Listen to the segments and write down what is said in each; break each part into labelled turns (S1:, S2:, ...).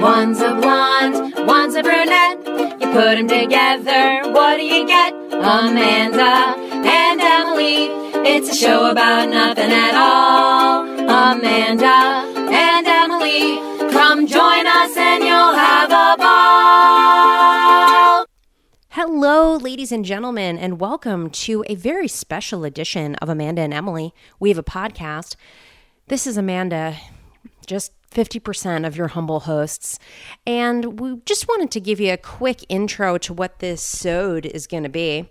S1: One's a blonde, one's a brunette. You put 'em together, what do you get? Amanda and Emily. It's a show about nothing at all. Amanda and Emily. Come join us and you'll have a ball.
S2: Hello, ladies and gentlemen, and welcome to a very special edition of Amanda and Emily. We have a podcast. This is Amanda, just 50% of your humble hosts. And we just wanted to give you a quick intro to what this sode is going to be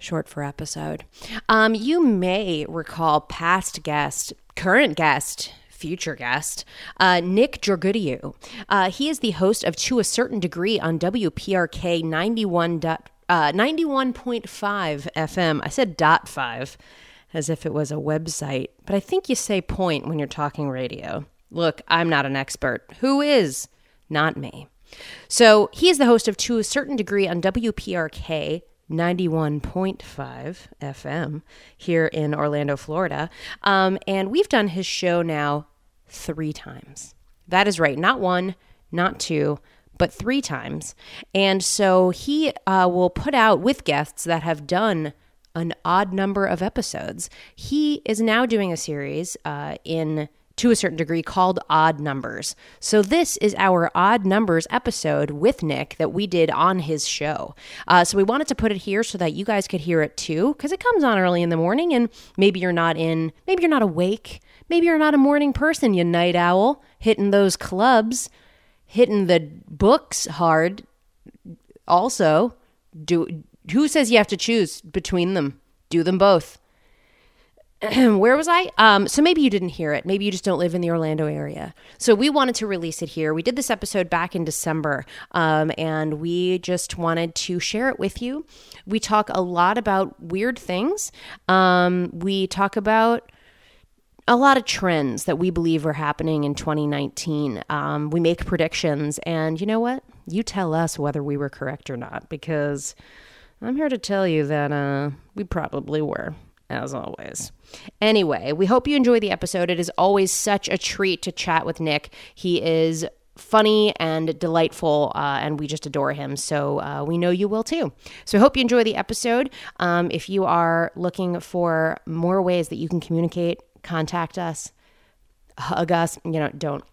S2: short for episode. Um, you may recall past guest, current guest, future guest, uh, Nick Jorgudiu. Uh, he is the host of To a Certain Degree on WPRK 91. Dot, uh, 91.5 FM. I said dot five as if it was a website, but I think you say point when you're talking radio. Look, I'm not an expert. Who is? Not me. So he is the host of To a Certain Degree on WPRK 91.5 FM here in Orlando, Florida. Um, and we've done his show now three times. That is right, not one, not two, but three times. And so he uh, will put out with guests that have done an odd number of episodes. He is now doing a series uh, in to a certain degree called Odd Numbers. So, this is our Odd Numbers episode with Nick that we did on his show. Uh, so, we wanted to put it here so that you guys could hear it too, because it comes on early in the morning and maybe you're not in, maybe you're not awake, maybe you're not a morning person, you night owl, hitting those clubs, hitting the books hard. Also, do who says you have to choose between them? Do them both. where was I? Um, so maybe you didn't hear it. Maybe you just don't live in the Orlando area. So we wanted to release it here. We did this episode back in December, um, and we just wanted to share it with you. We talk a lot about weird things. Um, we talk about a lot of trends that we believe are happening in 2019. Um, we make predictions, and you know what? You tell us whether we were correct or not, because I'm here to tell you that uh, we probably were, as always. Anyway, we hope you enjoy the episode. It is always such a treat to chat with Nick. He is funny and delightful, uh, and we just adore him. So uh, we know you will too. So I hope you enjoy the episode. Um, if you are looking for more ways that you can communicate, contact us, hug us, you know, don't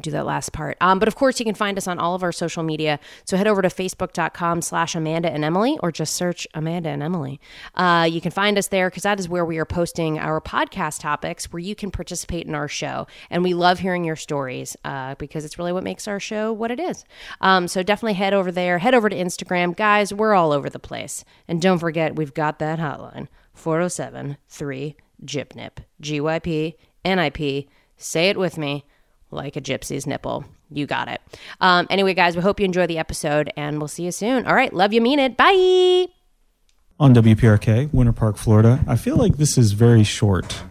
S2: do that last part. Um, but of course, you can find us on all of our social media. So head over to facebook.com slash Amanda and Emily, or just search Amanda and Emily. Uh, you can find us there because that is where we are posting our podcast topics where you can participate in our show. And we love hearing your stories uh, because it's really what makes our show what it is. Um, so definitely head over there, head over to Instagram. Guys, we're all over the place. And don't forget, we've got that hotline 407 3 GYPNIP, GYP, NIP. Say it with me like a gypsy's nipple. You got it. Um, anyway, guys, we hope you enjoy the episode and we'll see you soon. All right. Love you, mean it. Bye.
S3: on WPRK, Winter Park, Florida. I feel like this is very short.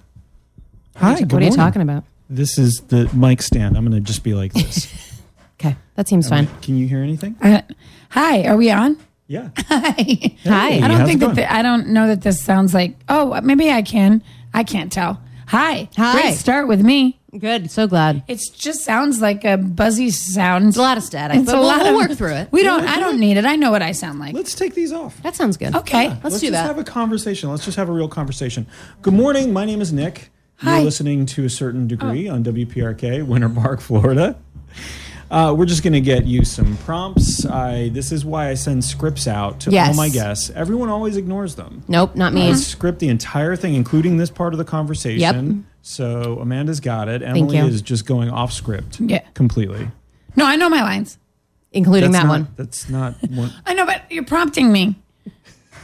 S3: Hi, good
S4: what are you
S3: morning.
S4: talking about?
S3: This is the mic stand. I'm going to just be like this.
S4: Okay, that seems fine.
S3: Can you hear anything?
S5: Uh, hi, are we on?
S3: Yeah.
S5: Hi.
S3: Hi.
S5: I don't
S3: how's it
S5: think
S3: going?
S5: that the, I don't know that this sounds like. Oh, maybe I can. I can't tell. Hi.
S4: Hi.
S5: Great start with me.
S4: Good. So glad.
S5: It just sounds like a buzzy sound. It's
S4: A lot of static, but we'll, we'll work through it.
S5: We don't. I don't need it. I know what I sound like.
S3: Let's take these off.
S4: That sounds good.
S5: Okay.
S4: let's do
S3: just
S4: that.
S3: have a conversation. Let's just have a real conversation. Good morning. My name is Nick.
S5: Hi.
S3: You're listening to a
S4: Oh.
S3: certain degree on WPRK, Winter Park, Florida. Uh, we're just going to get you some prompts. I, this is why I send scripts out to all
S4: Yes.
S3: my guests. Everyone always ignores them.
S4: Nope, not
S3: I
S4: me.
S3: script the entire thing, including this part of the conversation. So Amanda's got it. Emily
S4: you.
S3: is just going off script
S5: Yeah.
S3: completely.
S5: No, I know my lines.
S4: Including
S3: That's
S4: that
S3: not,
S4: one.
S3: That's not one.
S5: I know, but you're prompting me.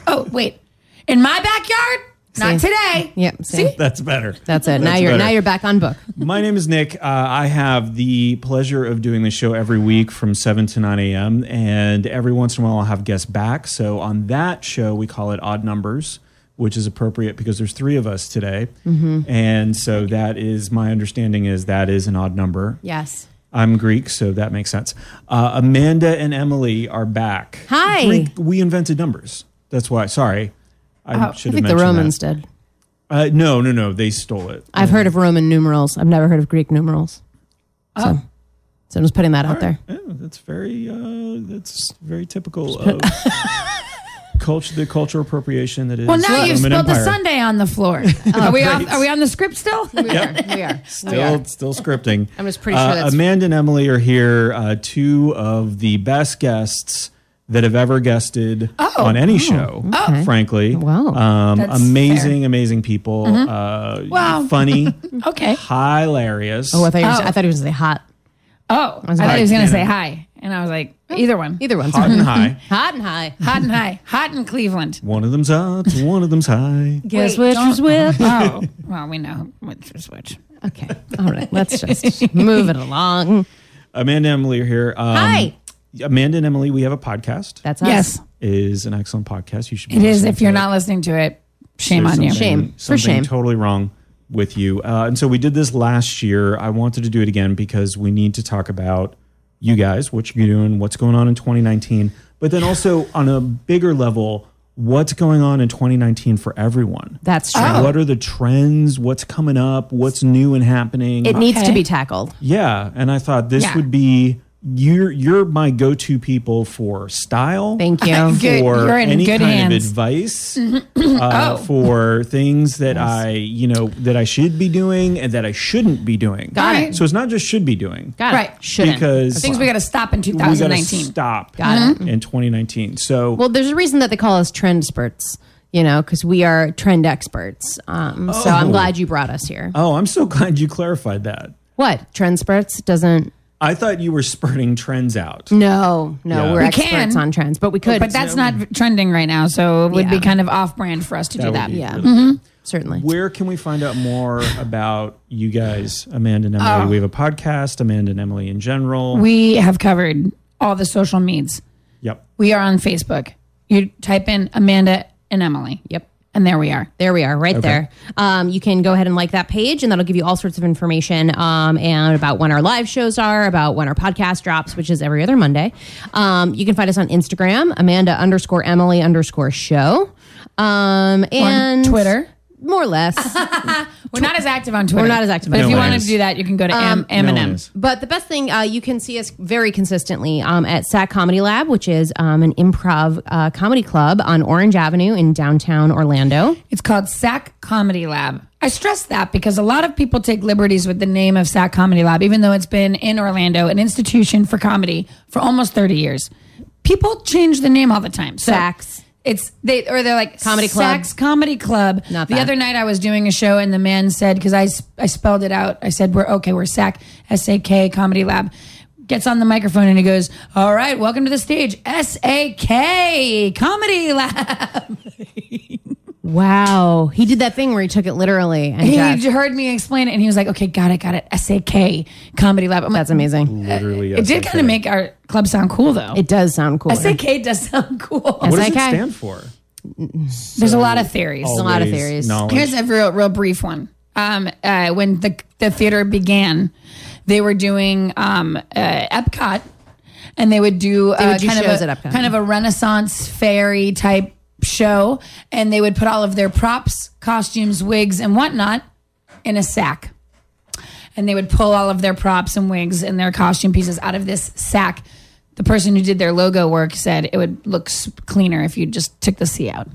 S5: Oh wait, in my backyard. Not
S4: See?
S5: today.
S4: Yep. See,
S3: That's better.
S4: that's it. Now
S3: That's
S4: you're
S3: better.
S4: now you're back on book.
S3: My name is Nick. Uh, I have the pleasure of doing the show every week from 7 to 9 a.m. And every once in a while, I'll have guests back. So on that show, we call it Odd Numbers, which is appropriate because there's three of us today.
S4: Mm-hmm.
S3: And so that is my understanding is that is an odd number.
S4: Yes.
S3: I'm Greek, so that makes sense. Uh, Amanda and Emily are back.
S4: Hi.
S3: Greek, we invented numbers. That's why. Sorry,
S2: Oh,
S3: I
S4: I
S3: should have
S4: think the
S3: mentioned
S4: Romans
S3: that.
S4: did.
S3: Uh, no, no, no. They stole it.
S4: I've heard of Roman numerals. I've never heard of Greek numerals. So
S2: So I'm just putting that out there.
S3: Yeah, Oh, that's very uh, that's very typical of culture, the cultural appropriation that is.
S5: Well, now
S3: the
S5: you've
S3: Roman
S5: spilled the
S3: Empire.
S5: Sunday on the floor.
S4: Oh,
S5: are we off,
S3: great.
S5: Are we on the script still?
S2: We are.
S3: Still, still scripting.
S6: I'm just pretty sure
S3: Uh,
S6: that's-
S3: Amanda and Emily are here. Uh, two of the best guests that have ever guested
S6: Oh.
S3: on any show.
S2: okay.
S3: frankly,
S2: Wow.
S3: um,
S5: That's
S3: amazing, amazing people.
S6: Mm-hmm.
S3: Uh,
S5: Wow.
S3: funny,
S5: okay.
S3: hilarious.
S2: Oh, I thought, you were,
S5: Oh.
S2: I thought he was going to say hot.
S5: Oh, I
S2: like,
S5: thought he was going
S3: you
S5: to say
S3: know.
S5: hi, and I was like, either one,
S2: Either one's
S3: hot and high.
S2: Hot and high.
S5: hot and high, hot in Cleveland.
S3: One of them's hot, one of them's high.
S5: Guess
S2: which was which?
S5: Oh, well, we know which is which.
S2: Okay. All right. Let's just move it along.
S3: Amanda and Emily are here. Um,
S2: Hi.
S3: Amanda and Emily, we have a podcast.
S2: That's us.
S5: Yes,
S3: is an excellent podcast. You should. Be
S5: it is.
S3: listening
S5: If you're
S3: to it.
S5: not listening to it, shame
S3: There's
S5: on you.
S3: something-
S2: Shame. For
S3: something
S2: shame.
S3: Totally wrong with you. Uh, and so we did this last year. I wanted to do it again because we need to talk about you guys, what you're doing, what's going on in 2019, but then also on a bigger level, what's going on in 2019 for everyone.
S2: That's true.
S3: What are the trends? What's coming up? What's new and happening?
S2: It needs to
S5: Okay.
S2: be tackled.
S3: yeah, and I thought this
S5: Yeah.
S3: would be you're you're my go-to people for style
S2: Thank you.
S5: Good.
S3: for
S5: You're in
S3: any
S5: good
S3: kind
S5: hands. Oh.
S3: of advice uh, for things that I, you know, that I should be doing and that I shouldn't be doing.
S2: Got
S5: Right.
S2: it.
S3: So it's not just should be doing.
S2: Got
S5: Right.
S2: it. Shouldn't.
S3: Because
S5: Things we got to stop in
S3: we got to
S5: 2019.
S3: stop
S2: Got
S3: in 2019. So
S2: Well, there's a reason that they call us trend spurts, you know, because we are trend experts. Um, So I'm
S3: Oh.
S2: glad you brought us here.
S3: oh, I'm so glad you clarified that.
S2: What? Trend spurts doesn't.
S3: I thought you were spurting trends out.
S5: Mm-hmm.
S2: No, no,
S3: Yeah.
S2: we're
S3: We
S2: experts
S5: can.
S2: on trends, but we could.
S5: But that's not trending right now, so it would be
S2: Yeah.
S5: kind of off-brand for us to do
S3: would
S5: that. Mm-hmm.
S3: be
S2: yeah.
S3: really
S2: certainly.
S3: Where can we find out more about you guys, Amanda and Emily? We have a podcast, Amanda and Emily in general.
S5: Oh. We have covered all the social meds.
S3: yep.
S5: We are on Facebook. You type in Amanda and Emily.
S2: Yep.
S5: And there we are.
S2: There we are, right there. Um, you can go ahead and like that page, and that'll give you all sorts of information um, and about when our live shows are, about when our podcast drops, which is every other Monday. Um, you can find us on Instagram, Amanda underscore Emily underscore show, um, and
S5: Twitter.
S2: more or less.
S5: We're not as active on Twitter.
S2: We're not as active
S5: But
S2: on Um,
S5: if you
S3: Twitter.
S5: wanted
S3: Nice.
S5: to do that, you can go to M M
S3: No one
S5: and M.
S3: is.
S2: But the best thing, uh, you can see us very consistently um, at SAC Comedy Lab, which is um, an improv uh, comedy club on Orange Avenue in downtown Orlando.
S5: It's called SAC Comedy Lab. I stress that because a lot of people take liberties with the name of SAC Comedy Lab, even though it's been in Orlando, an institution for comedy for almost 30 years. People change the name all the time. So
S2: Saks.
S5: It's they or they're like
S2: Comedy club.
S5: Saks Comedy Club.
S2: Not
S5: the
S2: that.
S5: other night I was doing a show and the man said because I s- I spelled it out. I said we're okay. We're SAC S A K Comedy Lab. Gets on the microphone and he goes, "All right, welcome to the stage, S A K Comedy Lab."
S2: Wow, he did that thing where he took it literally and
S5: He
S2: just-
S5: heard me explain it and he was like, okay, got it, got it. S A K Comedy Lab. I'm like,
S2: that's amazing.
S3: Literally,
S5: Uh, it did kind of make our club sound cool though.
S2: It does sound cool.
S5: S A K does sound cool.
S3: What does
S2: SAK.
S3: it stand for?
S5: There's a lot of theories.
S3: Always
S2: a lot of theories.
S3: knowledge.
S5: Here's a real, real brief one. Um, uh, when the the theater began, they were doing um, uh, Epcot, and they would do, uh,
S2: would do
S5: kind
S2: shows
S5: of a,
S2: at Epcot.
S5: kind of a Renaissance fairy type show, and they would put all of their props, costumes, wigs, and whatnot in a sack. And they would pull all of their props and wigs and their costume pieces out of this sack. The person who did their logo work said it would look s- cleaner if you just took the C out.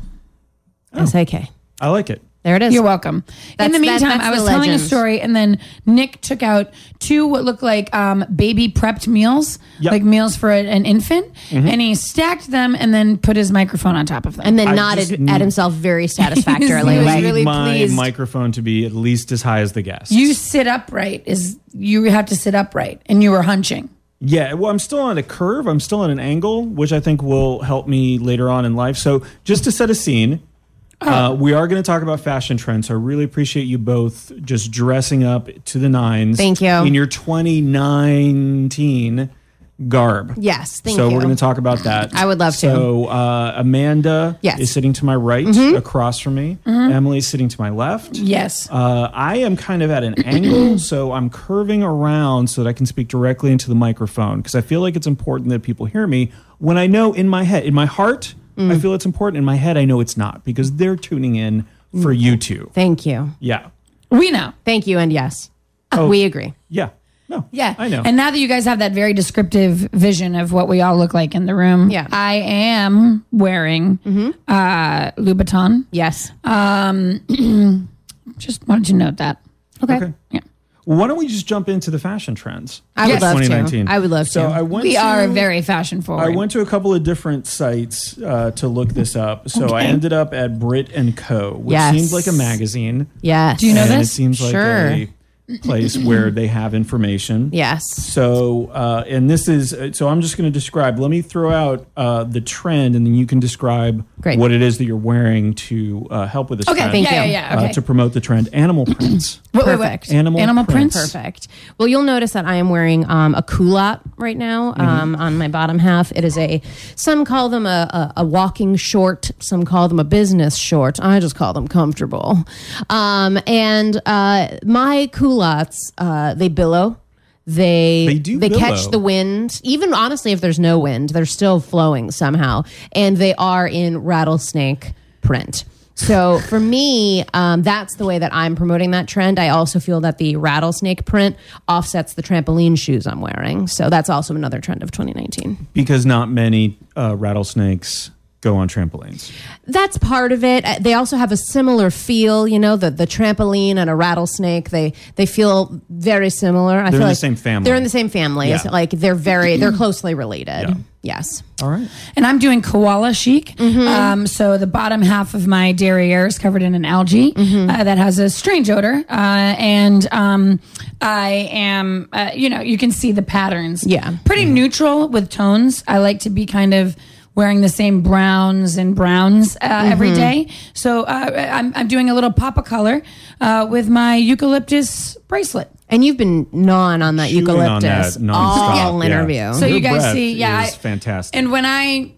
S2: SAK.
S3: I like it.
S2: There it is.
S5: You're welcome. In
S2: That's-
S5: the
S2: that-
S5: meantime,
S2: that's
S5: I
S2: the
S5: was telling a
S2: legend.
S5: story, and then Nick took out two what looked like um, baby prepped meals,
S3: Yep. Mm-hmm.
S5: like meals for a- an infant, and he stacked them and then put his microphone on top of them.
S2: and then
S3: I
S2: nodded
S3: just need-
S2: at himself very satisfactorily.
S5: He was
S2: like,
S3: need
S5: really
S3: my
S5: pleased.
S3: microphone to be at least as high as the guest.
S5: you sit upright is you have to sit upright, and you were hunching.
S3: yeah, well, I'm still on a curve. I'm still on an angle, which I think will help me later on in life. So, just to set a scene,
S2: Uh-huh.
S3: uh, we are going to talk about fashion trends. So, I really appreciate you both just dressing up to the nines.
S2: Thank you.
S3: In your 2019 garb.
S2: yes, thank
S3: so
S2: you.
S3: we're going to talk about that.
S2: I would love to.
S3: So uh, Amanda
S2: Yes. Mm-hmm.
S3: is sitting to my right, across from me. Emily's sitting to my left.
S5: Yes.
S3: Uh, I am kind of at an angle, so I'm curving around so that I can speak directly into the microphone because I feel like it's important that people hear me. When I know in my head, in my heart,
S2: Mm.
S3: I feel it's important. In my head, I know it's not because they're tuning in for
S2: Mm.
S3: you two.
S2: Thank you.
S3: Yeah.
S5: we know.
S2: Thank you, and yes, we agree.
S3: Yeah. No.
S5: Yeah.
S3: I know.
S5: And now that you guys have that very descriptive vision of what we all look like in the room,
S2: Yeah. Mm-hmm.
S5: I am wearing uh, Louboutin.
S2: Yes.
S5: Uh, Just wanted to note that.
S2: Okay.
S3: okay.
S5: Yeah.
S3: Why don't we just jump into the fashion trends?
S2: I would
S5: Yes.
S2: love to.
S3: 2019.
S2: I would love
S3: So
S2: to.
S3: I went
S5: We
S3: to-
S5: are very fashion forward.
S3: I went to a couple of different sites uh, to look this up. So I ended up at Brit and Co, which
S2: Yes.
S3: seems like a magazine.
S2: yes.
S5: Do you know
S3: and
S5: this?
S3: it seems like
S2: Sure.
S3: a place where they have information.
S2: Yes.
S3: So, uh, and this is uh, so. I'm just going to describe. Let me throw out uh, the trend, and then you can describe
S2: Great.
S3: what it is that you're wearing to uh, help with this.
S5: Okay.
S3: trend,
S2: Thank
S5: yeah,
S2: you.
S5: yeah, yeah. Okay.
S3: uh, to promote the trend. Animal prints.
S5: Wait, wait, wait.
S2: Perfect.
S3: Animal
S5: Animal
S3: prints.
S5: prints.
S2: Perfect. Well, you'll notice that I am wearing um, a culotte right now um, on my bottom half. It is a, some call them a, a, a walking short, some call them a business short. I just call them comfortable. Um, and uh, my culottes, uh, they billow. They
S3: They do
S2: they catch
S3: billow.
S2: the wind. Even honestly, if there's no wind, they're still flowing somehow, and they are in rattlesnake print. So for me, um, that's the way that I'm promoting that trend. I also feel that the rattlesnake print offsets the trampoline shoes I'm wearing. So that's also another trend of 2019.
S3: because not many uh, rattlesnakes go on trampolines.
S2: That's part of it. Uh, They also have a similar feel. You know, the the trampoline and a rattlesnake. They they feel very similar. I feel
S3: in the
S2: like
S3: same family.
S2: They're in the same family. It's
S3: Yeah. Mm.
S2: Like they're very they're closely related. Yes.
S3: All right.
S5: and I'm doing koala chic. Um, so the bottom half of my derriere is covered in an algae uh, that has a strange odor, uh, and um, I am, uh, you know, you can see the patterns.
S2: Yeah.
S5: pretty
S3: Mm-hmm.
S5: neutral with tones. I like to be kind of. Wearing the same browns and browns uh, every day, so uh, I'm, I'm doing a little pop of color uh, with my eucalyptus bracelet.
S2: And you've been gnawing on that
S3: Chewing on
S2: eucalyptus
S3: that nonstop,
S2: all
S3: yeah.
S2: interview.
S5: So
S3: Your
S5: you guys
S3: breath
S5: see, yeah,
S3: is fantastic.
S5: And when I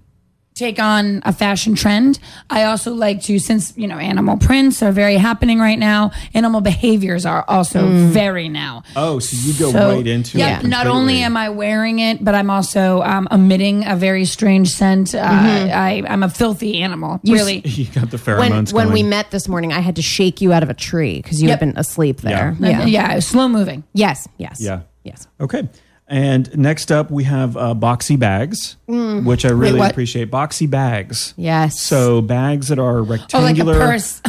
S5: take on a fashion trend, I also like to, since you know, animal prints are very happening right now. Animal behaviors are also very now.
S3: Mm. Oh, so you go
S5: So-
S3: right into
S5: yep,
S3: it.
S5: Not
S3: completely.
S5: only am I wearing it, but I'm also um, emitting a very strange scent. Uh, I, I'm a filthy animal, really.
S3: Mm-hmm. you got the
S2: when
S3: pheromones
S2: when we
S3: going.
S2: met this morning, I had to shake you out of a tree because you
S5: Yep.
S2: had been asleep there.
S5: Uh, yeah. slow moving.
S2: Yes. Yes.
S3: Yeah.
S2: Yes.
S3: Okay. And next up, we have uh, boxy bags, which I really
S5: what?
S3: appreciate. Boxy bags.
S2: Mm. Yes.
S3: So bags that are
S5: Oh, like a
S3: rectangular,
S5: purse,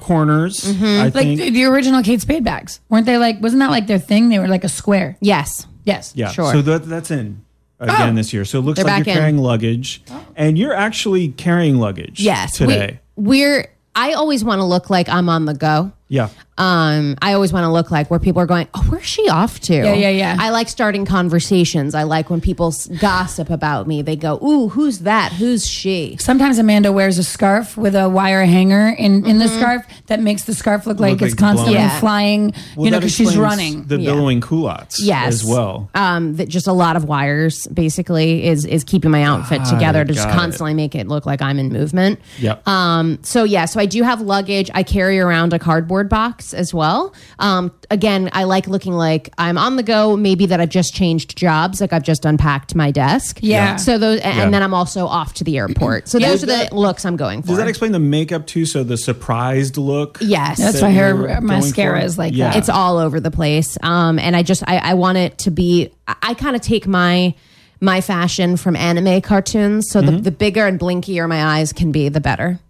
S3: corners.
S2: Mm-hmm.
S3: I
S5: like
S3: think.
S5: the, the original Kate Spade bags, weren't they? Like, wasn't that like their thing? They were like a square.
S2: Yes.
S5: Yes.
S3: yeah.
S2: sure. Oh.
S3: So that, that's in again this year. So it looks
S2: They're
S3: like
S2: back
S3: you're
S2: in. Oh.
S3: carrying luggage, and you're actually carrying luggage.
S2: Yes.
S3: Today.
S2: We, we're. I always want to look like I'm on the go.
S3: yeah.
S2: um, I always want to look like where people are going, oh, where's she off to? Yeah,
S5: yeah, yeah.
S2: I like starting conversations. I like when people s- gossip about me. They go, ooh, who's that? Who's she?
S5: Sometimes Amanda wears a scarf with a wire hanger in, in the scarf that makes the scarf look like
S3: like
S5: it's constantly
S2: blown. Yeah.
S5: flying, you know,
S3: that
S5: because she's
S3: explains
S5: running.
S3: The billowing culottes.
S2: Yes.
S3: As well.
S2: Um, that just a lot of wires basically is is keeping my outfit together to just
S3: got it.
S2: constantly make it look like I'm in movement.
S3: Yep.
S2: Um, so yeah, so I do have luggage. I carry around a cardboard box as well. Um, again, I like looking like I'm on the go. Maybe that I've just changed jobs, like I've just unpacked my desk.
S5: Yeah.
S2: So those, a- and,
S3: Yeah.
S2: then I'm also off to the airport. So those are the looks I'm going for.
S3: Does that explain the makeup too? So the surprised look.
S2: yes.
S5: That's
S3: that
S5: why her
S3: you're
S5: mascara
S3: going for?
S5: is like
S3: Yeah.
S5: that.
S2: it's all over the place um and i just i, I want it to be i, I kind of take my my fashion from anime cartoons so
S3: Mm-hmm.
S2: the, the bigger and blinkier my eyes can be the better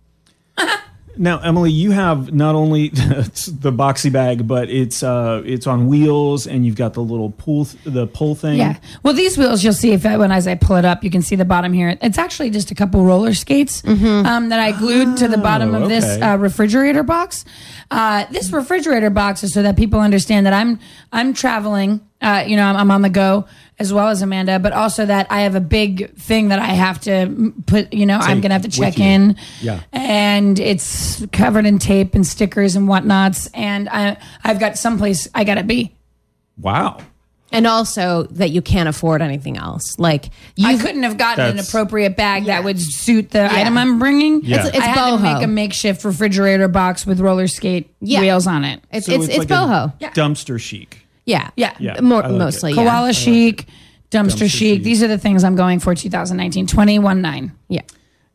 S3: Now, Emily, you have not only the boxy bag, but it's uh, it's on wheels, and you've got the little pull th- the pull thing.
S5: Yeah. Well, these wheels you'll see if I, when as I pull it up, you can see the bottom here. It's actually just a couple roller skates um, that I glued to the bottom of this
S3: Mm-hmm. Oh, okay.
S5: uh, refrigerator box. Uh, this refrigerator box is so that people understand that I'm I'm traveling. Uh, you know, I'm, I'm on the go as well as Amanda, but also that I have a big thing that I have to mm, put. You know, I'm
S3: Take
S5: gonna have to
S3: with
S5: check
S3: you.
S5: in.
S3: Yeah.
S5: And it's covered in tape and stickers and whatnots. And I I've got someplace I gotta be.
S3: Wow.
S2: and also that you can't afford anything else like you
S5: I couldn't have gotten an
S3: That's-
S5: appropriate bag that would suit the item I'm bringing.
S3: Yeah. It's-
S5: I
S2: it's
S5: had to
S2: boho.
S5: make a makeshift refrigerator box with roller skate
S2: Yeah.
S5: wheels on it.
S2: it's
S3: So
S2: it's, it's,
S3: like a
S2: boho
S3: dumpster chic.
S2: yeah
S5: Yeah.
S3: Yeah,
S2: more
S3: I like it.
S2: mostly yeah.
S5: Koala chic, dumpster,
S3: Dumpster
S5: chic.
S3: chic.
S5: These are the things I'm going for 2019. 2019.
S2: yeah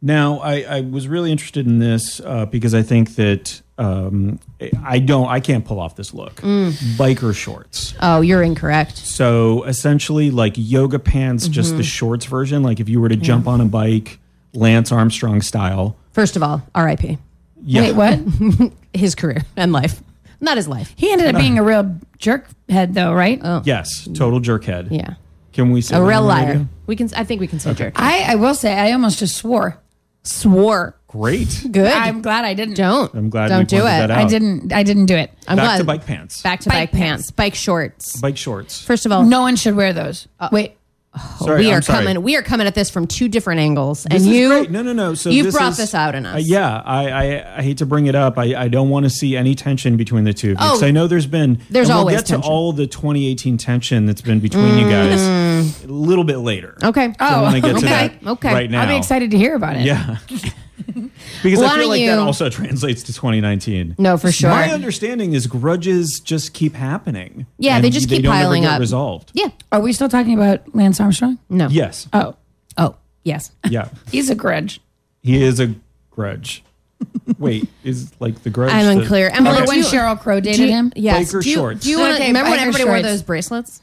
S3: Now, I, I was really interested in this uh, because I think that um, I don't, I can't pull off this look. Biker shorts.
S4: Oh, you're incorrect.
S3: So essentially, like yoga pants, just the shorts version. Like if you were to jump on a bike, Lance Armstrong style.
S4: First of all, R.I.P.
S3: Yeah.
S5: Wait, what?
S4: His career and life, not his life.
S5: He ended up being a real jerk head, though, right?
S3: Yes, total jerkhead.
S4: Yeah,
S3: Can we say
S4: a
S3: that
S4: real
S3: on the
S4: liar.
S3: radio?
S4: We can. I think we can say jerk. I
S5: I, I will say, I almost just swore.
S4: swore.
S3: Great.
S4: Good.
S5: I'm glad I didn't.
S4: don't.
S3: I'm glad we
S4: Don't do it.
S3: pointed that out.
S5: I didn't. I didn't do it.
S4: I'm
S3: Back
S4: glad.
S3: to bike pants.
S4: Back to bike,
S5: Bike
S4: pants. Bike shorts.
S3: Bike shorts.
S4: First of all, uh,
S5: No one should wear those. Wait,
S3: Sorry,
S4: we
S3: I'm
S4: are
S3: sorry.
S4: coming. We are coming at this from two different
S3: This
S4: angles, and
S3: is
S4: you.
S3: great. no, no, no. So
S4: you've
S3: this
S4: brought
S3: is-
S4: this out in us.
S3: Uh, yeah, I, I, I hate to bring it up. I, I don't want to see any tension between the two of you. 'Cause
S4: Oh.
S3: I know there's been.
S4: There's
S3: and we'll
S4: always
S3: get to
S4: tension.
S3: all the 2018 tension that's been between you guys a little bit later.
S4: Mm. Okay. Oh,
S3: I want to get to
S4: okay.
S3: that
S4: Okay.
S3: right now.
S5: I'll be excited to hear about it.
S3: Yeah. because
S4: Why
S3: I feel
S4: don't
S3: like that
S4: you-
S3: also translates to 2019.
S4: No, for sure.
S3: My understanding is grudges just keep happening.
S4: Yeah,
S3: And
S4: they just
S3: you-
S4: keep
S3: don't ever
S4: piling
S3: get
S4: up.
S3: Resolved.
S4: Yeah.
S5: Are we still talking about Lance Armstrong?
S4: No.
S3: Yes.
S5: Oh,
S4: Oh, yes.
S3: Yeah.
S5: he's a grudge.
S3: He is a grudge. Wait, is like the grudge?
S4: I'm
S3: the-
S4: unclear. I'm
S5: Remember
S4: like,
S5: when
S4: do you-
S5: Cheryl Crow
S4: do
S5: dated
S4: you-
S5: him?
S4: Yes.
S3: Biker
S4: do you,
S3: shorts.
S4: Do you want to
S5: Okay,
S4: remember when
S5: biker
S4: everybody wore
S5: shorts.
S4: those bracelets?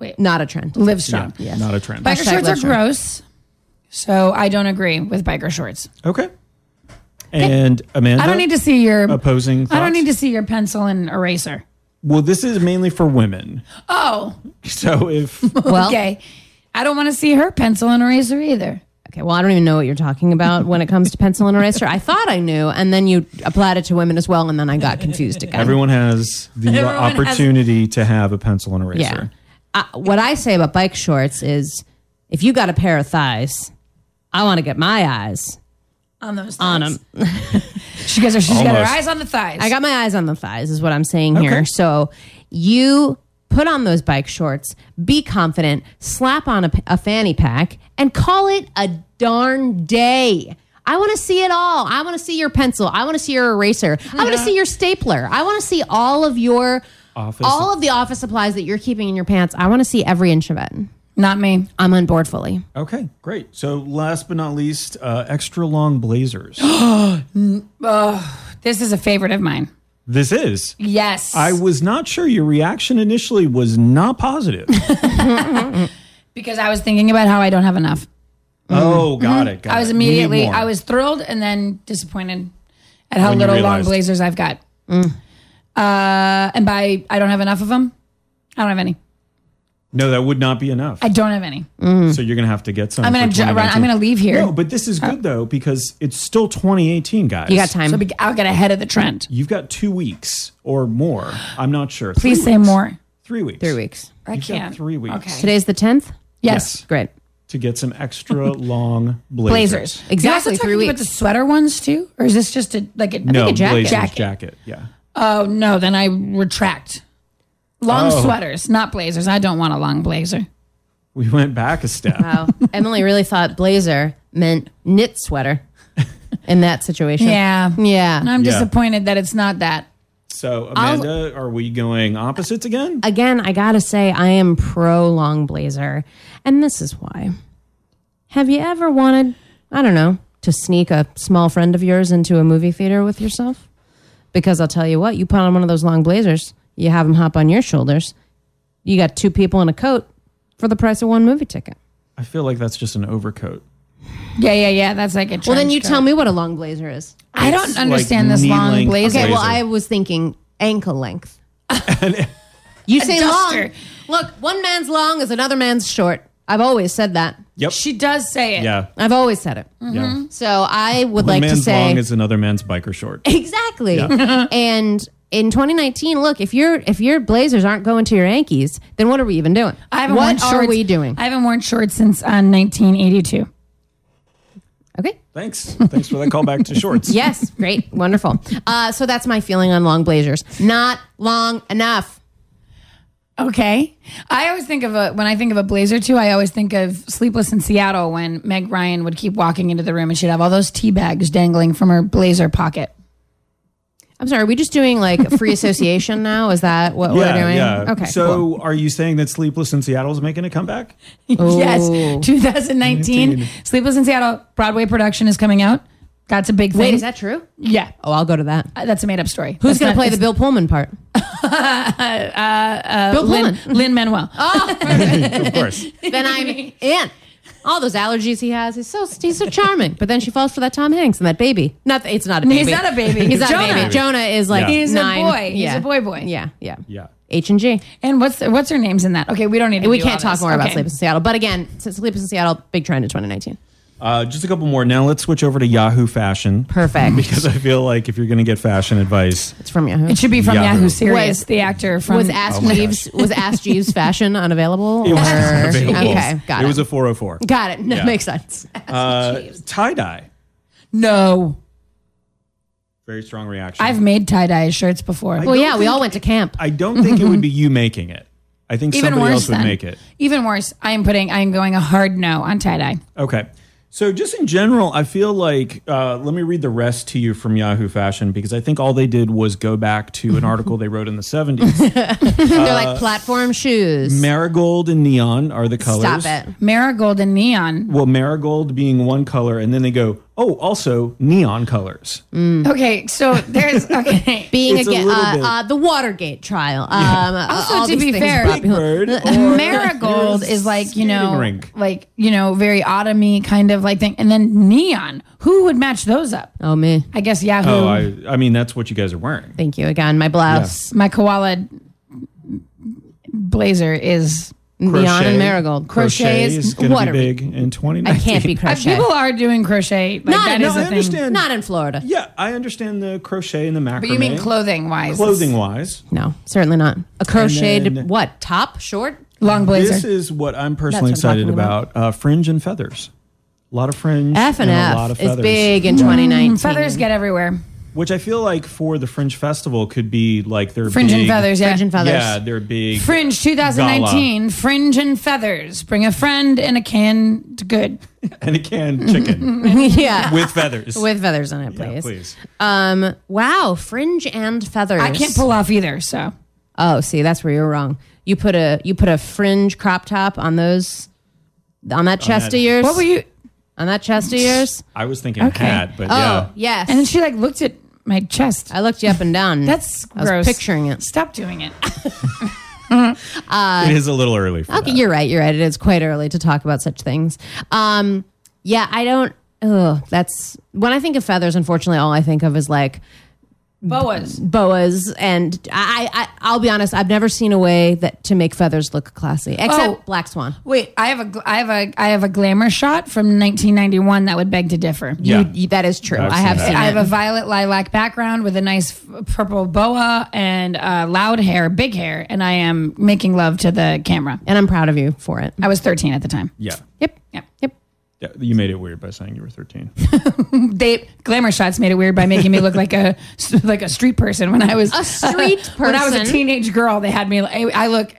S5: Wait.
S4: Not a trend.
S5: Live
S3: Yeah,
S5: strong.
S3: not a trend.
S5: Biker
S4: Hashtag
S5: shorts
S4: live
S5: are
S4: strong.
S5: gross. So I don't agree with biker shorts.
S3: Okay. And Amanda,
S5: I don't need to see your
S3: opposing. Thoughts?
S5: I don't need to see your pencil and eraser.
S3: Well, this is mainly for women.
S5: Oh,
S3: So if
S4: Well,
S5: okay. I don't want to see her pencil and eraser either.
S4: Okay, well, I don't even know what you're talking about when it comes to pencil and eraser. I thought I knew, and then you applied it to women as well, and then I got confused again.
S3: everyone has the
S5: Everyone has-
S3: opportunity to have a pencil and
S4: yeah.
S3: eraser,
S4: Uh, what I say about bike shorts is, if you got a pair of thighs, I want to get my eyes
S5: On those
S4: on them.
S5: She gets her she's got her
S3: Almost.
S5: eyes on the thighs.
S4: I got my eyes on the thighs, is what I'm saying here.
S3: Okay.
S4: So you put on those bike shorts, be confident, slap on a, p- a fanny pack, and call it a darn day. I want to see it all. I want to see your pencil. I want to see your eraser. I want to see your stapler. I want to see all of your
S3: Office-
S4: all of the office supplies that you're keeping in your pants. I want to see every inch of it.
S5: Not me.
S4: I'm on board fully.
S3: Okay, great. So last but not least, uh, extra long blazers.
S5: This is a favorite of mine.
S3: this is.
S5: Yes.
S3: I was not sure. Your reaction initially was not positive.
S5: because I was thinking about how I don't have enough.
S3: oh, got it. got
S5: Mm-hmm. I was
S3: it. We need
S5: immediately
S3: more.
S5: I was thrilled and then disappointed at how
S3: When you
S5: little long
S3: realized.
S5: blazers I've got. Uh, and by I don't have enough of them. I don't have any.
S3: No, that would not be enough.
S5: I don't have any.
S3: so you're gonna have to get some.
S5: I'm gonna
S3: for
S5: ju- run,
S3: 2019.
S5: I'm gonna leave here.
S3: No, but this is good though because it's still 2018, guys.
S4: You got time.
S5: So be- I'll get ahead of the trend.
S3: You've got two weeks or more. I'm not sure.
S5: Please
S3: Three
S5: say
S3: weeks.
S5: more.
S3: Three weeks.
S4: Three weeks.
S5: I
S3: You've got
S5: can't.
S3: three weeks.
S5: Okay.
S4: Today's the 10th.
S5: Yes.
S4: Great.
S3: to get some extra long blazers.
S5: Blazers.
S4: Exactly,
S5: You're also
S4: three
S5: talking about
S4: weeks.
S5: the sweater ones too, or is this just a like a?
S3: No,
S4: a jacket.
S3: blazers
S5: Jacket.
S3: jacket. Yeah.
S5: Oh no, then I retract. Long
S3: Oh.
S5: sweaters, not blazers. I don't want a long blazer.
S3: We went back a step.
S4: Wow. Oh, Emily really thought blazer meant knit sweater in that situation.
S5: Yeah,
S4: Yeah.
S5: I'm
S3: Yeah.
S5: disappointed that it's not that.
S3: So Amanda, are we going opposites again?
S4: Again, I gotta say, I am pro long blazer. And this is why. Have you ever wanted, I don't know, to sneak a small friend of yours into a movie theater with yourself? Because I'll tell you what, you put on one of those long blazers, you have them hop on your shoulders, you got two people in a coat for the price of one movie ticket.
S3: I feel like that's just an overcoat.
S5: Yeah, yeah, yeah. That's like a.
S4: Well, then
S5: trench
S4: you
S5: coat.
S4: tell me what a long blazer is.
S5: I
S3: It's
S5: don't
S3: like
S5: understand this long
S3: knee-length
S5: blazer.
S4: Okay, well,
S3: Blazer.
S4: I was thinking ankle length. you say long.
S5: duster.
S4: Look, one man's long is another man's short. I've always said that.
S3: Yep.
S5: She does say it.
S3: yeah.
S4: I've always said it.
S5: Mm.
S3: Yeah.
S4: So I would
S3: One
S4: like to
S3: man's
S4: say
S3: long is another man's biker short.
S4: exactly. and in 2019, look, if your if your blazers aren't going to your Yankees, then what are we even doing?
S5: I haven't worn
S4: what
S5: shorts.
S4: are we doing?
S5: I haven't worn shorts since uh, 1982.
S4: okay.
S3: Thanks. Thanks for that callback to shorts.
S4: Yes. Great. Wonderful. Uh, so that's my feeling on long blazers. Not long enough.
S5: Okay. I always think of a when I think of a blazer too. I always think of Sleepless in Seattle when Meg Ryan would keep walking into the room and she'd have all those tea bags dangling from her blazer pocket.
S4: I'm sorry. Are we just doing like free association now? Is that what we're Oh, doing? Okay.
S3: So,
S4: cool.
S3: are you saying that Sleepless in Seattle is making a comeback?
S5: yes, 2019. Sleepless in Seattle Broadway production is coming out. That's a big thing.
S4: Wait, is that true?
S5: yeah,
S4: Oh, I'll go to that.
S5: Uh, that's a made up story.
S4: Who's going to play the Bill Pullman part? Bill Pullman.
S5: Uh, Lin, Lin Manuel?
S4: Oh.
S3: of course.
S4: then I'm in. All those allergies he has, he's so he's so charming. But then she falls for that Tom Hanks and that baby. Not that- it's not a baby.
S5: He's not a baby.
S4: He's not a
S5: Jonah.
S4: baby. Jonah is like
S3: Yeah. He's
S5: a
S4: nine.
S5: boy. He's a boy boy.
S4: Yeah, yeah,
S3: Yeah.
S4: H and G.
S5: and what's what's her name's in that? Okay, we don't need. to
S4: We
S5: do all
S4: can't talk
S5: this.
S4: more about
S5: Okay.
S4: Sleepless in Seattle. But again, Sleepless in Seattle, big trend in 2019.
S3: Uh, just a couple more. Now let's switch over to Yahoo Fashion.
S4: Perfect.
S3: Because I feel like if you're going to get fashion advice,
S4: It's from Yahoo.
S5: It should be from
S3: Yahoo.
S5: Yahoo, Serious.
S4: Was-
S5: the actor from
S4: was Ask
S3: my
S4: Jeeves was Ask Jeeves fashion unavailable?
S3: it was
S4: or-
S3: available.
S4: Okay, got it.
S3: It was a 404.
S4: got it. No,
S3: Yeah.
S4: makes sense.
S3: Uh, tie dye.
S5: No,
S3: Very strong reaction.
S5: I've made tie dye shirts before.
S4: Well, yeah, we all went to camp.
S3: I don't think it would be you making it. I think
S5: even
S3: somebody
S5: worse
S3: else would
S5: then.
S3: make it.
S5: Even worse. I am putting. I am going a hard no on tie dye.
S3: Okay. So, just in general, I feel like uh, let me read the rest to you from Yahoo Fashion because I think all they did was go back to an article they wrote in the 70s.
S4: They're like platform shoes.
S3: Marigold and neon are the colors.
S4: Stop it.
S5: Marigold and neon.
S3: Well, marigold being one color, and then they go, oh, also neon colors.
S5: Okay, so there's okay.
S4: being
S3: It's a
S4: again
S3: little
S4: uh,
S3: bit-
S4: uh, the Watergate trial. Um, uh,
S5: Also,
S4: all
S5: to
S4: these
S5: be
S4: things
S5: fair-
S4: brought
S3: Big Bird. or
S5: Marigold
S3: you're a
S5: is like you know,
S3: skating rink.
S5: like you know, very autumny kind of like thing, and then neon. Who would match those up?
S4: Oh me,
S5: I guess Yahoo.
S3: Oh, I, I mean, that's what you guys are wearing.
S4: thank you again. My blouse,
S5: My koala blazer is.
S4: neon and marigold.
S5: Crochet is-
S3: is going
S4: what
S3: to
S4: are
S3: be big in 2019.
S4: I can't be
S5: Uh,
S4: crochet.
S5: people are doing crochet. Like,
S4: Not-
S5: that
S4: no,
S5: is
S3: I
S5: a thing.
S3: understand.
S4: Not in Florida.
S3: yeah, I understand the crochet and the macrame.
S5: But you mean clothing wise?
S3: Clothing wise.
S4: No, certainly not. A crocheted
S3: then-
S4: what top short?
S5: Long blazer.
S3: This is what I'm personally
S4: That's what I'm
S3: excited
S4: talking
S3: about. Uh, fringe and feathers. A lot of fringe
S4: F and
S3: a lot
S4: F
S3: of
S4: is
S3: feathers.
S4: big in 2019.
S5: Feathers get everywhere.
S3: Which I feel like for the fringe festival could be like their
S5: Fringe
S3: big,
S5: and feathers. Yeah.
S4: Fringe and feathers.
S3: Yeah, their big
S5: Fringe 2019. Fringe and feathers. Bring a friend and a can to good.
S3: and a canned chicken
S4: yeah,
S3: with feathers.
S4: with feathers in it,
S3: Yeah,
S4: please.
S3: please.
S4: Um, wow, fringe and feathers.
S5: I can't pull off either. So
S4: Oh, see, that's where you're wrong. You put a you put a fringe crop top on those on that chest
S3: that-
S4: of yours.
S5: what were you?
S4: on that chest of yours?
S3: I was thinking hat, but
S4: Oh,
S3: yeah.
S4: yes.
S5: And then she like looked at my chest.
S4: I looked you up and down.
S5: That's
S4: I was
S5: gross.
S4: picturing it.
S5: Stop doing it.
S3: it is a little early for
S4: Okay,
S3: that.
S4: you're right. You're right. It is quite early to talk about such things. Um, yeah, I don't. Oh, that's when I think of feathers. Unfortunately, all I think of is like
S5: Boas.
S4: boas, and I, I. I'll be honest. I've never seen a way that to make feathers look classy, except
S5: Oh.
S4: black swan.
S5: Wait, I have a, gl- I have a, I have a glamour shot from 1991 that would beg to differ.
S3: Yeah.
S4: You, you, that is true.
S3: I've
S4: I
S3: seen
S4: have
S3: that.
S4: seen.
S5: I
S4: it.
S5: have a violet lilac background with a nice f- purple boa and uh, loud hair, big hair, and I am making love to the camera.
S4: and I'm proud of you for it.
S5: I was 13 at the time.
S3: yeah.
S4: Yep.
S5: Yep.
S4: Yep.
S3: yeah. You made it weird by saying you were 13.
S5: They glamour shots made it weird by making me look like a like a street person when I was
S4: A street
S5: when I was a
S4: person?
S5: teenage girl. They had me. I, I look.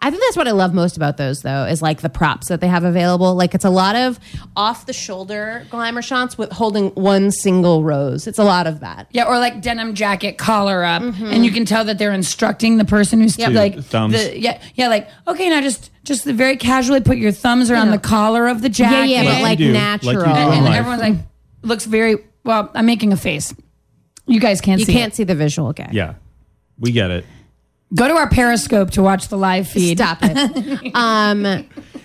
S4: I think that's what I love most about those, though, is like the props that they have available. Like it's a lot of off the shoulder glamour shots with holding one single rose. It's a lot of that.
S5: Yeah, or like denim jacket collar up,
S4: Mm-hmm.
S5: and you can tell that they're instructing the person who's like
S3: thumbs.
S5: The, yeah, yeah, like okay, now just just very casually put your thumbs around the collar of the
S4: Yeah,
S5: jacket.
S4: yeah,
S3: Like
S4: but
S3: you
S4: like
S3: do, like you
S4: natural.
S3: do in
S5: and
S3: life.
S5: everyone's like looks very well. I'm making a face. You guys can't
S4: you
S5: see.
S4: can't see the visual gag.
S3: Yeah. We get it.
S5: it. Go to our Periscope to watch the live feed.
S4: Stop it. um,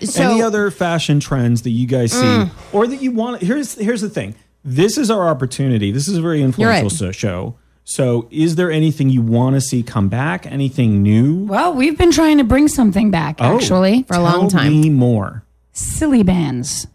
S4: so Mm.
S3: Any other fashion trends that you guys see or that you want? Here's here's the thing. This is our opportunity. This is a very influential
S4: right.
S3: so- show. So, is there anything you want to see come back? Anything new?
S5: Well, we've been trying to bring something back actually.
S4: for a long
S3: Oh, Tell
S4: time.
S3: me more.
S5: Silly bands.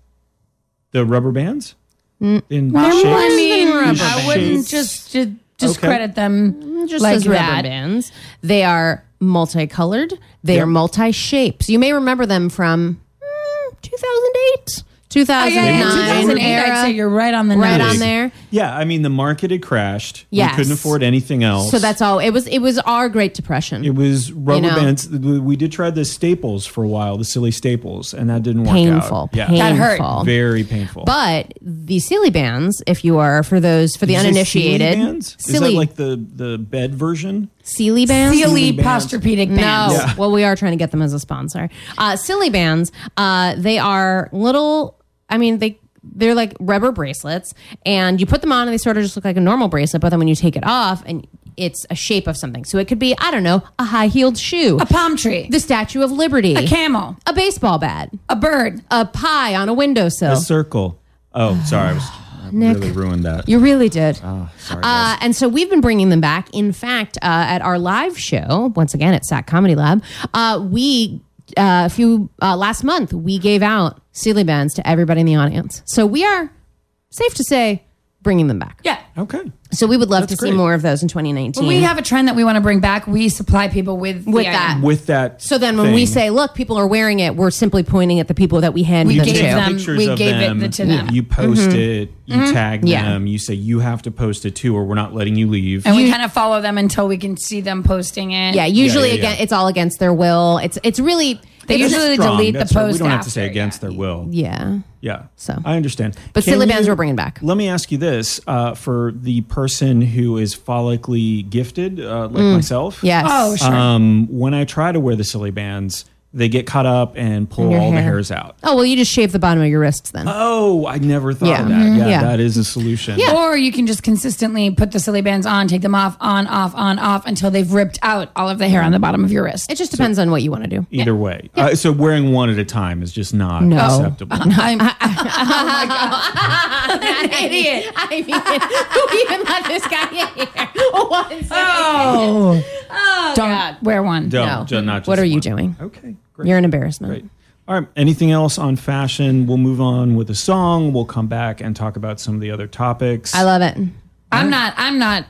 S3: The rubber bands.
S4: Mm,
S3: In shapes?
S5: I mean, I
S3: bands.
S5: wouldn't just ju- discredit them
S4: just
S5: like
S4: as rubber
S5: that.
S4: bands, they are multicolored. They
S3: Yep.
S4: are multi shapes. You may remember them from mm, 2008, 2009
S5: 2008, I'd say
S4: era.
S5: you're right on the
S4: Right
S5: nose.
S4: on there.
S3: Yeah, I mean the market had crashed.
S4: Yes.
S3: We couldn't afford anything else.
S4: So that's all. It was. It was our Great Depression.
S3: it was rubber
S4: You know.
S3: bands. We did try the staples for a while, the silly staples, and that didn't work
S4: painful.
S3: out. Yeah.
S4: painful.
S5: That hurt.
S3: Very painful.
S4: But the silly bands, if you are for those for the
S3: Did you say
S4: uninitiated,
S3: Sealy bands? Is that like the the bed version?
S4: Sealy bands.
S5: Silly
S3: Silly bands.
S5: posturpedic
S4: No,
S5: bands.
S4: well, we are trying to get them as a sponsor. Uh, silly bands. Uh, they are little. I mean, they they're like rubber bracelets, and you put them on and they sort of just look like a normal bracelet. But then when you take it off, and it's a shape of something, so it could be I don't know a high heeled shoe,
S5: A palm tree.
S4: the Statue of Liberty,
S5: a camel.
S4: a baseball bat,
S5: A bird.
S4: a pie on a windowsill.
S3: A circle. Oh, sorry. I was I really ruined that.
S4: You really did. Oh,
S3: Ah, sorry,
S4: uh, and so we've been bringing them back. In fact, uh, at our live show, once again at SAC Comedy Lab, uh, we, uh, a few, uh, last month, we gave out Sealy Bands to everybody in the audience. So we are, safe to say, bringing them back.
S5: Yeah.
S3: okay.
S4: So we would love to see
S3: great.
S4: more of those in 2019.
S5: We have a trend that we want to bring back. We supply people with, the uh,
S4: With
S5: item.
S4: that.
S3: With that.
S4: so then when we
S3: thing,
S4: say, look, people are wearing it, we're simply pointing at the people that we hand
S5: We
S4: them
S5: gave
S4: to.
S5: them-
S3: pictures
S5: we
S3: of
S5: gave it
S3: them,
S5: the- to them.
S3: You post it. You tag
S4: Yeah.
S3: them. You say you have to post it too, or we're not letting you leave.
S5: And we kind of follow them until we can see them posting it.
S4: Yeah, usually
S3: yeah, yeah.
S4: again, it's all against their will. It's it's really
S5: They
S4: it's-
S5: usually
S3: Strong,
S5: delete the
S3: that's right.
S5: post
S3: We don't have to
S5: after,
S3: say
S5: yeah.
S3: against their will.
S4: yeah.
S3: Yeah.
S4: So.
S3: I understand.
S4: But
S3: Can
S4: silly bands
S3: you-
S4: we're bringing back.
S3: Let me ask you this: uh, for the person who is follically gifted, uh, like myself,
S4: Yes.
S5: Oh, sure.
S3: Um, when I try to wear the silly bands, they get caught up and pull
S4: your
S3: all the
S4: hair.
S3: hairs out.
S4: Oh well, you just shave the bottom of your wrists then.
S3: Oh, I never thought
S4: Yeah.
S3: of that.
S4: Mhm.
S3: Yeah,
S4: Yeah.
S3: that is a solution.
S5: Or you can just consistently put the silly bands on, take them off, on, off, on, off until they've ripped out all of the hair on the bottom of your wrist.
S4: it just depends on what you want to do.
S3: Either way, uh, so wearing one at a time is just not acceptable.
S5: I'm,
S4: Idiot. I mean, who even let this guy in here? One second.
S5: oh, don't wear one.
S3: Don't,
S4: No.
S3: ju- not just
S4: What are you
S3: one.
S4: doing?
S3: Okay, great.
S4: You're an embarrassment.
S3: Great. All right. Anything else on fashion? We'll move on with a song. We'll come back and talk about some of the other topics.
S4: I love it. Um,
S5: I'm not. I'm not.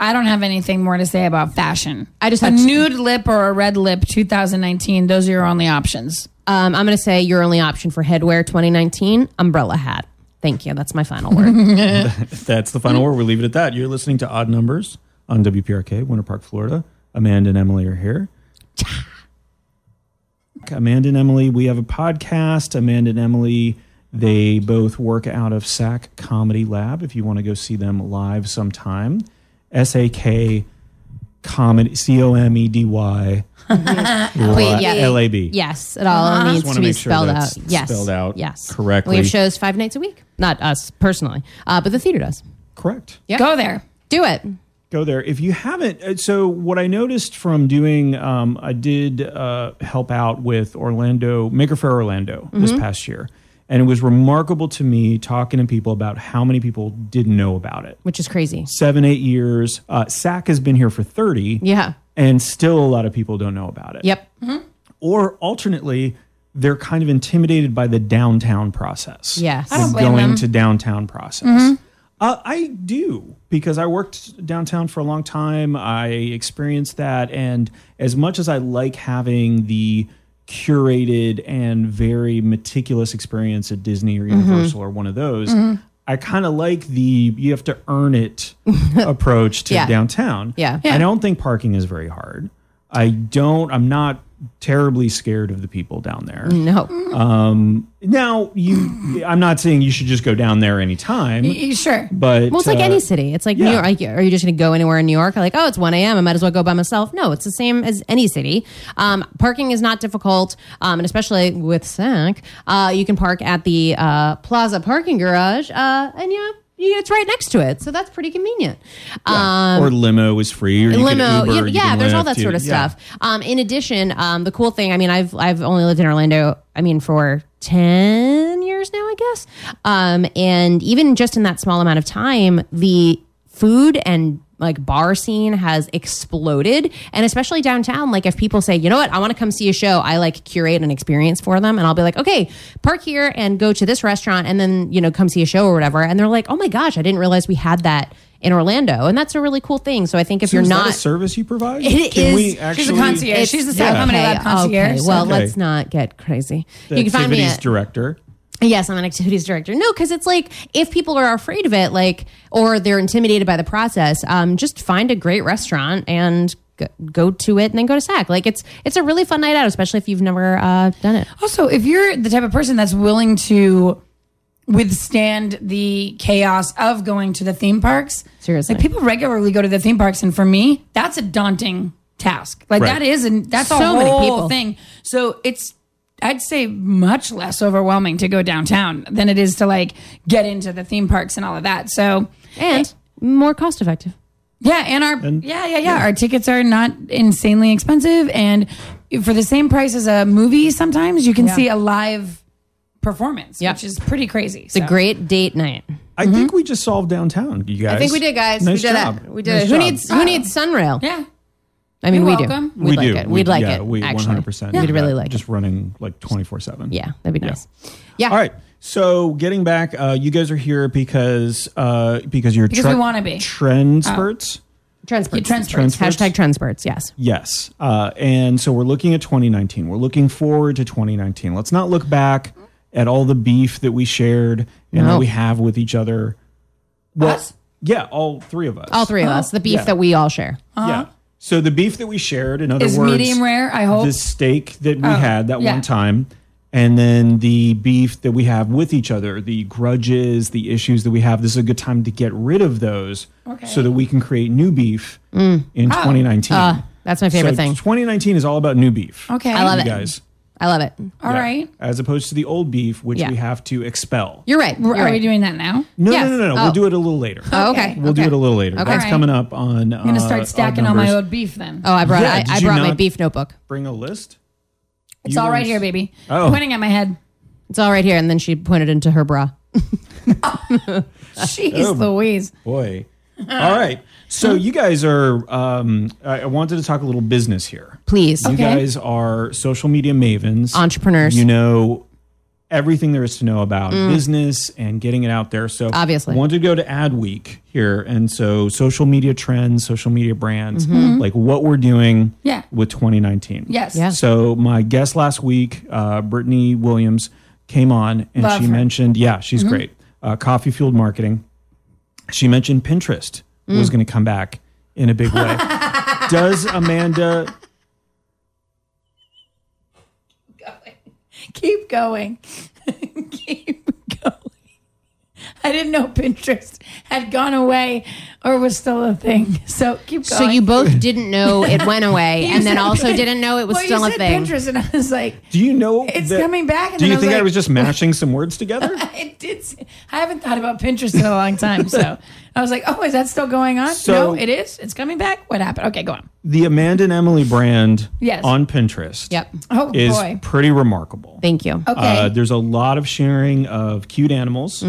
S5: I don't have anything more to say about fashion.
S4: I just
S5: a
S4: had to-
S5: nude lip or a red lip 2019. Those are your only options.
S4: Um, I'm going to say your only option for headwear 2019 umbrella hat. Thank you. That's my final word.
S3: That's the final word. We'll leave it at that. You're listening to Odd Numbers on WPRK, Winter Park, Florida. Amanda and Emily are here. Amanda and Emily, we have a podcast. Amanda and Emily, they both work out of SAC Comedy Lab. If you want to go see them live sometime, S A K comedy C O M E D Y
S4: yeah.
S3: L A B.
S4: yes, it all needs
S3: wanna
S4: to be
S3: make sure
S4: spelled
S3: that's
S4: out. Yes,
S3: spelled out
S4: Yes,
S3: correctly.
S4: We have shows five nights a week. Not us personally, uh, but the theater does.
S3: Correct.
S4: Yeah.
S5: Go there.
S4: Do it.
S3: go there if you haven't uh, so what i noticed from doing um, i did uh, help out with orlando maker fair orlando
S4: Mm-hmm.
S3: this past year and it was remarkable to me talking to people about how many people didn't know about it
S4: Which is crazy.
S3: seven eight years uh, sac has been here for 30
S4: Yeah.
S3: and still a lot of people don't know about it Mm-hmm.
S4: Yep.
S3: or alternately they're kind of intimidated by the downtown process
S4: Yes. Mm-hmm. I
S3: The
S4: don't
S5: blame
S3: going
S5: them.
S3: to downtown process uh, i do because i worked downtown for a long time i experienced that and as much as i like having the curated and very meticulous experience at disney or
S4: Mm-hmm.
S3: universal or one of those I kind of like the you have to earn it approach to
S4: Yeah.
S3: downtown.
S4: Yeah.
S3: I don't think parking is very hard. I don't. I'm not terribly scared of the people down there. Um, Now,
S4: No.
S3: you. I'm not saying you should just go down there anytime,
S5: Y- Eh, Sure.
S3: but
S4: Well, it's like
S3: uh,
S4: any city. It's like New
S3: yeah.
S4: York. Like, are you just going to go anywhere in New York? Like, oh, it's 1 a.m. I might as well go by myself. No, it's the same as any city. Um, parking is not difficult. Um, and especially with SAC, uh, you can park at the uh, Plaza parking garage. Uh, and yeah, you, it's right next to it. So that's pretty convenient. Um,
S3: or limo is free, or you
S4: limo.
S3: Can Uber, you
S4: yeah, yeah,
S3: can
S4: there's all
S3: Lyft,
S4: that sort of
S3: you- yeah.
S4: stuff. Um, in addition, um, the cool thing, I mean, I've I've only lived in Orlando, I mean, for ten years now, I guess. Um, and even just in that small amount of time, the food and like bar scene has exploded and especially downtown like if people say you know what i want to come see a show i like curate an experience for them and i'll be like okay park here and go to this restaurant and then you know come see a show or whatever and they're like oh my gosh i didn't realize we had that in orlando and that's a really cool thing so i think if
S3: So
S4: you're
S3: is that
S4: not
S3: a service you provide?
S4: It
S3: can
S4: is-
S3: We
S4: she's a
S3: actually,
S5: She's a concierge. She's the
S3: yeah.
S5: yeah. comedy lab concierge.
S4: Okay. Well,
S3: Okay.
S4: let's not get crazy.
S3: the
S4: you can find me
S3: activities
S4: at
S3: director.
S4: yes, I'm an activities director. No, because it's like if people are afraid of it, like or they're intimidated by the process, um, just find a great restaurant and go, go to it, and then go to SAC. Like it's it's a really fun night out, especially if you've never uh, done it.
S5: Also, if you're the type of person that's willing to withstand the chaos of going to the theme parks,
S4: Seriously.
S5: like people regularly go to the theme parks, and for me, that's a daunting task. Like
S3: Right.
S5: that is, and that's a
S4: So many
S5: whole
S4: people.
S5: thing. So it's I'd say much less overwhelming to go downtown than it is to like get into the theme parks and all of that. So
S4: and more cost effective.
S5: yeah, and our yeah, yeah, yeah, Our tickets are not insanely expensive and for the same price as a movie sometimes you can see a live performance,
S4: Yeah.
S5: which is pretty crazy.
S4: It's a great date night.
S3: I think we just solved downtown, you guys.
S2: I think we did, guys.
S3: Nice
S2: we did
S3: job.
S2: it. We did
S3: Nice
S2: it. Who
S3: job.
S2: needs?
S4: Who needs sunrail?
S5: Yeah.
S4: I mean,
S5: You're
S4: we
S5: welcome.
S4: do.
S3: We
S4: We'd like
S3: do.
S4: it.
S3: We-
S4: We'd like
S3: yeah,
S4: it.
S3: We
S4: actually.
S3: 100%.
S4: We'd
S3: do
S4: really
S3: that.
S4: like. it.
S3: Just running like 24 7.
S4: Yeah, that'd be nice. Yeah.
S3: All right. So getting back, uh, you guys are here because uh, because you're
S5: Because we wanna be.
S3: trend spurts.
S4: Transports.
S5: Transports.
S3: Transports.
S4: Oh. Hashtag transports. Yes.
S3: Yes. Uh, and so we're looking at 2019. We're looking forward to 2019. Let's not look back at all the beef that we shared and
S4: No.
S3: that we have with each other. Well,
S5: Us?
S3: yeah, all three of us.
S4: All three of us. The beef
S3: Yeah.
S4: that we all share.
S3: Yeah. So the beef that we shared, in other
S5: Uh-huh. Is
S3: words,
S5: medium rare, I hope. Oh,
S3: the steak that we had that
S5: yeah.
S3: one time, and then the beef that we have with each other, the grudges, the issues that we have. This is a good time to get rid of those, so that we can create new beef
S5: Mm.
S3: in
S5: Oh.
S3: 2019.
S5: Uh,
S4: That's my favorite
S3: So
S4: thing.
S3: 2019 is all about new beef.
S5: Okay.
S4: I love
S3: you
S4: it.
S3: guys.
S4: I love it.
S5: All
S3: Yeah.
S5: right.
S3: As opposed to the old beef, which
S4: Yeah.
S3: we have to expel.
S4: You're right. You're
S5: Are we
S4: right.
S5: doing that now?
S3: No,
S4: Yes.
S3: no, no, no, no.
S4: Oh.
S3: We'll do it a little later.
S4: Oh,
S5: Okay.
S4: okay.
S3: We'll do it a little later. That's
S5: Alright.
S3: coming up on. I'm
S5: I'm gonna start stacking all my old beef then.
S4: Uh, Oh, I brought.
S3: Yeah,
S4: I,
S3: did
S4: I
S3: you
S4: brought my
S3: not-
S4: beef notebook.
S3: Bring a list.
S5: It's
S3: You
S5: all right
S3: guys-
S5: here, baby.
S3: Oh.
S5: Pointing at my head.
S4: It's all right here. And then she pointed into her bra.
S5: Jeez
S3: Oh.
S5: Louise.
S3: Boy. All right. So you guys are. Um, I I wanted to talk a little business here.
S4: Please.
S3: You guys are social media mavens,
S4: Entrepreneurs.
S3: You know everything there is to know about
S5: Mm.
S3: business and getting it out there. So
S4: Obviously.
S3: I wanted to go to Ad Week here, and so social media trends, social media brands, like what we're doing.
S5: Mm-hmm. Yeah.
S3: With 2019.
S5: Yes.
S4: Yeah.
S3: So my guest last week, uh, Brittany Williams, came on and
S5: Love
S3: she
S5: her. Mm-hmm.
S3: mentioned, yeah, she's great. Uh, coffee fueled marketing. She mentioned Pinterest was
S5: Mm.
S3: going to come back in a big way. Does Amanda?
S5: Keep going. Keep going. I didn't know Pinterest had gone away or was still a thing. So keep going.
S4: So you both didn't know it went away, and then
S5: said
S4: also
S5: Pin-
S4: didn't know it was
S5: well,
S4: still
S5: you
S4: a
S5: said
S4: thing.
S5: Pinterest, and I was like,
S3: Do you know
S5: It's coming back, and
S3: do
S5: then
S3: you
S5: I was
S3: think I
S5: like-
S3: was just mashing some words together?
S5: it did. say- I haven't thought about Pinterest in a long time, so I was like, oh, is that still going on?
S3: So-
S5: no, it is. It's coming back. What happened? Okay, go on.
S3: the Amanda and Emily brand
S5: Yes.
S3: on Pinterest
S4: Yep.
S5: Oh
S3: is
S5: boy.
S3: pretty remarkable.
S4: Thank you.
S5: Okay. Mm-hmm.
S3: Uh, there's a lot of sharing of cute animals,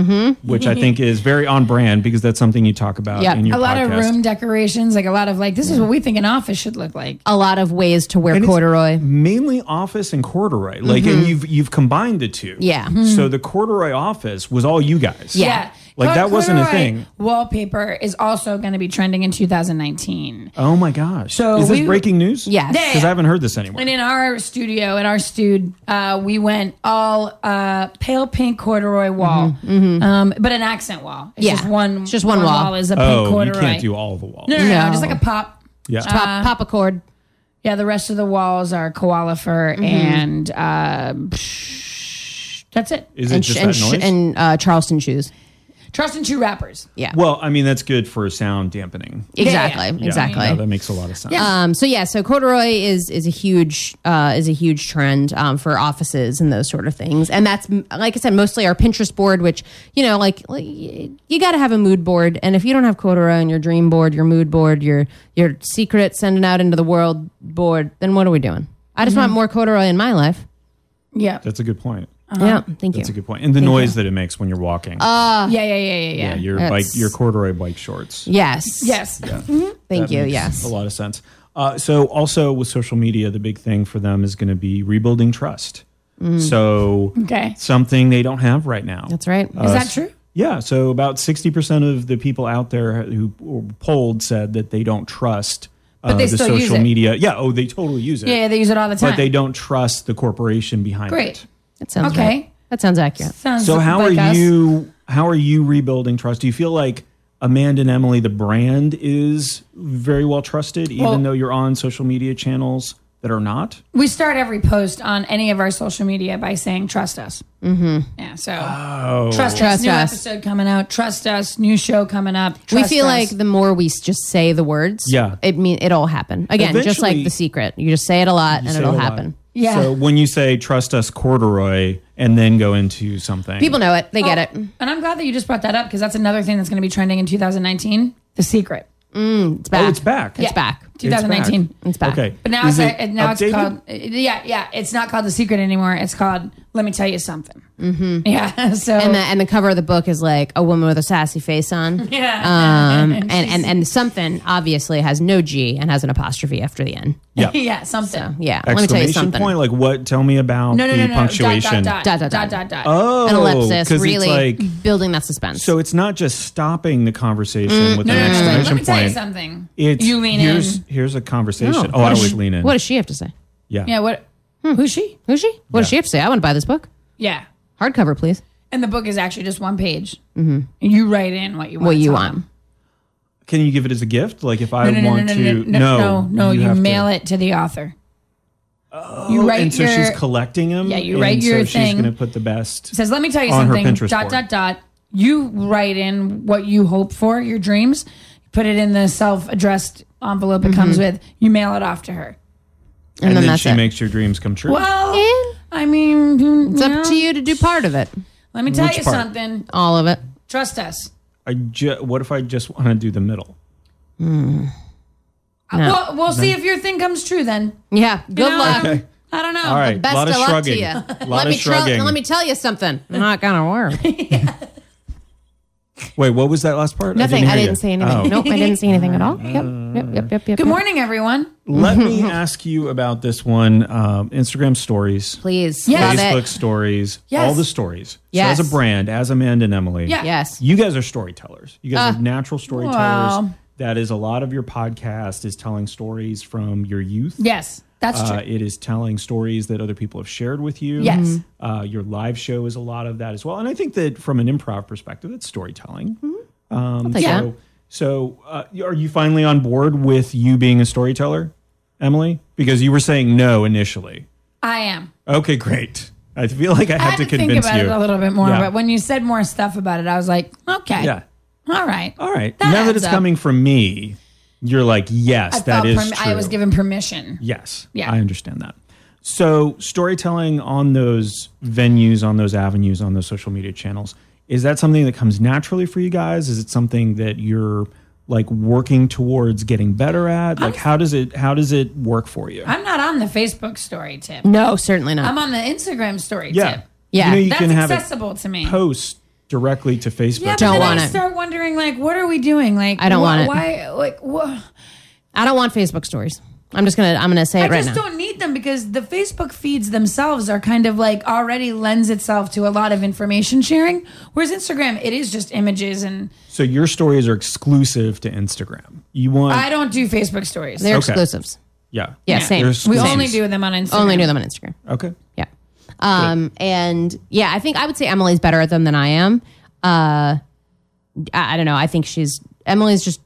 S3: which I think is very on brand because that's something you talk about
S4: Yep.
S3: in your
S5: a lot
S3: podcast.
S5: of room decorations, like a lot of like this is what we think an office should look like.
S4: A lot of ways to wear
S3: And it's
S4: corduroy.
S3: mainly office and corduroy. Like,
S5: Mm-hmm.
S3: and you've you've combined the two.
S4: Yeah.
S3: So the corduroy office was all you guys.
S4: Yeah.
S3: Like,
S5: Cor-
S3: that wasn't a
S5: corduroy
S3: thing.
S5: Wallpaper is also going to be trending in 2019.
S3: Oh my gosh.
S5: So
S3: is this
S5: we-
S3: breaking news?
S4: Yes. Yeah,
S3: Because I haven't heard this anywhere.
S5: And in our studio, in our stude, uh, we went all uh, pale pink corduroy wall, Um, but an accent wall. It's
S4: Mm-hmm, Yeah.
S5: just one.
S4: It's just one wall.
S5: is a pink
S3: oh, you
S5: corduroy.
S3: can't do all the walls.
S5: no, no, no,
S4: No.
S5: just like a pop.
S3: Yeah.
S5: Uh,
S4: Pop, pop a cord.
S5: Yeah, the rest of the walls are koala fur,
S4: Mm-hmm.
S5: and uh, psh, that's it.
S3: Is it
S4: and
S3: just
S4: sh- and,
S3: that
S4: sh-
S3: noise?
S4: and uh, Charleston shoes.
S5: Trust and two wrappers.
S3: well, I mean, that's good for sound dampening.
S5: yeah.
S4: Exactly.
S3: Yeah,
S4: Exactly.
S3: no, that makes a lot of sense.
S4: Um, so yeah, so corduroy is is a huge uh, is a huge trend um, for offices and those sort of things, and that's m- like I said, mostly our Pinterest board, which you know, like like, y- you got to have a mood board, and if you don't have corduroy on your dream board, your mood board, your your secret sending out into the world board, then what are we doing? I just want more corduroy in my life.
S5: Yeah.
S3: That's a good point.
S4: Yeah, thank
S3: That's a
S4: you. Uh,
S3: good point. And the noise that it makes when you're walking.
S5: yeah, yeah, yeah, yeah, yeah.
S3: yeah, your bike,
S4: that's-
S3: your corduroy bike shorts.
S4: Yes,
S5: Yes.
S4: thank
S3: That
S4: you.
S3: makes
S4: Yes,
S3: A lot of sense. Uh, so, also with social media, the big thing for them is going to be rebuilding trust. So,
S5: Okay.
S3: something they don't have right now.
S4: Mm. that's right.
S5: Is
S3: Uh,
S5: that true?
S3: Yeah. So, about 60% of the people out there who were polled said that they don't trust uh,
S5: they
S3: the
S5: still
S3: social
S5: use it.
S3: media. Yeah. Oh, they totally use it.
S5: Yeah, they use it all the time.
S3: But they don't trust the corporation behind
S5: Great.
S3: it.
S4: that sounds
S5: Okay.
S4: right. That sounds accurate.
S5: Sounds
S3: So, how
S5: like
S3: are
S5: us.
S3: you? How are you rebuilding trust? Do you feel like Amanda and Emily, the brand, is very well trusted, even
S5: Well-
S3: though you're on social media channels that are not?
S5: We start every post on any of our social media by saying "trust us." Mm-hmm. Yeah. So
S3: Oh.
S5: trust, us.
S4: Trust
S5: New
S4: us.
S5: episode coming out. Trust us. New show coming up. Trust
S4: we feel
S5: us.
S4: like the more we s- just say the words,
S3: Yeah.
S4: it mean it'll happen again. just like
S3: Eventually-
S4: the secret, you just say it a lot and
S3: say
S4: it'll
S3: it a lot.
S4: happen.
S5: Yeah.
S3: So when you say trust us corduroy and then go into something,
S4: People know it. They get it.
S5: And I'm glad that you just brought that up because that's another thing that's going to be trending in 2019 The Secret.
S4: It's back.
S3: oh, it's back.
S4: It's back.
S5: 2019.
S4: It's back.
S3: Okay.
S5: But now,
S3: Is
S5: it's,
S3: it
S5: uh, now it's
S3: updated?
S5: called, uh, yeah, yeah. It's not called The Secret anymore. It's called Let Me Tell You Something. Mm-hmm. Yeah. So,
S4: And the, and the cover of the book is like a woman with a sassy face on.
S5: yeah.
S4: Um, and, and, and something obviously has no G and has an apostrophe after the N.
S3: Yeah.
S5: yeah, something.
S4: Yeah. Let me tell you
S3: Exclamation
S4: something.
S3: point! Like what? Tell me about
S5: No, no,
S3: the
S5: no, no.
S3: punctuation.
S5: Dot, dot, dot, dot, dot, dot.
S3: Oh,
S4: An ellipsis
S3: 'cause
S4: really
S3: It's like,
S4: building that suspense.
S3: so it's not just stopping the conversation with
S5: Mm,
S3: an
S5: no, no, no, no, no.
S3: exclamation
S5: Let me
S3: point.
S5: tell you something.
S3: It's
S5: you lean in.
S3: here's, Here's a
S4: No.
S3: conversation. Oh,
S4: What
S3: I
S4: does
S3: always
S4: she-
S3: lean in.
S4: What does she have to say? Hmm.
S3: yeah.
S5: Yeah. What? Who's she?
S4: Who's she? What does
S3: Yeah.
S4: she have to say? I want to buy this book.
S5: Yeah.
S4: Hardcover, please.
S5: And the book is actually just one page. Mm-hmm. You write in what you want.
S4: What
S5: to
S4: you
S5: tell
S4: want.
S5: them.
S3: Can you give it as a gift? Like if I
S5: No, no, no,
S3: want
S5: no,
S3: to?
S5: no, no, no, no. You,
S3: have to-
S5: mail it to the author. Oh, you write
S3: and so
S5: your,
S3: she's collecting them.
S5: Yeah, you write
S3: and
S5: your
S3: so She's
S5: thing.
S3: going to put the best.
S5: says, "Let me tell you
S3: on her
S5: something."
S3: Pinterest
S5: Dot
S3: board.
S5: dot dot. You write in what you hope for, your dreams. Put it in the self-addressed envelope
S3: Mm-hmm.
S5: it comes with. You mail it off to her.
S4: And,
S3: and
S4: then,
S3: then,
S4: that's
S3: she
S4: it.
S3: makes your dreams come true.
S5: Well,
S4: Yeah.
S5: I mean, who-
S4: it's
S5: know?
S4: up to you to do part of it.
S5: Let me tell
S3: Which
S5: you
S3: part?
S5: something.
S4: All of it.
S5: Trust us.
S3: I ju- what if I just want to do the middle?
S5: Well, we'll see if your thing comes true then.
S4: Yeah. Good
S5: know,
S4: luck.
S3: Okay.
S5: I don't know.
S3: All right.
S4: Best
S3: lot
S4: of
S3: of,
S4: luck
S3: shrugging.
S4: to you.
S3: Lot
S4: let
S3: of
S4: me tell
S3: shrugging.
S4: let me tell you something. Not gonna work.
S3: Wait, what was that last part?
S4: Nothing. I
S3: hear
S4: didn't
S3: you.
S4: say anything.
S3: Oh.
S4: Nope, I didn't say anything at all. Yep. Yep. Yep. Yep. Yep.
S5: Good morning, everyone.
S3: Let me ask you about this one. Um, Instagram stories,
S4: Please.
S5: Yes.
S4: Love
S3: Facebook
S4: it.
S3: stories,
S5: Yes.
S3: all the stories.
S4: Yes.
S3: So as a brand, as Amanda and Emily.
S5: Yeah.
S4: Yes. Uh,
S3: You guys are storytellers. You guys are natural storytellers.
S5: Wow.
S3: That is a lot of your podcast is telling stories from your youth.
S5: Yes, that's true.
S3: Uh, it is telling stories that other people have shared with you.
S5: Yes. Mhm.
S3: Uh, your live show is a lot of that as well. And I think that from an improv perspective, it's storytelling.
S5: Mm-hmm.
S3: Um,
S4: take
S3: so,
S4: that.
S3: so uh, are you finally on board with you being a storyteller, Emily? Because you were saying no initially.
S5: I am.
S3: Okay, great. I feel like I
S5: I
S3: have
S5: had to,
S3: to
S5: think
S3: convince
S5: about
S3: you.
S5: it a little bit more,
S3: Yeah.
S5: but when you said more stuff about it, I was like, okay,
S3: yeah.
S5: all right,
S3: All right.
S5: That
S3: now that
S5: adds
S3: it's
S5: up.
S3: coming from me, you're like, yes,
S5: I
S3: that
S5: felt
S3: is
S5: perm-
S3: true.
S5: I was given permission.
S3: Yes.
S5: Yeah.
S3: I understand that. So, storytelling on those venues, on those avenues, on those social media channels, is that something that comes naturally for you guys? Is it something that you're like working towards getting better at? Like how does it how does it work for you?
S5: I'm not on the Facebook story tip.
S4: No, certainly not.
S5: I'm on the Instagram story
S3: yeah.
S5: tip.
S4: Yeah.
S3: You know you
S5: That's
S3: can have it
S5: accessible to me.
S3: post directly to Facebook.
S5: yeah, but
S4: Don't
S5: then
S4: want
S5: I
S4: it.
S5: start wondering, like, what are we doing? Like,
S4: I don't
S5: wha-
S4: want it.
S5: Why? Like, wha-
S4: I don't want Facebook stories. I'm just gonna I'm gonna say it
S5: I
S4: right
S5: just
S4: now.
S5: don't need them because the Facebook feeds themselves are kind of like already lends itself to a lot of information sharing. Whereas Instagram, it is just images, and
S3: so your stories are exclusive to Instagram. You want
S5: I don't do Facebook stories.
S4: They're
S3: Okay.
S4: exclusives.
S3: Yeah.
S4: Yeah, same.
S3: They're
S5: we
S3: exclusives.
S5: only do them on Instagram.
S4: Only do them on Instagram.
S3: Okay.
S4: Yeah. Um, and yeah, I think I would say Emily's better at them than I am. Uh, I, I don't know. I think she's Emily's just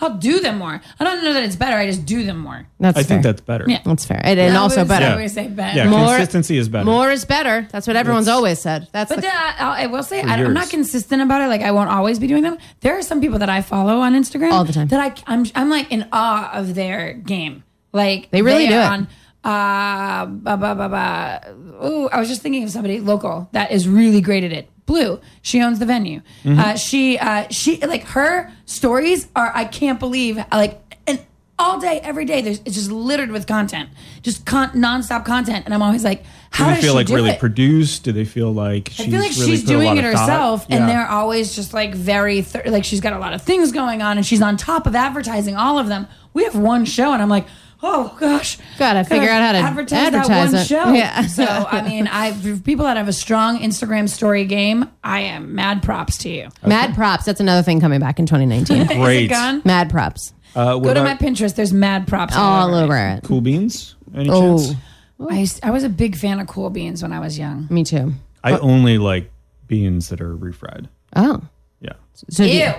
S5: I'll do them more. I don't know that it's better. I just do them more.
S4: that's
S3: I
S4: fair.
S3: think that's better.
S5: Yeah.
S4: that's fair. And, and
S5: I
S4: also
S5: always- I
S4: better.
S5: always say better.
S3: Yeah,
S4: More-
S3: consistency is better.
S4: More is better. That's what everyone's always said. That's
S5: But
S4: the,
S5: then I, I'll- I will say I,
S3: years.
S5: am not consistent about it. Like I won't always be doing them. There are some people that I follow on Instagram
S4: All the time.
S5: that I I'm I'm like in awe of their game. Like
S4: They really do
S5: are
S4: it.
S5: On, uh, ba, ba, ba, ba. Ooh, I was just thinking of somebody local that is really great at it. Blue, she owns the venue.
S4: Mm-hmm.
S5: Uh, she uh, she like her stories are I can't believe like and all day every day there's it's just littered with content, just con- nonstop content, and I'm always like, how
S3: do they
S5: does
S3: feel
S5: she
S3: like
S5: do
S3: really
S5: it?
S3: produced? Do they feel like she's
S5: I feel like
S3: really
S5: she's
S3: put a lot
S5: doing it
S3: of thought?
S5: herself,
S3: Yeah.
S5: and they're always just like very th- like she's got a lot of things going on, and she's on top of advertising all of them. We have one show, and I'm like, oh gosh,
S4: Gotta figure out how to
S5: advertise,
S4: advertise
S5: that one
S4: it.
S5: show.
S4: Yeah.
S5: so I mean, I for people that have a strong Instagram story game, I am mad props to you.
S4: mad props. That's another thing coming back in 2019.
S5: Is it
S3: great.
S5: gone?
S4: mad props
S3: Uh, what
S5: Go to
S3: about
S5: my Pinterest. There's mad props all,
S4: all
S5: over.
S4: over it.
S3: cool beans? Any
S4: Oh.
S3: chance?
S5: I, used- I was a big fan of Cool Beans when I was young.
S4: Me too.
S3: I only like beans that are refried.
S4: Oh,
S3: Yeah, Oh,
S4: so do you-
S5: Ew.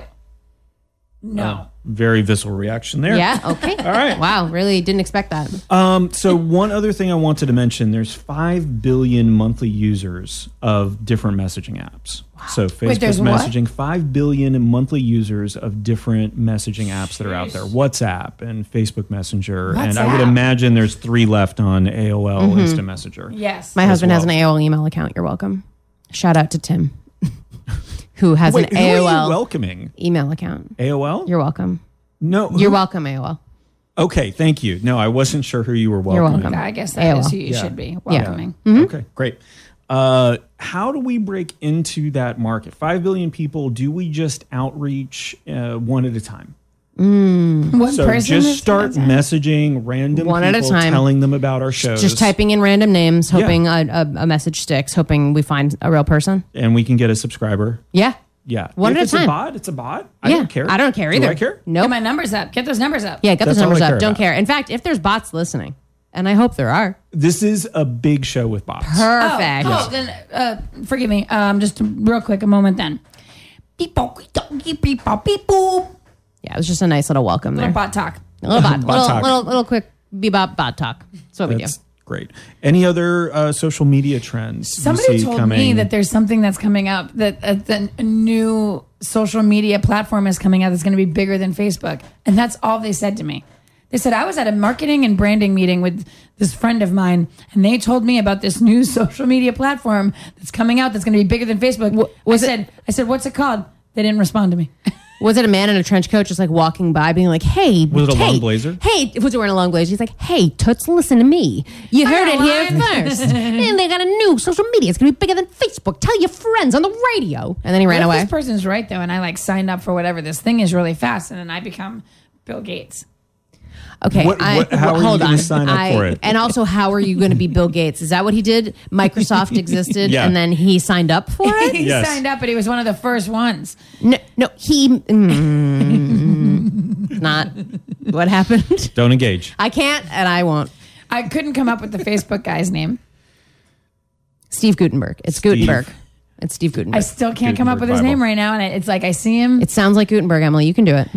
S5: No.
S3: Very visceral reaction there.
S4: Yeah. Okay.
S3: All right.
S4: Wow. Really didn't expect that.
S3: Um, so one other thing I wanted to mention: there's five billion monthly users of different messaging apps. So Facebook
S5: there's what?
S3: messaging, five billion monthly users of different messaging apps that are out there: WhatsApp and Facebook Messenger, and I would
S5: WhatsApp.
S3: imagine there's three left on AOL
S4: Mm-hmm.
S3: Instant Messenger.
S5: Yes.
S4: My husband has an
S3: well.
S4: AOL email account. You're welcome. Shout out to Tim, who has
S3: Wait,
S4: an
S3: who are you
S4: AOL
S3: welcoming?
S4: email account.
S3: AOL?
S4: You're welcome.
S3: no.
S4: You're welcome, AOL.
S3: okay, thank you. No, I wasn't sure who you were welcoming.
S4: You're welcome.
S5: I guess that is
S4: AOL.
S5: who you
S3: Yeah.
S5: should be
S4: Yeah.
S5: welcoming.
S3: Okay, great. Uh, how do we break into that market? Five billion people. Do we just outreach uh, one at a time?
S5: One
S3: So
S5: person.
S3: just
S5: is-
S3: start messaging random
S4: One at
S3: people,
S4: a time.
S3: telling them about our shows.
S4: Just typing in random names,
S3: Yeah.
S4: hoping a, a, a message sticks, hoping we find a real person.
S3: and we can get a subscriber.
S4: Yeah.
S3: Yeah,
S4: One
S3: if
S4: at a
S3: it's
S4: time.
S3: A bot, it's a bot. I
S4: yeah.
S3: don't care.
S4: I don't care
S3: Do
S4: either.
S3: I care.
S4: Nope.
S5: Get my numbers up. Get those numbers up.
S4: Yeah, get those
S3: That's all
S4: numbers
S3: I
S4: up.
S3: care
S4: Don't
S3: about.
S4: care. In fact, if there's bots listening, and I hope there are,
S3: This is a big show with bots.
S4: perfect.
S5: Oh, oh, then uh, forgive me. Um, just real quick, a moment then. Beep boop, beep boop, beep boop, beep boop.
S4: Yeah, it was just a nice little welcome there.
S5: Little bot talk.
S4: Little bot,
S3: Oh. Bot
S4: little,
S3: talk.
S4: little little quick bebop bot talk. That's what
S3: That's great. Any other uh, social media trends? you
S5: Somebody
S3: see
S5: told
S3: coming?
S5: me that there's something that's coming up that, uh, that a new social media platform is coming out that's going to be bigger than Facebook, and that's all they said to me. They said I was at a marketing and branding meeting with this friend of mine, and they told me about this new social media platform that's coming out that's going to be bigger than Facebook. I said, I said, what's it called? They didn't respond to me.
S4: we do. Was it a man in a trench coat just like walking by, being like, "Hey,
S3: Was it a
S4: hey,
S3: long blazer?
S4: Hey, was it wearing a long blazer? He's like, "Hey, toots, listen to me. You heard it here first. and they got a new social media. It's gonna be bigger than Facebook. Tell your friends on the radio." And then he ran
S5: What if
S4: away.
S5: This person's right though, and I like signed up for whatever this thing is really fast, and then I become Bill Gates.
S4: Okay,
S3: What- what- how are you
S4: hold
S3: gonna
S4: on.
S3: sign up
S4: I-
S3: for it?
S4: And also, how are you going to be Bill Gates? Is that what he did? Microsoft existed,
S3: Yeah.
S4: and then he signed up for it.
S5: he
S3: Yes.
S5: signed up, but he was one of the first ones.
S4: No, no, he mm, not what happened.
S3: don't engage.
S4: I can't and I won't.
S5: I couldn't come up with the Facebook guy's name.
S4: Steve Gutenberg. It's
S3: Steve.
S4: Gutenberg. It's Steve
S5: I
S4: Gutenberg.
S5: still can't come up
S3: Gutenberg
S5: with his
S3: Bible.
S5: name right now, and I, it's like I see him.
S4: it sounds like Gutenberg, Emily. You can do it.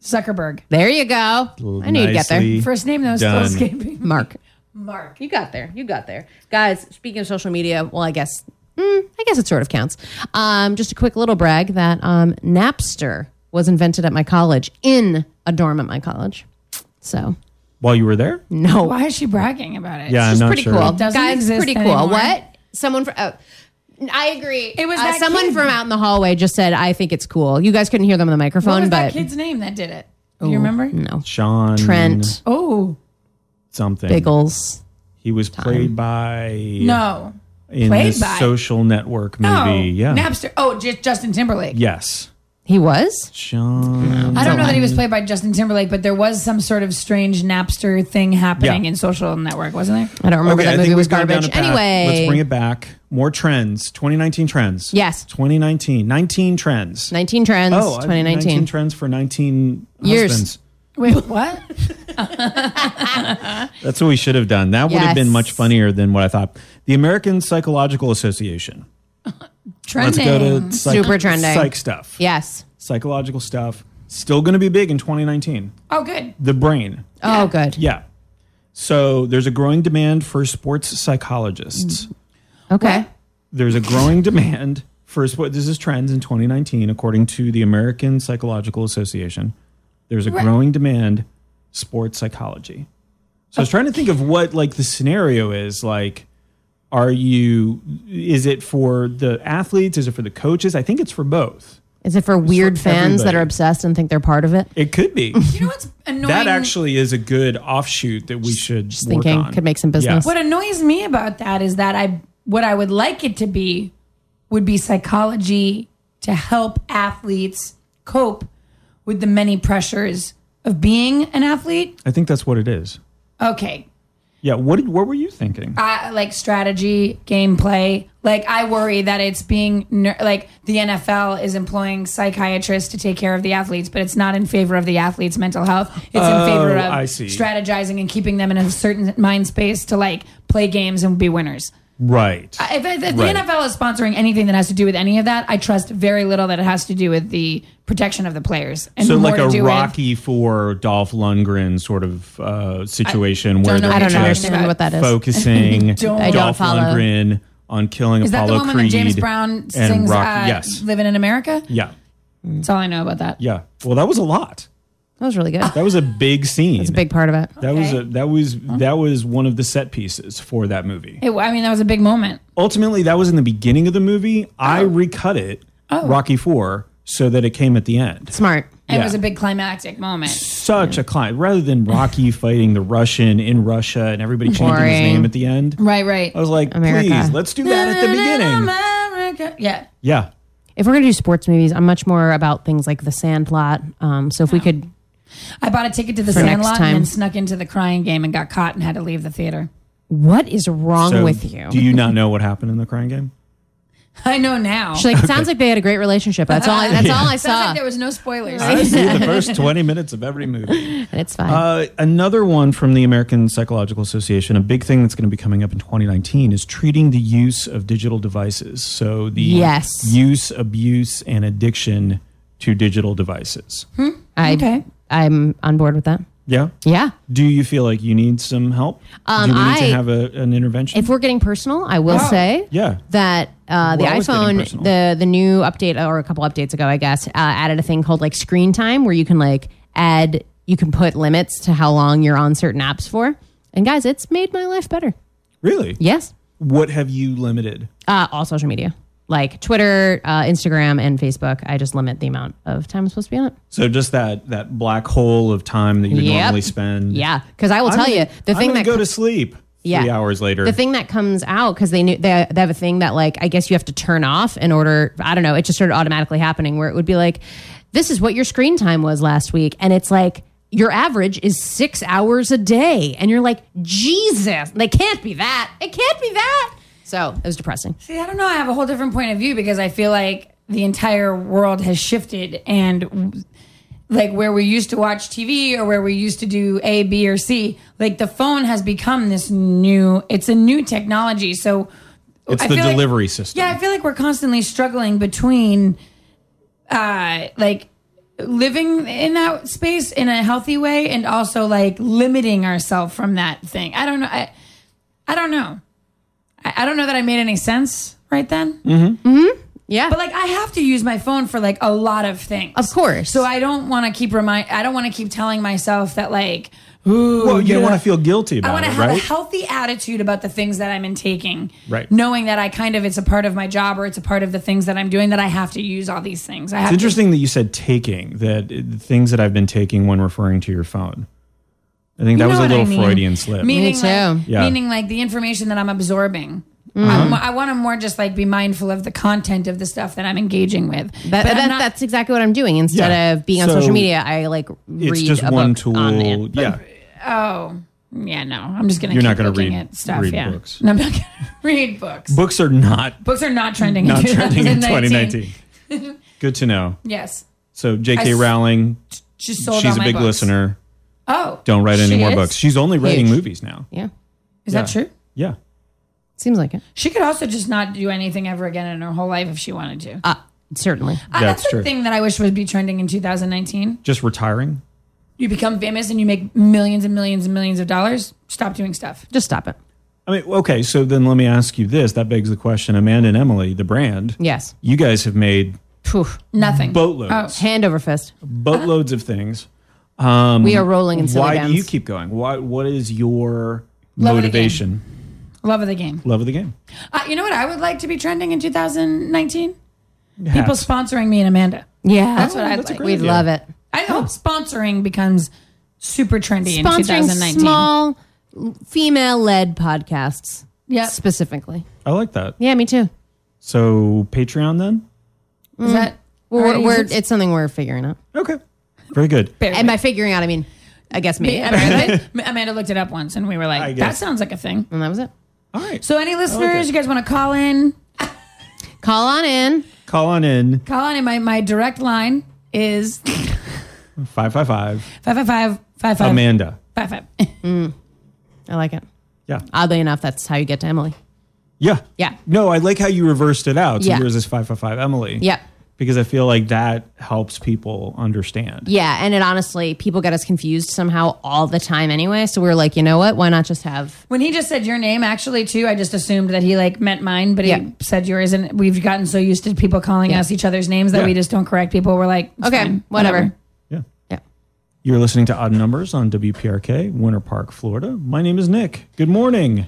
S5: Zuckerberg.
S4: There you go. I knew you'd get there.
S3: Nicely
S5: First name though is still
S3: Done.
S5: escaping.
S4: Mark.
S5: Mark.
S4: You got there. You got there. Guys, speaking of social media, well, I guess mm, I guess it sort of counts. Um, just a quick little brag that um, Napster was invented at my college in a dorm at my college. So,
S3: While you were there,
S4: no.
S5: Why is she bragging about it?
S3: yeah, I'm
S5: It's just-
S3: not
S4: pretty
S3: sure.
S4: cool.
S5: doesn't
S4: Guys,
S5: exist
S4: pretty cool.
S5: anymore.
S4: What? Someone from. Oh, I agree.
S5: It was
S4: Uh,
S5: that
S4: someone
S5: kid.
S4: from out in the hallway just said, "I think it's cool." You guys couldn't hear them on the
S5: What
S4: microphone,
S5: was
S4: but
S5: that kid's name that did it? Do you remember?
S4: no,
S3: Sean Mm-hmm.
S4: Trent
S5: Oh
S3: something.
S4: Biggles.
S3: He was played by
S5: no,
S3: in
S5: Played
S3: this
S5: by?
S3: social network movie.
S4: Oh,
S5: no.
S3: Yeah.
S5: Napster. Oh, just Justin Timberlake.
S3: yes.
S4: He was.
S3: Sean.
S5: I don't know that
S3: Mm-hmm.
S5: he was played by Justin Timberlake, but there was some sort of strange Napster thing happening
S3: Yeah.
S5: in social network, wasn't there?
S4: I don't remember
S3: Okay, I
S4: that
S3: think
S4: movie was
S3: we've gone down
S4: garbage.
S3: a path.
S4: Anyway,
S3: let's bring it back. More trends. 2019 trends.
S4: Yes.
S3: 2019. 19 trends.
S4: 19 trends.
S3: Oh, I-
S4: 2019.
S3: 19 trends for 19
S4: Years.
S3: husbands.
S5: Wait, what?
S3: That's what we should have done. That would have been
S4: Yes.
S3: much funnier than what I thought. The American Psychological Association. Let's
S5: Trending.
S3: go to psych,
S4: Super trending.
S3: psych stuff.
S4: yes.
S3: Psychological stuff. Still going to be big in 2019.
S5: oh, good.
S3: The brain.
S4: Oh, good.
S3: Yeah. So there's a growing demand for sports psychologists.
S4: Okay.
S3: There's a growing demand for sport. This is trends in 2019, according to the American Psychological Association. There's a growing demand sports psychology. So I was trying to think of what like the scenario is like. Are you? Is it for the athletes? Is it for the coaches? I think it's for both.
S4: Is it for weird
S3: for
S4: fans that
S3: everybody.
S4: are obsessed and think they're part of it?
S3: It could be.
S5: You know what's annoying?
S3: that actually is a good offshoot that we should
S4: just
S3: work
S4: thinking,
S3: on.
S4: could make some business.
S5: What annoys me about that is that I what I would like it to be would be psychology to help athletes cope with the many pressures of being an athlete.
S3: I think that's what it is.
S5: Okay.
S3: Yeah. What did, what were you thinking?
S5: I, like strategy, gameplay. Like I worry that it's being ner- like the NFL is employing psychiatrists to take care of the athletes, but it's not in favor of the athlete's mental health. It's in favor
S3: Oh,
S5: of
S3: I see.
S5: strategizing and keeping them in a certain mind space to like play games and be winners.
S3: Right.
S5: If, if the
S3: Right.
S5: NFL is sponsoring anything that has to do with any of that, I trust very little that it has to do with the protection of the players. And
S3: so
S5: more
S3: like
S5: to
S3: a
S5: do with,
S3: Rocky for Dolph Lundgren sort of uh, situation where
S5: don't
S3: they're
S5: know what
S4: I don't
S5: you're
S3: just
S5: talking
S4: understand what that is.
S3: focusing
S5: Don't. I don't
S3: Dolph
S4: follow.
S3: Lundgren on killing
S5: Is that
S3: Apollo
S5: the one
S3: Creed
S5: when James Brown
S3: and
S5: sings
S3: Rocky.
S5: uh,
S3: yes.
S5: "Living in America"?
S3: Yeah.
S5: That's all I know about that.
S3: Yeah. Well, that was a lot.
S4: That was really good. That's
S3: That was a big scene.
S4: a big part of it.
S3: That was a, that was that was one of the set pieces for that movie.
S5: It, I mean, that was a big moment.
S3: Ultimately, that was in the beginning of the movie.
S4: Oh.
S3: I recut it, Rocky Four, so that it came at the end.
S4: Smart.
S5: It
S3: Yeah.
S5: was a big climactic moment.
S3: Such a client. Rather than Rocky fighting the Russian in Russia and everybody changing his
S4: Boring.
S3: name at the end,
S5: Right, right.
S3: I was like,
S4: America.
S3: please, let's do that at the beginning.
S5: America. Yeah.
S3: Yeah.
S4: If we're gonna do sports movies, I'm much more about things like The Sandlot. Um, so if we could,
S5: I bought a ticket to the
S4: For next
S5: Sandlot
S4: time.
S5: and then snuck into the crying game and got caught and had to leave the theater.
S4: what is wrong
S3: So,
S4: with you?
S3: Do you not know what happened in the crying game?
S5: I know now.
S4: She's like, sounds like they had a great relationship. That's all. I, that's all I
S5: Sounds
S4: saw.
S5: like there was no spoilers.
S3: I see the first 20 minutes of every movie.
S4: and it's fine.
S3: Uh, another one from the American Psychological Association, a big thing that's going to be coming up in 2019 is treating the use of digital devices. So the
S4: Yes.
S3: use, abuse, and addiction to digital devices.
S4: Hmm. I,
S5: okay.
S4: I'm on board with that.
S3: Yeah.
S4: Yeah.
S3: Do you feel like you need some help?
S4: Um,
S3: Do we need to
S4: I-
S3: have a, an intervention?
S4: If we're getting personal, I will say
S3: yeah.
S4: that uh, the
S3: We're always getting
S4: iPhone,
S3: personal.
S4: the the new update or a couple updates ago, I guess, uh, added a thing called like screen time, where you can like add, you can put limits to how long you're on certain apps for. And guys, it's made my life better.
S3: Really?
S4: Yes.
S3: What have you limited?
S4: Uh, all social media, like Twitter, uh, Instagram, and Facebook. I just limit the amount of time I'm supposed to be on it.
S3: So just that that black hole of time that you would
S4: Yep.
S3: normally spend.
S4: Yeah, because I will
S3: I'm
S4: tell
S3: gonna-
S4: you the
S3: I'm
S4: thing
S3: gonna
S4: that
S3: go to sleep. Three
S4: Yeah.
S3: hours later.
S4: the thing that comes out because they knew they, they have a thing that like I guess you have to turn off in order. I don't know. It just started automatically happening where it would be like, this is what your screen time was last week, and it's like your average is six hours a day, and you're like, Jesus, they can't be that. It can't be that. So it was depressing.
S5: See, I don't know. I have a whole different point of view because I feel like the entire world has shifted and like where we used to watch TV or where we used to do A, B, or C, like the phone has become this new, it's a new technology. So
S3: it's
S5: I
S3: the
S5: feel like-
S3: delivery system.
S5: Yeah, I feel like we're constantly struggling between uh like living in that space in a healthy way and also like limiting ourselves from that thing. I don't know. I I don't know. I, I don't know that I made any sense right then.
S4: Mm-hmm. Yeah,
S5: But like I have to use my phone for like a lot of things.
S4: of course.
S5: So I don't want to keep remind I don't want to keep telling myself that like ooh
S3: Well, you don't
S5: yeah.
S3: want to feel guilty
S5: I
S3: about
S5: want to
S3: it,
S5: have
S3: right?
S5: a healthy attitude about the things that I'm in taking.
S3: Right.
S5: Knowing that I kind of it's a part of my job or it's a part of the things that I'm doing that I have to use all these things. I have
S3: it's interesting that you said taking that uh, things that I've been taking when referring to your phone. I think that
S5: To, you
S3: was a
S5: know what
S3: little
S5: I mean.
S3: Freudian slip.
S5: Meaning
S4: Me
S5: Like,
S4: too. Mm-hmm.
S3: Yeah.
S5: Meaning like the information that I'm absorbing. I'm, I want to more just like be mindful of the content of the stuff that I'm engaging with.
S4: That,
S5: But I'm
S4: that-
S5: not-
S4: that's exactly what I'm doing. Instead
S3: Yeah.
S4: of being on
S3: So
S4: social media, I like read
S3: it's just
S4: a
S3: one
S4: book
S3: tool.
S4: on it.
S3: yeah,
S5: oh yeah no I'm just gonna
S3: You're
S5: keep
S3: not gonna
S5: looking
S3: read-
S5: at stuff
S3: read
S5: yeah
S3: books.
S5: No, I'm not gonna read books.
S3: books are not
S5: Books are not trending.
S3: not
S5: in
S3: trending in
S5: 2019.
S3: 2019. Good to know.
S5: Yes,
S3: So
S5: I
S3: J.K.
S5: s-
S3: Rowling,
S5: she sold. all
S3: she's a
S5: my
S3: big
S5: books.
S3: listener.
S5: Oh,
S3: Don't write any
S5: she
S3: more
S5: is?
S3: books. She's only writing
S4: Huge.
S3: movies now.
S4: Yeah,
S5: Is that
S3: Yeah.
S5: true?
S3: Yeah.
S4: seems like it.
S5: She could also just not do anything ever again in her whole life if she wanted to.
S4: Uh, certainly.
S5: Uh,
S3: that's
S5: the
S3: true.
S5: thing that I wish would be trending in 2019.
S3: Just retiring.
S5: You become famous and you make millions and millions and millions of dollars. Stop doing stuff.
S4: Just stop it.
S3: I mean, okay, so then let me ask you this. That begs the question Amanda and Emily, the brand,
S4: Yes.
S3: you guys have made
S4: Phew.
S5: Nothing.
S3: boatloads,
S4: Hand over fist.
S3: boatloads of things.
S4: we are rolling in silly
S3: Mm-hmm. Why
S4: bands.
S3: do you keep going? Why, what is your
S5: Love of the
S3: motivation?
S5: Oh, Love of the game.
S3: Love of the game.
S5: Uh, you know what I would like to be trending in 2019? People
S3: Hats.
S5: sponsoring me and Amanda.
S4: yeah,
S5: That's what I'd
S3: Oh, that's a
S5: like.
S3: great-
S4: we'd
S3: idea.
S4: love it.
S5: I hope sponsoring becomes super trendy in
S4: Sponsoring
S5: 2019.
S4: small female-led podcasts
S5: Yep.
S4: specifically.
S3: I like that.
S4: Yeah, me too.
S3: So Patreon then?
S5: Is that
S4: Mm. Well, we're,
S5: already
S4: we're
S5: exists?
S4: it's something we're figuring out.
S3: Okay. Very good.
S4: And by figuring out, I mean, I guess me.
S5: Yeah, Amanda, Amanda looked it up once and we were like, that
S3: guess.
S5: sounds like a thing.
S4: And that was it.
S3: All right.
S5: So, any
S3: it.
S5: listeners, you guys want to call in?
S4: Call on in.
S3: Call on in
S5: Call on in. My, my direct line is
S3: 555
S5: 555
S3: Oh,
S5: 5555.
S3: Amanda.
S4: I like it.
S3: Yeah.
S4: Oddly enough, that's how you get to Emily.
S3: Yeah.
S4: Yeah.
S3: No, I like how you reversed it out. So
S4: Yeah.
S3: yours is five five five Emily.
S4: Yep.
S3: Because I feel like that helps people understand.
S4: Yeah, and it honestly, people get us confused somehow all the time anyway. So we are like, you know what? Why not just have?
S5: When he just said your name, actually, too, I just assumed that he like meant mine, but he
S4: Yeah.
S5: said yours, and we've gotten so used to people calling us each other's names that
S3: Yeah.
S5: we just don't correct people. We're like, it's
S4: Okay,
S5: fine,
S4: whatever.
S3: Yeah.
S4: Yeah.
S3: You're listening to Odd Numbers on WPRK, Winter Park, Florida. My name is Nick. Good morning.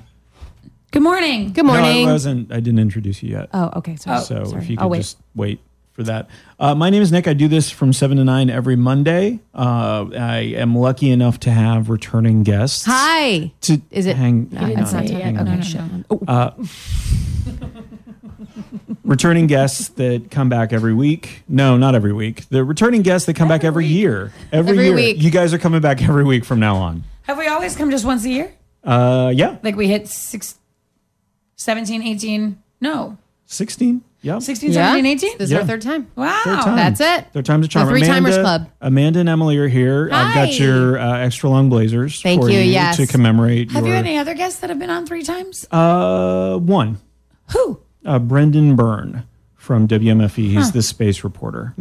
S5: Good morning.
S4: Good morning.
S3: No, I wasn't. I didn't introduce you yet.
S4: oh, okay. Sorry.
S3: so
S4: sorry.
S3: if you
S4: I'll
S3: could
S4: wait.
S3: just wait for that. Uh, my name is Nick. I do this from seven to nine every Monday. Uh, I am lucky enough to have returning guests.
S4: Hi.
S3: To
S4: Is it-
S3: Hang,
S4: No,
S3: hang
S4: it's
S3: on,
S4: not time.
S3: hang on.
S5: No, no,
S4: Shit.
S5: no.
S3: returning guests that come back every week. No, not every week. The returning guests that come back every year. Every,
S4: Every
S3: year.
S4: week.
S3: You guys are coming back every week from now on.
S5: Have we always come just once a year?
S3: Uh, yeah.
S5: Like we hit six, 17, 18, no,
S3: 16. Yeah.
S5: 16,
S4: Yeah.
S5: 17, 18?
S4: This is
S3: Yeah.
S4: our third time.
S5: Wow.
S3: Third time.
S4: That's it.
S3: Third time's a charm.
S4: The Three Timers
S3: Amanda-
S4: Club.
S3: Amanda and Emily are here. I've got
S4: Hi.
S3: your uh, extra long blazers
S4: Thank
S3: for
S4: you,
S3: you
S4: yes.
S3: to commemorate
S5: Have
S3: your
S5: you had any other guests that have been on three times?
S3: uh, one.
S5: Who?
S3: uh, Brendan Byrne from WMFE. E. He's the space reporter.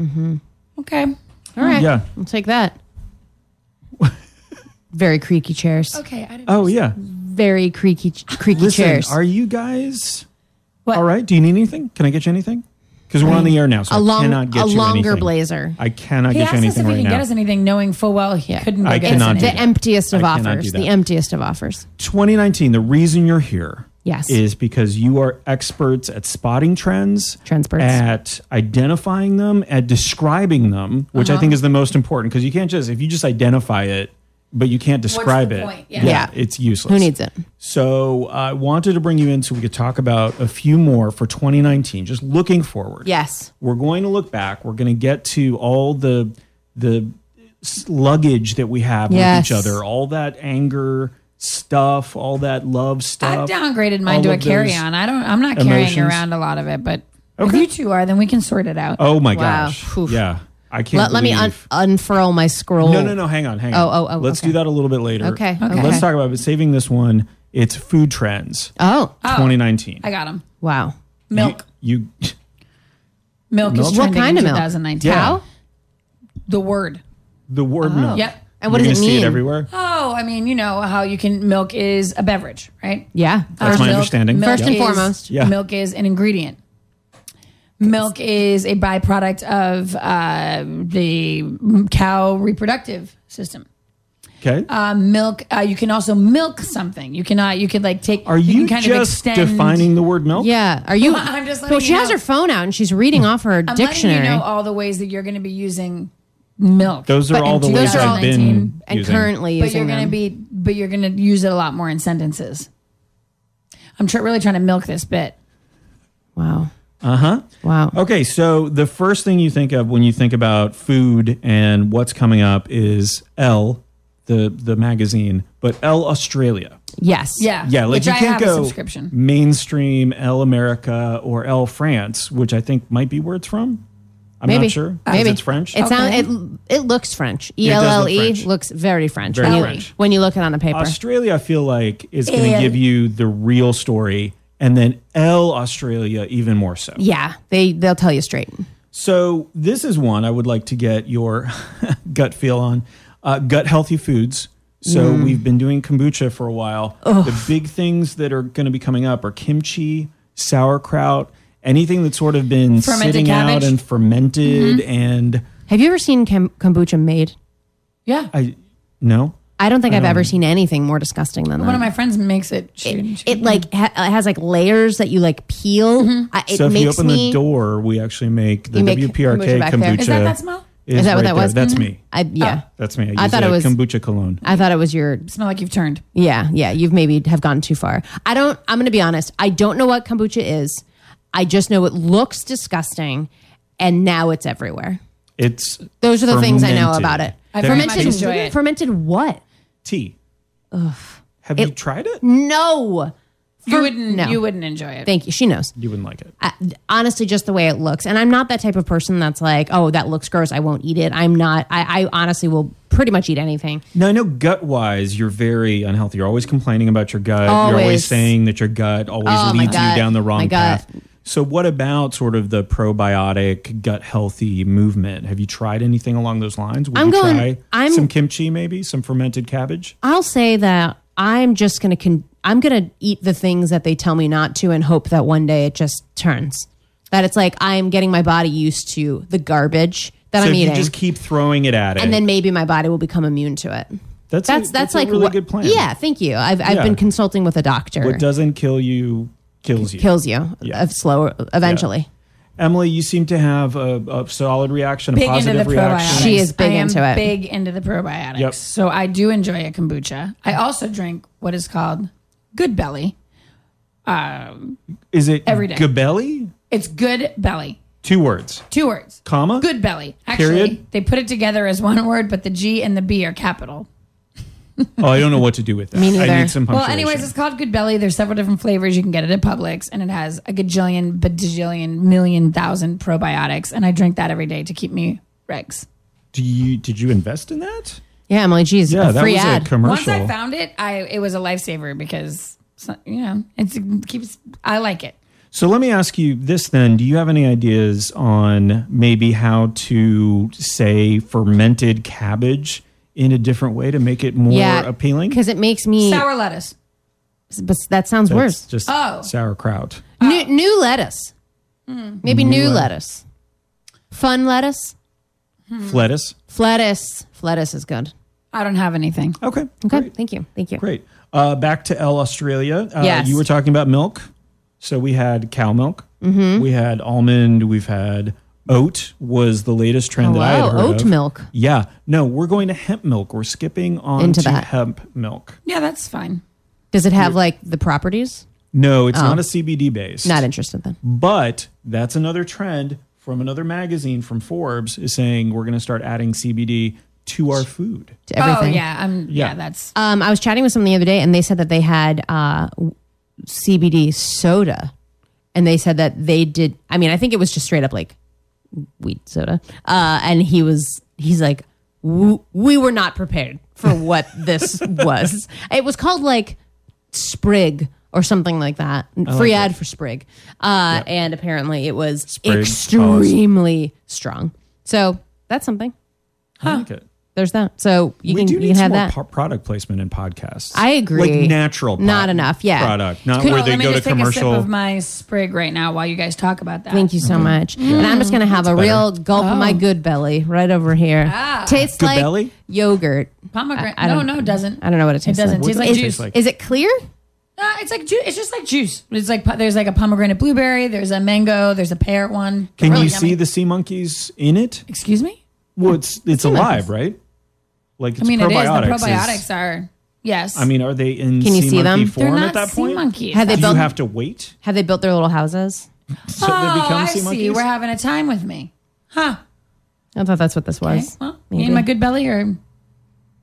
S5: Okay.
S4: All right.
S3: Yeah.
S4: I'll take that. Very creaky chairs.
S5: Okay. I didn't
S3: Oh yeah.
S4: Very creaky, creaky
S3: Listen,
S4: chairs.
S3: are you guys
S5: What?
S3: all right? Do you need anything? Can I get you anything? Because we're on the air now, so
S4: a long,
S3: I cannot get
S4: a
S3: you
S4: longer
S3: anything.
S4: blazer.
S3: I cannot
S5: He
S3: get you
S5: asked us
S3: anything
S5: if he
S3: right
S5: can get
S3: now.
S5: us anything, knowing full well he
S4: Yeah.
S5: couldn't. Go
S3: I
S5: get
S3: cannot do
S5: us
S4: the
S5: anything.
S3: that.
S4: emptiest of
S3: I cannot
S4: offers.
S3: do
S4: The
S3: that.
S4: emptiest of offers.
S3: 2019. The reason you're here,
S4: Yes.
S3: is because you are experts at spotting trends,
S4: Transperts.
S3: at identifying them, at describing them, which
S4: Uh-huh.
S3: I think is the most important. Because you can't just if you just identify it, but you can't describe
S5: the
S3: it.
S5: point? Yeah.
S3: Yeah,
S4: Yeah.
S3: it's useless.
S4: Who needs it?
S3: So I wanted to bring you in so we could talk about a few more for 2019. Just looking forward.
S4: Yes.
S3: We're going to look back. We're going to get to all the the s- luggage that we have
S4: Yes.
S3: with each other, all that anger stuff, all that love
S5: I've
S3: stuff.
S5: downgraded mine
S3: all
S5: to a
S3: of those-
S5: carry-on. I don't. I'm not carrying
S3: emotions.
S5: around a lot of it, but if you two are, then we can sort it out.
S3: Oh my
S4: Wow.
S3: gosh.
S4: Oof.
S3: Yeah. I can't
S4: Let, let me un-
S3: believe-
S4: unfurl my scroll.
S3: No, no, no. Hang on. Hang on.
S4: Oh, oh, oh,
S3: Let's
S4: okay.
S3: do that a little bit later. Uh,
S4: Okay, okay.
S3: Let's talk about it. Saving this one. It's food trends
S4: Oh,
S5: Oh,
S3: 2019.
S5: I got them.
S4: wow.
S5: Milk.
S3: You.
S5: Milk, is
S3: Milk?
S5: trending
S4: What kind
S5: in
S4: of milk?
S5: 2019.
S3: Yeah.
S4: Cow?
S5: The word.
S3: The word milk.
S5: Yep.
S4: And what
S3: You're
S4: does it
S3: gonna See
S4: mean?
S3: it everywhere.
S5: Oh, I mean, you know how you can milk is a beverage, right?
S4: Yeah.
S3: That's
S5: Uh,
S3: my understanding.
S4: First and
S5: is-
S4: foremost.
S3: Yeah.
S5: milk is an ingredient. Milk is a byproduct of uh, the cow reproductive system.
S3: Okay.
S5: Uh, milk. Uh, you can also milk something. You cannot. You could like take.
S3: Are you,
S5: can kind of
S3: just
S5: extend-
S3: defining the word milk?
S4: Yeah. Are you?
S5: I'm just letting
S4: Well, she
S5: you
S4: has
S5: know.
S4: her phone out and she's reading off her
S5: I'm
S4: dictionary.
S5: letting you know all the ways that you're going to be using milk.
S3: Those are
S5: But
S3: all
S5: in
S3: the ways I've
S5: 2019,
S3: been
S4: and
S3: using.
S4: currently
S5: But
S4: using
S5: you're going to
S4: them.
S5: be. But you're going to use it a lot more in sentences. I'm tr- really trying to milk this bit.
S4: wow.
S3: Uh-huh.
S4: Uh huh. Wow.
S3: Okay, so the first thing you think of when you think about food and what's coming up is L, the the magazine, but L Australia.
S4: Yes.
S5: Yeah.
S3: Yeah, like
S5: Which
S3: you
S5: I
S3: can't
S5: have
S3: go
S5: a subscription.
S3: mainstream L America or L France, which I think might be where it's from. I'm
S4: Maybe.
S3: not sure. 'cause
S4: Maybe
S3: It's French.
S4: It sounds. It it looks French. E
S3: does
S4: L
S3: look
S4: L E
S3: French.
S4: looks very French.
S3: Very
S4: when you,
S3: French.
S4: When you look it on a paper.
S3: Uh, Australia, I feel like, is going to
S5: L.
S3: give you the real story, and then L Australia even more so.
S4: yeah. They they'll tell you straight.
S3: So this is one I would like to get your gut feel on. Uh, gut healthy foods. So
S4: Mm.
S3: we've been doing kombucha for a while. The big things that are going to be coming up are kimchi, sauerkraut, anything that's sort of been
S5: Fermented
S3: sitting out
S5: cabbage.
S3: and fermented.
S4: Mm-hmm.
S3: And
S4: Have you ever seen kam- kombucha made?
S5: Yeah.
S3: I no,
S4: I don't think I have ever seen anything more disgusting than
S5: One of
S4: that.
S5: my friends makes it. She,
S4: It, it like ha- it has like layers that you like peel. I, it
S3: so if
S4: makes
S3: you open
S4: me.
S3: the door, we actually make the
S4: You make kombucha
S3: WPRK kombucha.
S4: back there.
S5: is that that smell?
S4: Is that what
S3: right
S4: that
S3: there.
S4: was?
S3: That's
S4: Mhm.
S3: me.
S4: I, yeah.
S3: That's me. I,
S4: I
S3: use
S4: thought
S3: a
S4: it was-
S3: kombucha cologne.
S4: I thought it was your
S5: Smell like you've turned.
S4: Yeah, yeah. You've maybe have gone too far. I don't. I'm going to be honest. I don't know what kombucha is. I just know it looks disgusting, and now it's everywhere.
S3: It's
S4: Those are the things I know
S3: fermented.
S4: about it.
S5: I very much
S4: fermented,
S5: enjoy it.
S4: fermented what? Mm.
S3: tea. Have you tried it?
S4: No.
S5: you wouldn't.
S4: no.
S5: You wouldn't enjoy it.
S4: Thank you. She knows.
S3: You wouldn't like it.
S4: I, honestly, just the way it looks. And I'm not that type of person that's like, oh, that looks gross. I won't eat it. I'm not. I, I honestly will pretty much eat anything.
S3: Now I know gut wise, you're very unhealthy. You're always complaining about your gut. You're always
S4: Always.
S3: saying that your gut always
S4: Oh, my
S3: leads you
S4: gut.
S3: down the wrong
S4: My gut.
S3: path. So what about sort of the probiotic gut healthy movement? Have you tried anything along those lines? Would
S4: I'm
S3: you
S4: going-
S3: try
S4: I'm-
S3: some kimchi, maybe some fermented cabbage.
S4: I'll say that I'm just gonna con- I'm gonna eat the things that they tell me not to and hope that one day it just turns. That it's like I'm getting my body used to the garbage that
S3: So
S4: I'm
S3: if
S4: eating,
S3: you just keep throwing it at it,
S4: and then maybe my body will become immune to it.
S3: that's a-
S4: That's that's,
S3: a
S4: like
S3: really
S4: what-
S3: good plan.
S4: Yeah, thank you. I've I've
S3: Yeah.
S4: been consulting with a doctor.
S3: what doesn't kill you kills you.
S4: kills you
S3: Yeah.
S4: uh, slow eventually.
S3: Emily, you seem to have a, a solid reaction, a
S5: Big into the
S3: positive
S5: probiotics.
S3: reaction.
S4: She is big
S5: I am
S4: into it.
S5: Big into the probiotics.
S3: Yep.
S5: So I do enjoy a kombucha. I also drink what is called Good Belly.
S3: is it
S5: Every day.
S3: Gabelli?
S5: It's Good Belly.
S3: Two words,
S5: Two words.
S3: comma.
S5: Good Belly. Actually,
S3: Period.
S5: they put it together as one word, but the G and the B are capital.
S3: Oh, I don't know what to do with that.
S4: Me neither.
S3: I need some
S5: Well,
S3: punctuation.
S5: anyways, it's called Good Belly. There's several different flavors. You can get it at Publix, and it has a gajillion, bajillion, million, thousand probiotics. And I drink that every day to keep me regs.
S3: Do you did you invest in that?
S4: Yeah, Emily, geez,
S3: Yeah,
S4: a
S3: that
S4: free
S3: was
S4: ad.
S3: a commercial.
S5: Once I found it, I it was a lifesaver because so- you know it's, it keeps. I like it.
S3: so let me ask you this then. Do you have any ideas on maybe how to say fermented cabbage in a different way to make it more
S4: yeah,
S3: appealing?
S4: because it makes me.
S5: Sour lettuce.
S4: but that sounds
S3: That's
S4: worse.
S3: just
S5: Oh.
S3: sauerkraut.
S4: New, new lettuce,
S5: Hmm.
S4: maybe new, lettuce. Fun lettuce,
S5: Mm.
S3: Lettuce.
S4: lettuce, lettuce is good.
S5: I don't have anything.
S3: Okay.
S4: Okay,
S3: Great.
S4: thank you, thank you.
S3: Great. Uh, back to L Australia. Uh,
S4: Yes.
S3: You were talking about milk. So we had cow milk.
S4: Mm-hmm.
S3: We had almond. We've had oat was the latest trend that I had
S4: Hello,
S3: heard
S4: Oh, oat
S3: of.
S4: milk.
S3: Yeah. No, we're going to hemp milk. We're skipping on
S4: Into
S3: to
S4: that.
S3: hemp milk.
S5: Yeah, that's fine.
S4: Does it have like the properties?
S3: No, it's not a CBD base.
S4: Oh. Not interested then.
S3: Oh, But that's another trend from another magazine from Forbes is saying we're going to start adding CBD to our food.
S4: To everything.
S5: Oh yeah, I'm. Yeah,
S3: Yeah.
S5: that's.
S4: Um, I was chatting with someone the other day, and they said that they had uh, CBD soda, and they said that they did. I mean, I think it was just straight up like weed soda. Uh, and he was, he's like, "W- we were not prepared for what this was. It was called like Sprig or something like that. Free ad for Sprig, uh, and apparently it was
S3: Sprig,
S4: extremely strong. So that's something.
S3: I like it.
S4: There's that. So you
S3: We
S4: can
S3: do
S4: you
S3: need
S4: can
S3: some
S4: have
S3: more
S4: that.
S3: po- product placement in podcasts.
S4: I agree.
S3: Like natural, pro-
S4: Not enough, yeah.
S3: Product, not
S4: Could-
S3: Uh, where
S4: Well,
S3: they
S5: let me
S3: go to
S5: just take a sip
S3: commercial.
S5: of my sprig right now while you guys talk about that.
S4: Thank you so much. And
S3: Mm.
S4: I'm just going to have a real gulp of my good belly right over here.
S5: Ah.
S4: Tastes
S3: Oh. Good
S4: like
S3: belly?
S4: yogurt.
S5: Pomegranate.
S4: I- I
S5: no,
S4: don't-
S5: no, it doesn't.
S4: I don't know what it
S5: It
S4: tastes
S5: doesn't
S4: like.
S5: taste like
S3: does it
S5: juice.
S3: taste like?
S4: Is it clear?
S5: Uh, it's like ju- it's just like juice. It's like po- there's like a pomegranate blueberry. There's a mango. There's a pear one.
S3: Can
S5: Really
S3: you
S5: yummy.
S3: see the sea monkeys in it?
S5: Excuse me.
S3: Well, it's it's alive, right? Like it's
S5: I mean, it is. The
S3: probiotics. is-
S5: probiotics are. Yes.
S3: I mean, are they in
S4: Can you
S3: sea
S4: see
S3: monkey
S4: them?
S3: form
S5: they're
S3: at
S5: not
S3: that
S5: sea
S3: point?
S5: monkeys.
S4: Have they
S3: Do you
S4: built-
S3: have to wait?
S4: Have they built their little houses?
S3: So
S5: oh,
S3: they become
S5: I
S3: sea
S5: see.
S3: monkeys?
S5: We're having a time with me, huh?
S4: I thought that's what this
S5: Okay.
S4: was.
S5: Well, me
S4: Maybe.
S5: and my good belly are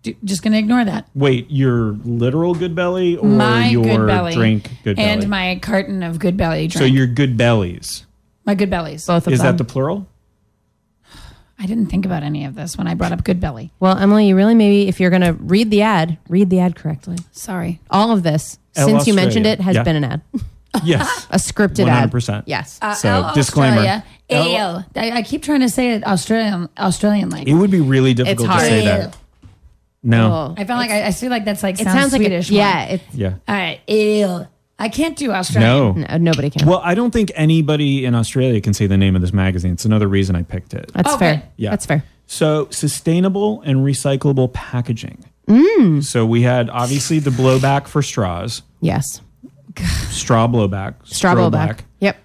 S5: do, just going to ignore that.
S3: Wait, your literal good belly or
S5: my
S3: your
S5: good belly
S3: drink good belly?
S5: and my carton of good belly drink.
S3: so your good bellies.
S5: my good bellies.
S4: Both of
S3: Is
S4: them.
S3: that the plural?
S5: I didn't think about any of this when I brought up good belly.
S4: well, Emily, you really maybe, if you're going to read the ad, read the ad correctly.
S5: Sorry.
S4: All of this,
S3: L
S4: since you mentioned
S3: Australia.
S4: it, has
S3: Yeah.
S4: been an ad,
S3: Yes.
S4: a scripted ad.
S3: 100%.
S4: Yes.
S3: so
S5: L
S3: disclaimer.
S5: Oh,
S3: Oh.
S5: Australia, ale. I, I keep trying to say it Australian Australian like.
S3: It would be really difficult to
S4: hard.
S3: say that. No.
S4: Oh.
S5: I felt like I, I feel like that's like
S4: it
S5: sounds,
S4: sounds like
S5: Swedish.
S4: a,
S5: more.
S4: yeah. It,
S3: Yeah.
S5: All right. Ale. I can't do Australian.
S3: No.
S4: no, uh, nobody can.
S3: Well, I don't think anybody in Australia can say the name of this magazine. It's another reason I picked it.
S4: that's
S5: Oh, okay.
S4: fair.
S3: Yeah.
S4: That's fair.
S3: So, sustainable and recyclable packaging.
S4: Mm.
S3: So, we had obviously the blowback for straws,
S4: Yes.
S3: straw blowback,
S4: Straw
S3: blowback.
S4: back. Yep.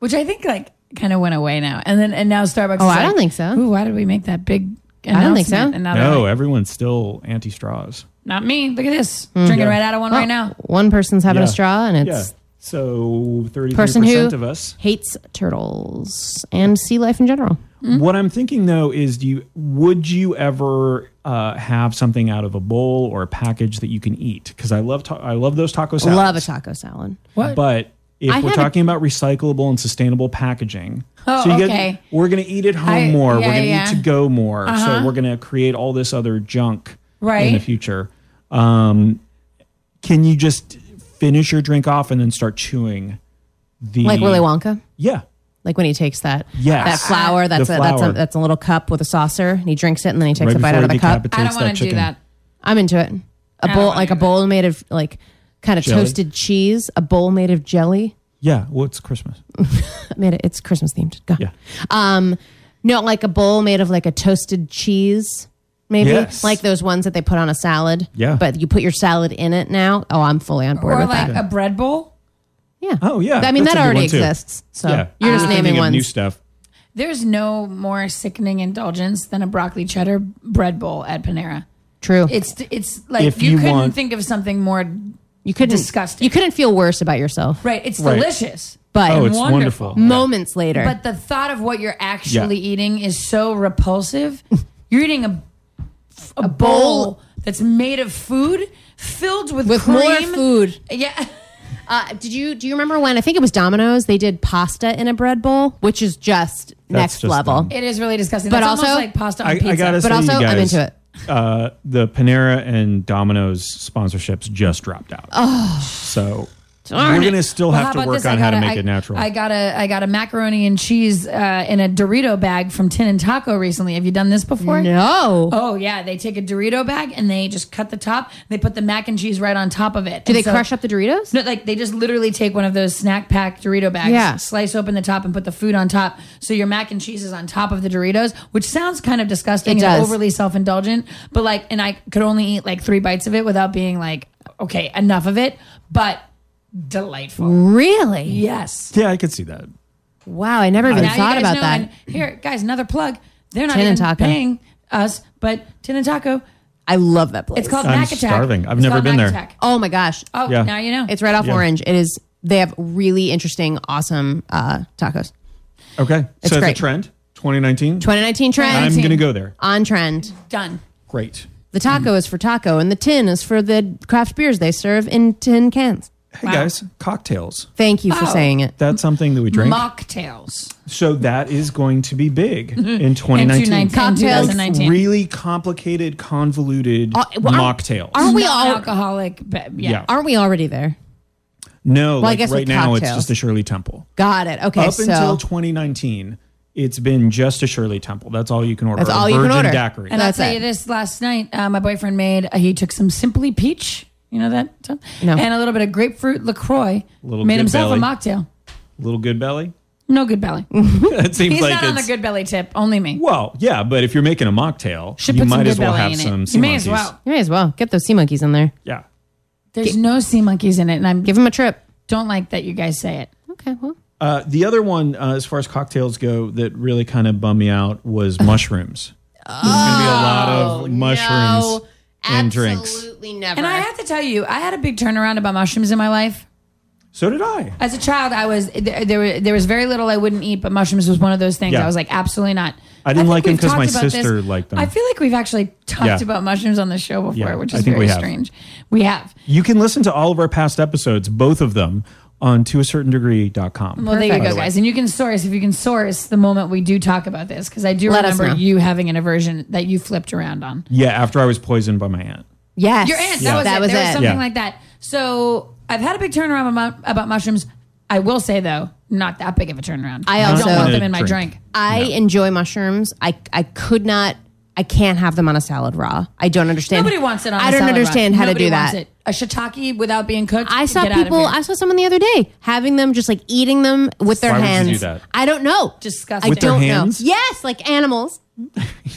S5: Which I think like kind of went away now. And then and now Starbucks. is
S4: Oh, I
S5: like,
S4: don't think so.
S5: Ooh, why did we make that big?
S4: I don't think so.
S5: announcement?" And now they're
S3: No,
S5: like,
S3: everyone's still anti straws.
S4: Hmm. Oh.
S5: not me. Look at this, drinking right out of one right now.
S4: One person's having a
S3: Yeah.
S4: straw and it's
S3: Yeah. So 33%
S4: Person who
S3: of us.
S4: hates turtles and sea life in general.
S3: What I'm thinking though is, do you would you ever uh, have something out of a bowl or a package that you can eat? Because I love ta- I love those taco salads.
S4: Love a taco salad.
S3: Mm. But if
S4: I
S3: we're
S4: haven't-
S3: talking about recyclable and sustainable packaging,
S5: Oh,
S3: you get-
S5: okay.
S3: we're going to eat at home
S5: I-
S3: more.
S5: yeah,
S3: we're going to
S5: yeah.
S3: eat to go more. So we're going to create all this other junk in the
S5: Right.
S3: future. Um, can you just finish your drink off and then start chewing the
S4: Like Willy Wonka.
S3: Yeah.
S4: Like when he takes that
S3: Yes.
S4: that flour, that's
S3: The
S4: a, that's a
S3: flour.
S4: that's a little cup with a saucer, and he drinks it, and then he takes
S3: Right
S4: a bite
S3: before
S4: out of
S3: he
S4: the cup.
S3: decapitates
S5: I don't
S3: that
S5: want to do
S3: chicken.
S5: that.
S4: I'm into it. A bowl
S5: wanna
S4: like
S5: do
S4: a bowl made of like kind of
S3: Jelly?
S4: toasted cheese, a bowl made of jelly.
S3: Yeah. Well, it's Christmas.
S4: Made it, it's Christmas themed. God.
S3: Yeah.
S4: Um, no, like a bowl made of like a toasted cheese, maybe
S3: Yes.
S4: like those ones that they put on a salad.
S3: Yeah.
S4: but you put your salad in it now. Oh, I'm fully on board
S5: Or
S4: with
S5: like
S4: that.
S5: a bread bowl.
S4: Yeah.
S3: Oh, yeah.
S4: I mean
S3: That's
S4: that
S3: a good
S4: already
S3: one, too.
S4: exists. So
S3: yeah.
S4: you're just
S3: We're thinking
S4: naming
S3: of
S4: ones.
S3: New stuff.
S5: There's no more sickening indulgence than a broccoli cheddar bread bowl at Panera.
S4: True.
S5: It's it's like
S3: If
S5: you,
S3: you
S5: couldn't
S3: want-
S5: think of something more
S4: you couldn't
S5: disgusting.
S4: You couldn't feel worse about yourself.
S5: right. It's
S3: Right.
S5: delicious,
S4: But
S3: Oh, it's
S5: Wonderful.
S3: wonderful.
S4: moments later,
S5: but the thought of what you're actually eating is so repulsive. you're eating a a, bowl,
S4: bowl.
S5: that's made of food filled with
S4: with
S5: cream.
S4: more food.
S5: Yeah.
S4: Uh, did you do you remember when I think it was Domino's? They did pasta in a bread bowl, which is just next
S3: just
S4: level.
S3: dumb.
S5: It is really disgusting.
S4: But
S5: That's almost
S4: also-
S5: like pasta on
S3: I,
S5: pizza.
S3: I gotta
S4: But
S3: say,
S4: also,
S3: you
S4: I'm
S3: guys,
S4: into it.
S3: Uh, the Panera and Domino's sponsorships just dropped out. Oh, so
S4: Darn
S3: we're
S4: it.
S3: gonna still
S5: Well,
S3: have
S5: about
S3: to work
S5: this?
S3: on
S5: I
S3: how to
S5: got a-
S3: make
S5: I-
S3: it natural.
S5: I got a I got a macaroni and cheese uh, in a Dorito bag from Tin and Taco recently. Have you done this before?
S4: No.
S5: Oh yeah, they take a Dorito bag and they just cut the top. They put the mac and cheese right on top of it.
S4: do they crush up the Doritos?
S5: No, like they just literally take one of those snack pack Dorito bags,
S4: Yeah.
S5: slice open the top and put the food on top. So your mac and cheese is on top of the Doritos, which sounds kind of disgusting
S4: It
S5: and
S4: does.
S5: overly self indulgent. But like, and I could only eat like three bites of it without being like, okay, enough of it. But
S4: Mm.
S5: delightful.
S4: Really?
S5: Yes.
S3: yeah, I could see that.
S4: Wow, I never even
S5: Now you
S4: thought
S5: guys
S4: about
S5: know,
S4: that.
S5: and here, guys, another plug. They're not
S4: Tin and
S5: even
S4: Taco.
S5: paying us, but Tin and Taco.
S4: I love that place.
S5: It's called
S3: I'm
S5: Mac Attack.
S3: starving. I've
S5: It's
S3: never
S5: called
S3: been
S5: Mac
S3: there.
S5: Attack.
S4: Oh my gosh.
S5: Oh,
S3: Yeah.
S5: now you know.
S4: It's right off
S3: Yeah.
S4: Orange. It is they have really interesting, awesome uh, tacos.
S3: Okay,
S4: It's
S3: so
S4: great.
S3: it's a trend. 2019.
S4: 2019 trend.
S3: I'm gonna go there.
S4: on trend.
S5: done.
S3: Great.
S4: The taco is for taco and the tin is for the craft beers they serve in tin cans.
S3: Hey guys, cocktails.
S4: Thank you for
S5: Oh.
S4: saying it.
S3: That's something that we drink.
S5: Mocktails.
S3: so that is going to be big in 2019.
S5: 2019.
S4: Cocktails.
S5: 2019.
S3: Really complicated, convoluted
S4: Uh, well, aren't-
S3: mocktails.
S4: Aren't we
S5: all
S4: all
S5: alcoholic? But yeah.
S3: Yeah.
S4: aren't we already there?
S3: no,
S4: I
S3: like
S4: guess
S3: right
S4: with
S3: now it's
S4: cocktails.
S3: just the Shirley Temple.
S4: Got it. Okay,
S3: Up
S4: so
S3: until 2019, it's been just a Shirley Temple. That's all you can order.
S4: That's
S3: A
S4: all you can
S3: virgin
S4: order.
S3: Daiquiri.
S5: And I'll
S4: That's
S5: tell
S4: it.
S5: you this: last night, uh, my boyfriend made. Uh, he took some Simply Peach. You know that, Tom?
S4: No.
S5: And a little bit of grapefruit Lacroix.
S3: Little
S5: made
S3: good
S5: himself
S3: belly.
S5: a mocktail.
S3: Little good belly.
S5: No good belly.
S3: It seems
S5: He's
S3: like
S5: not on the
S3: it's-
S5: good belly tip. Only me.
S3: Well, yeah, but if you're making a mocktail,
S5: Should
S3: you
S5: put some
S3: might
S5: good
S3: as well
S5: belly
S3: have
S5: in
S3: some.
S5: it.
S3: sea
S5: You may as
S3: monkeys.
S5: well.
S4: You may as well get those sea monkeys in there.
S3: Yeah.
S5: There's no sea monkeys in it, and I
S4: Give them a trip.
S5: don't like that you guys say it.
S4: Okay, well,
S3: Uh, the other one, uh, as far as cocktails go, that really kind of bummed me out was mushrooms. There's going to be a lot
S5: Oh,
S3: of mushrooms and drinks.
S4: Absolutely never.
S5: And I have to tell you, I had a big turnaround about mushrooms in my life.
S3: So did I.
S5: As a child, I was there. There, were- there was very little I wouldn't eat, but mushrooms was one of those things.
S3: Yeah.
S5: I was like, absolutely not.
S3: I didn't
S5: think
S3: like 'em
S5: we've
S3: 'cause my
S5: talked about
S3: sister liked 'em.
S5: I feel like we've actually talked
S3: Yeah.
S5: about mushrooms on the show before,
S3: Yeah,
S5: which
S3: I
S5: is
S3: think
S5: very
S3: we have.
S5: strange. We have.
S3: You can listen to all of our past episodes, both of them, on toacertaindegree.com.
S5: Well, there
S4: Perfect.
S5: you go, guys, and you can source if you can source the moment we do talk about this because I do
S4: Let us
S5: remember
S4: know.
S5: you having an aversion that you flipped around on.
S3: yeah, after I was poisoned by my aunt.
S4: yes.
S5: Your aunt, that was it. there was something
S3: Yeah.
S5: like that. So I've had a big turnaround about, about mushrooms. I will say though, not that big of a turnaround.
S4: I also-
S5: don't want
S3: In a
S5: them in my
S3: drink.
S5: drink.
S4: I enjoy mushrooms. I I could not. I can't have them on a salad raw. I don't understand.
S5: Nobody wants it on.
S4: I
S5: I
S4: don't understand how to do that.
S5: A shiitake without being cooked.
S4: I saw
S5: Get out of
S4: people.
S5: here.
S4: I saw someone the other day having them just like eating them with their
S3: Why would you
S4: hands.
S3: do that?
S4: I don't know.
S5: Disgusting.
S4: I
S5: With
S3: their
S4: don't
S3: hands?
S4: know. Yes, like animals.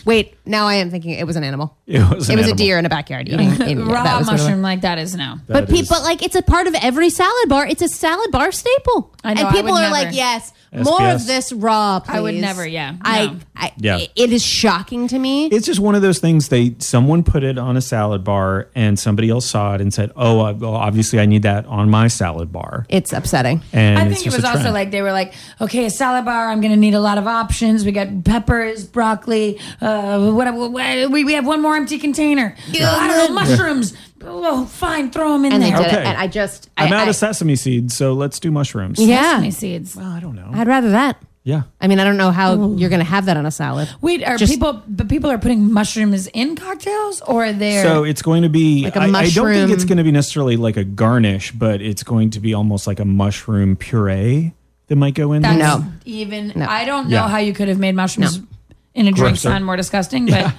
S4: Wait, now I am thinking it was an animal.
S3: It was,
S4: It
S3: an
S4: was a
S3: animal.
S4: deer in a backyard eating. eating
S5: raw
S4: that was what it was.
S5: mushroom like that is no.
S4: But
S3: That
S4: people
S3: is-
S4: but like it's a part of every salad bar. It's a salad bar staple.
S5: I know,
S4: and
S5: I
S4: people
S5: would
S4: are
S5: never.
S4: like, yes, More
S3: SBS.
S4: of this raw, please.
S5: I would never, yeah, no.
S4: I, I
S3: Yeah.
S4: it is shocking to me.
S3: It's just one of those things. They someone put it on a salad bar, and somebody else saw it and said, "Oh, uh, well, obviously, I need that on my salad bar."
S4: it's upsetting.
S3: And
S5: I
S3: it's
S5: think it
S3: just a
S5: was also
S3: trend.
S5: like they were like, okay, a salad bar. I'm going to need a lot of options. We got peppers, broccoli. Uh, what, what- we we have one more empty container. I don't know mushrooms. Oh, fine, throw them in
S4: And they
S5: there.
S4: did it,
S3: Okay.
S4: and I just
S3: I'm
S4: I,
S3: out
S4: I-
S3: of sesame seeds, so let's do mushrooms.
S4: yeah.
S5: Sesame seeds.
S3: I don't know.
S4: I'd rather that.
S3: yeah.
S4: I mean, I don't know how you're going to have that on a salad.
S5: Wait, are
S4: Just-
S5: people? But people are putting mushrooms in cocktails, or they're
S3: So it's going to be. I
S4: a
S3: I don't think
S4: mushroom-
S3: it's going to be necessarily like a garnish, but it's going to be almost like a mushroom puree that might go in.
S5: that's
S3: there.
S4: No.
S5: even. I don't know
S3: Yeah.
S5: how you could have made mushrooms in a drink
S3: Grosser.
S5: sound more disgusting, but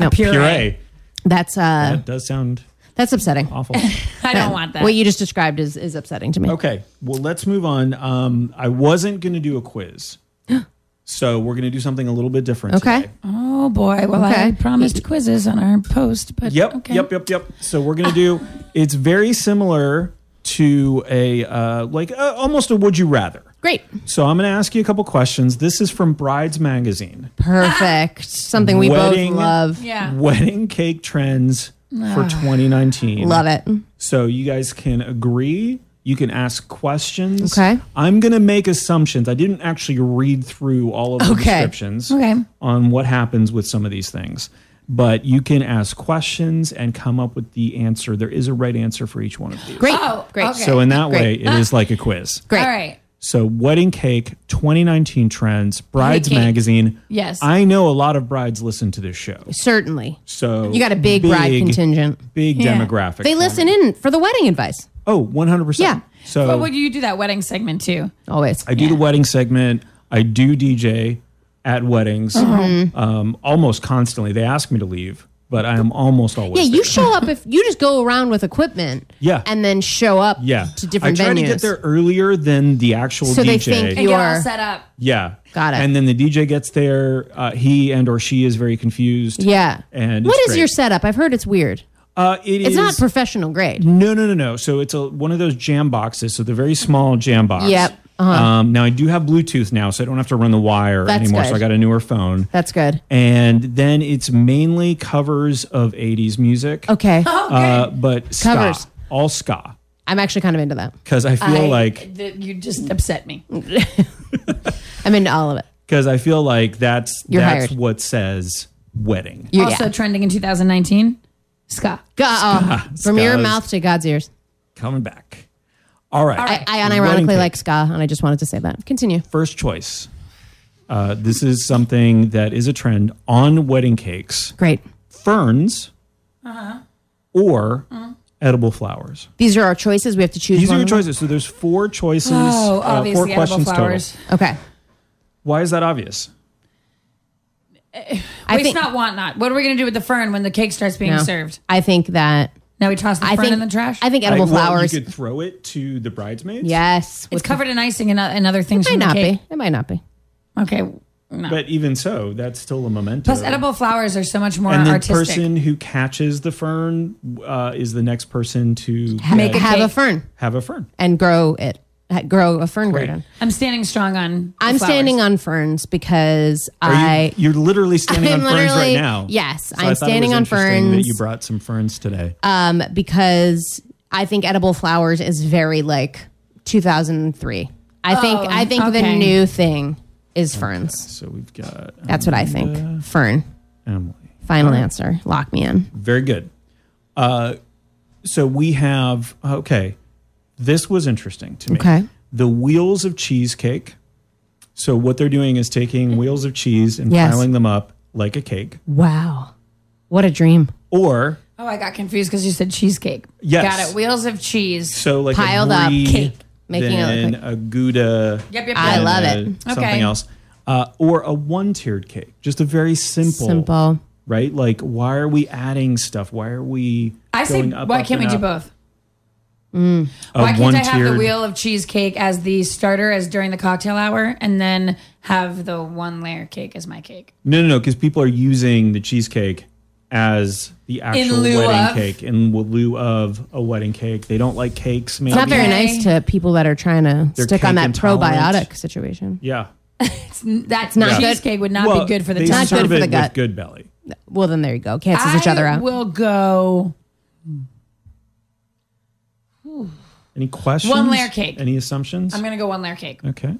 S4: No.
S5: a puree.
S3: puree.
S4: That's uh,
S3: That does sound
S4: that's upsetting.
S3: awful.
S5: I don't want that.
S4: What you just described is is upsetting to me.
S3: Okay. Well, let's move on. Um, I wasn't going to do a quiz. so we're going to do something a little bit different.
S4: Okay.
S3: Today.
S5: oh boy. Well, I
S4: Okay.
S5: promised quizzes on our post, but
S3: Yep.
S5: okay.
S3: Yep. Yep. Yep. So we're going to do, it's very similar to a, uh, like uh, almost a would you rather.
S4: Great,
S3: So I'm going to ask you a couple questions. This is from Brides Magazine.
S4: perfect. Something we both love. Ah.
S5: Yeah.
S3: Wedding cake trends for 2019.
S4: Love it.
S3: So you guys can agree. You can ask questions.
S4: Okay.
S3: I'm going to make assumptions. I didn't actually read through all of the
S4: Okay.
S3: descriptions
S5: Okay.
S3: on what happens with some of these things. But you can ask questions and come up with the answer. There is a right answer for each one of these.
S4: Great,
S5: Oh,
S4: great,
S5: okay.
S3: So in that way,
S4: Great.
S3: it is like a quiz.
S4: great.
S5: All right.
S3: So wedding cake 2019 trends, Brides
S5: cake.
S3: magazine.
S5: Yes.
S3: I know a lot of brides listen to this show.
S4: Certainly,
S3: So
S4: you got a big, bride contingent.
S3: Big
S5: Yeah.
S3: demographic.
S4: They
S3: for
S4: listen
S3: me.
S4: in for the wedding advice
S3: Oh, 100%.
S4: Yeah.
S3: So
S5: But would you do that wedding segment too?
S4: always.
S3: I do the wedding segment. I do DJ at weddings
S4: Uh-huh. Mm-hmm.
S3: um, almost constantly. They ask me to leave, but I am almost always.
S4: yeah,
S3: there.
S4: you show up if you just go around with equipment.
S3: Yeah.
S4: and then show up.
S3: yeah.
S4: to different
S3: I try
S4: venues.
S3: to get there earlier than the actual
S4: So
S3: DJ.
S4: they think
S5: And
S4: You
S5: get
S4: are-
S5: all set up.
S3: yeah,
S4: Got it.
S3: And then the DJ gets there. Uh, he and or she is very confused.
S4: Yeah.
S3: And
S4: what
S3: it's
S4: is your
S3: great.
S4: setup? I've heard it's weird.
S3: Uh, it
S4: It's
S3: is-
S4: not professional grade.
S3: No, no, no, no. So it's a one of those jam boxes. So the very small jam box.
S4: Yep. Uh-huh.
S3: Um, now I do have Bluetooth now, so I don't have to run the wire
S4: That's
S3: anymore. So
S4: good.
S3: I got a newer phone.
S4: That's good.
S3: and then it's mainly covers of 80s music.
S4: Okay.
S5: Oh,
S3: Uh, but ska,
S4: Covers.
S3: all ska,
S4: I'm actually kind of into that.
S3: because I feel
S5: I-
S3: like
S5: th- you just upset me.
S4: I'm into all of it.
S3: because I feel like that's
S4: You're
S3: that's
S4: hired.
S3: what says wedding.
S4: You,
S5: also
S4: yeah.
S5: trending in 2019, Scott.
S4: Go- oh, from your
S3: Ska's-
S4: mouth to God's ears.
S3: Coming back. All right.
S4: I, I unironically like ska, and I just wanted to say that. Continue.
S3: first choice. Uh, this is something that is a trend on wedding cakes:
S4: Great.
S3: ferns
S5: Uh-huh.
S3: or
S5: Mm-hmm.
S3: edible flowers.
S4: These are our choices. We have to choose.
S3: These are
S4: one
S3: your
S4: of them.
S3: choices. So there's four choices.
S5: Oh,
S3: uh,
S5: obviously,
S3: four
S5: edible
S3: questions
S5: flowers.
S3: total.
S4: Okay.
S3: Why is that obvious?
S4: I
S5: Waste
S4: think
S5: not, want not. What are we going to do with the fern when the cake starts being
S4: no.
S5: served?
S4: I think that
S5: Now we toss the
S4: I
S5: fern
S4: think
S5: in the trash.
S4: I think edible
S3: I- well,
S4: flowers.
S3: You could throw it to the bridesmaids.
S4: yes,
S5: it's covered in icing and, o- and other things.
S4: It might
S5: from the
S4: not
S5: cake.
S4: be. It might not be.
S5: Okay. No.
S3: But even so, that's still a memento.
S5: Plus, edible flowers are so much more
S3: and the
S5: artistic.
S3: person who catches the fern uh, is the next person to
S5: Make
S3: get-
S5: a
S4: have a
S5: cake.
S4: fern
S3: have a fern.
S4: and grow it. Ha- Grow a fern
S3: Great.
S4: garden.
S5: I'm standing strong on. the
S4: I'm
S5: flowers.
S4: standing on ferns because
S3: Are
S4: I.
S3: you, are literally standing
S4: I'm
S3: on ferns right
S4: literally-
S3: now.
S4: yes,
S3: So
S4: I'm
S3: I thought it
S4: standing
S3: was
S4: on
S3: interesting That
S4: ferns.
S3: you brought some ferns today.
S4: um, because I think edible flowers is very like 2003. I think I think the
S5: Oh, okay.
S4: new thing is ferns.
S3: so we've got um,
S4: That's what I think. Fern.
S3: Emily.
S4: Final answer. Lock me in.
S3: Very good. Uh, so we have okay. This was interesting to me.
S4: Okay.
S3: The wheels of cheesecake. So what they're doing is taking wheels of cheese and
S4: Mm-hmm. Yes.
S3: piling them up like a cake.
S4: Wow, what a dream!
S3: Or
S5: Oh, I got confused because you said cheesecake.
S3: Yes.
S5: Got it. Wheels of cheese.
S3: so like
S4: Piled
S3: a
S4: up
S3: brie,
S4: cake, making it look
S3: then
S4: like-
S3: a gouda.
S5: Yep, yep, yep.
S4: I
S3: and
S4: love
S3: a
S4: it.
S3: Something
S5: Okay.
S3: else. Uh, or a one-tiered cake, just a very simple,
S4: Simple.
S3: right? Like, why are we adding stuff? Why are we?
S5: I say,
S3: going up,
S5: why
S3: up,
S5: can't we
S3: and
S5: do
S3: up?
S5: both?
S3: A
S5: Why can't I have the
S3: one-tiered-
S5: wheel of cheesecake as the starter, as during the cocktail hour, and then have the one layer cake as my cake?
S3: No, no, no, because people are using the cheesecake as the actual
S5: lieu
S3: wedding
S5: of.
S3: cake in lieu of a wedding cake. They don't like cakes. Maybe
S4: It's not very nice to people that are trying to
S3: They're
S4: stick on
S3: cake
S4: that
S3: intolerant.
S4: probiotic situation.
S3: Yeah,
S5: That's
S3: not
S5: not
S3: good.
S5: cheesecake would not
S3: Well,
S5: be good for the
S3: they
S5: tummy.
S4: not good
S3: serve
S4: for
S3: it
S4: the
S3: with
S4: gut.
S3: Good belly.
S4: Well, then there you go. Cancels each
S5: I
S4: other out.
S5: will go.
S3: Any questions?
S5: One layer cake.
S3: Any assumptions?
S5: I'm gonna go one layer cake.
S3: okay.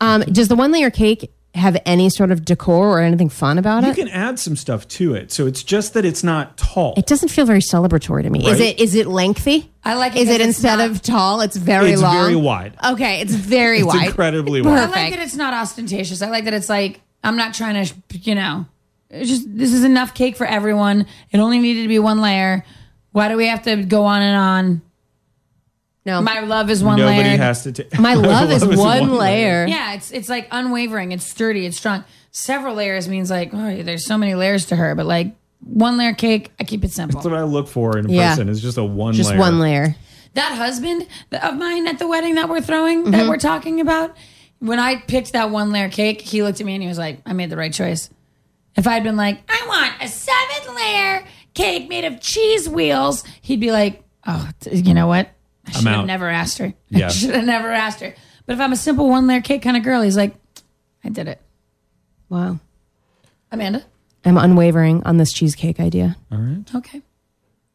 S4: Um, does the one layer cake have any sort of decor or anything fun about
S3: You
S4: it?
S3: can add some stuff to it. So it's just that it's not tall.
S4: It doesn't feel very celebratory to me. Is
S3: Right.
S4: it? Is it lengthy?
S5: I like it
S4: Is
S5: 'cause
S4: it
S5: it's
S4: instead
S5: not-
S4: of tall? It's very
S3: It's
S4: long.
S3: very wide.
S4: Okay, it's very
S3: It's
S4: wide.
S3: incredibly
S4: Perfect.
S5: I
S3: wide.
S5: like that it's not ostentatious. I like that it's like I'm not trying to, sh- you know, it's just this is enough cake for everyone. It only needed to be one layer. Why do we have to go on and on?
S4: No, my,
S5: My love is one
S3: Nobody
S5: layer.
S3: has to take.
S4: love is one, layer.
S5: yeah, it's it's like unwavering. It's sturdy. It's strong. Several layers means like oh, there's so many layers to her, but like one layer cake, I keep it simple.
S3: That's what I look for in a
S4: Yeah.
S3: person. Is just a one.
S4: Just
S3: layer.
S4: one layer.
S5: that husband of mine at the wedding that we're throwing that we're talking about when i picked that one layer cake he looked at me and he was like i made the right choice if i'd been like i want a seven layer cake made of cheese wheels he'd be like oh t- you know what i should have
S3: out.
S5: never asked her
S3: Yeah.
S5: i should have never asked her but if i'm a simple one layer cake kind of girl he's like i did it
S4: Wow,
S5: amanda
S4: I'm unwavering on this cheesecake idea.
S5: okay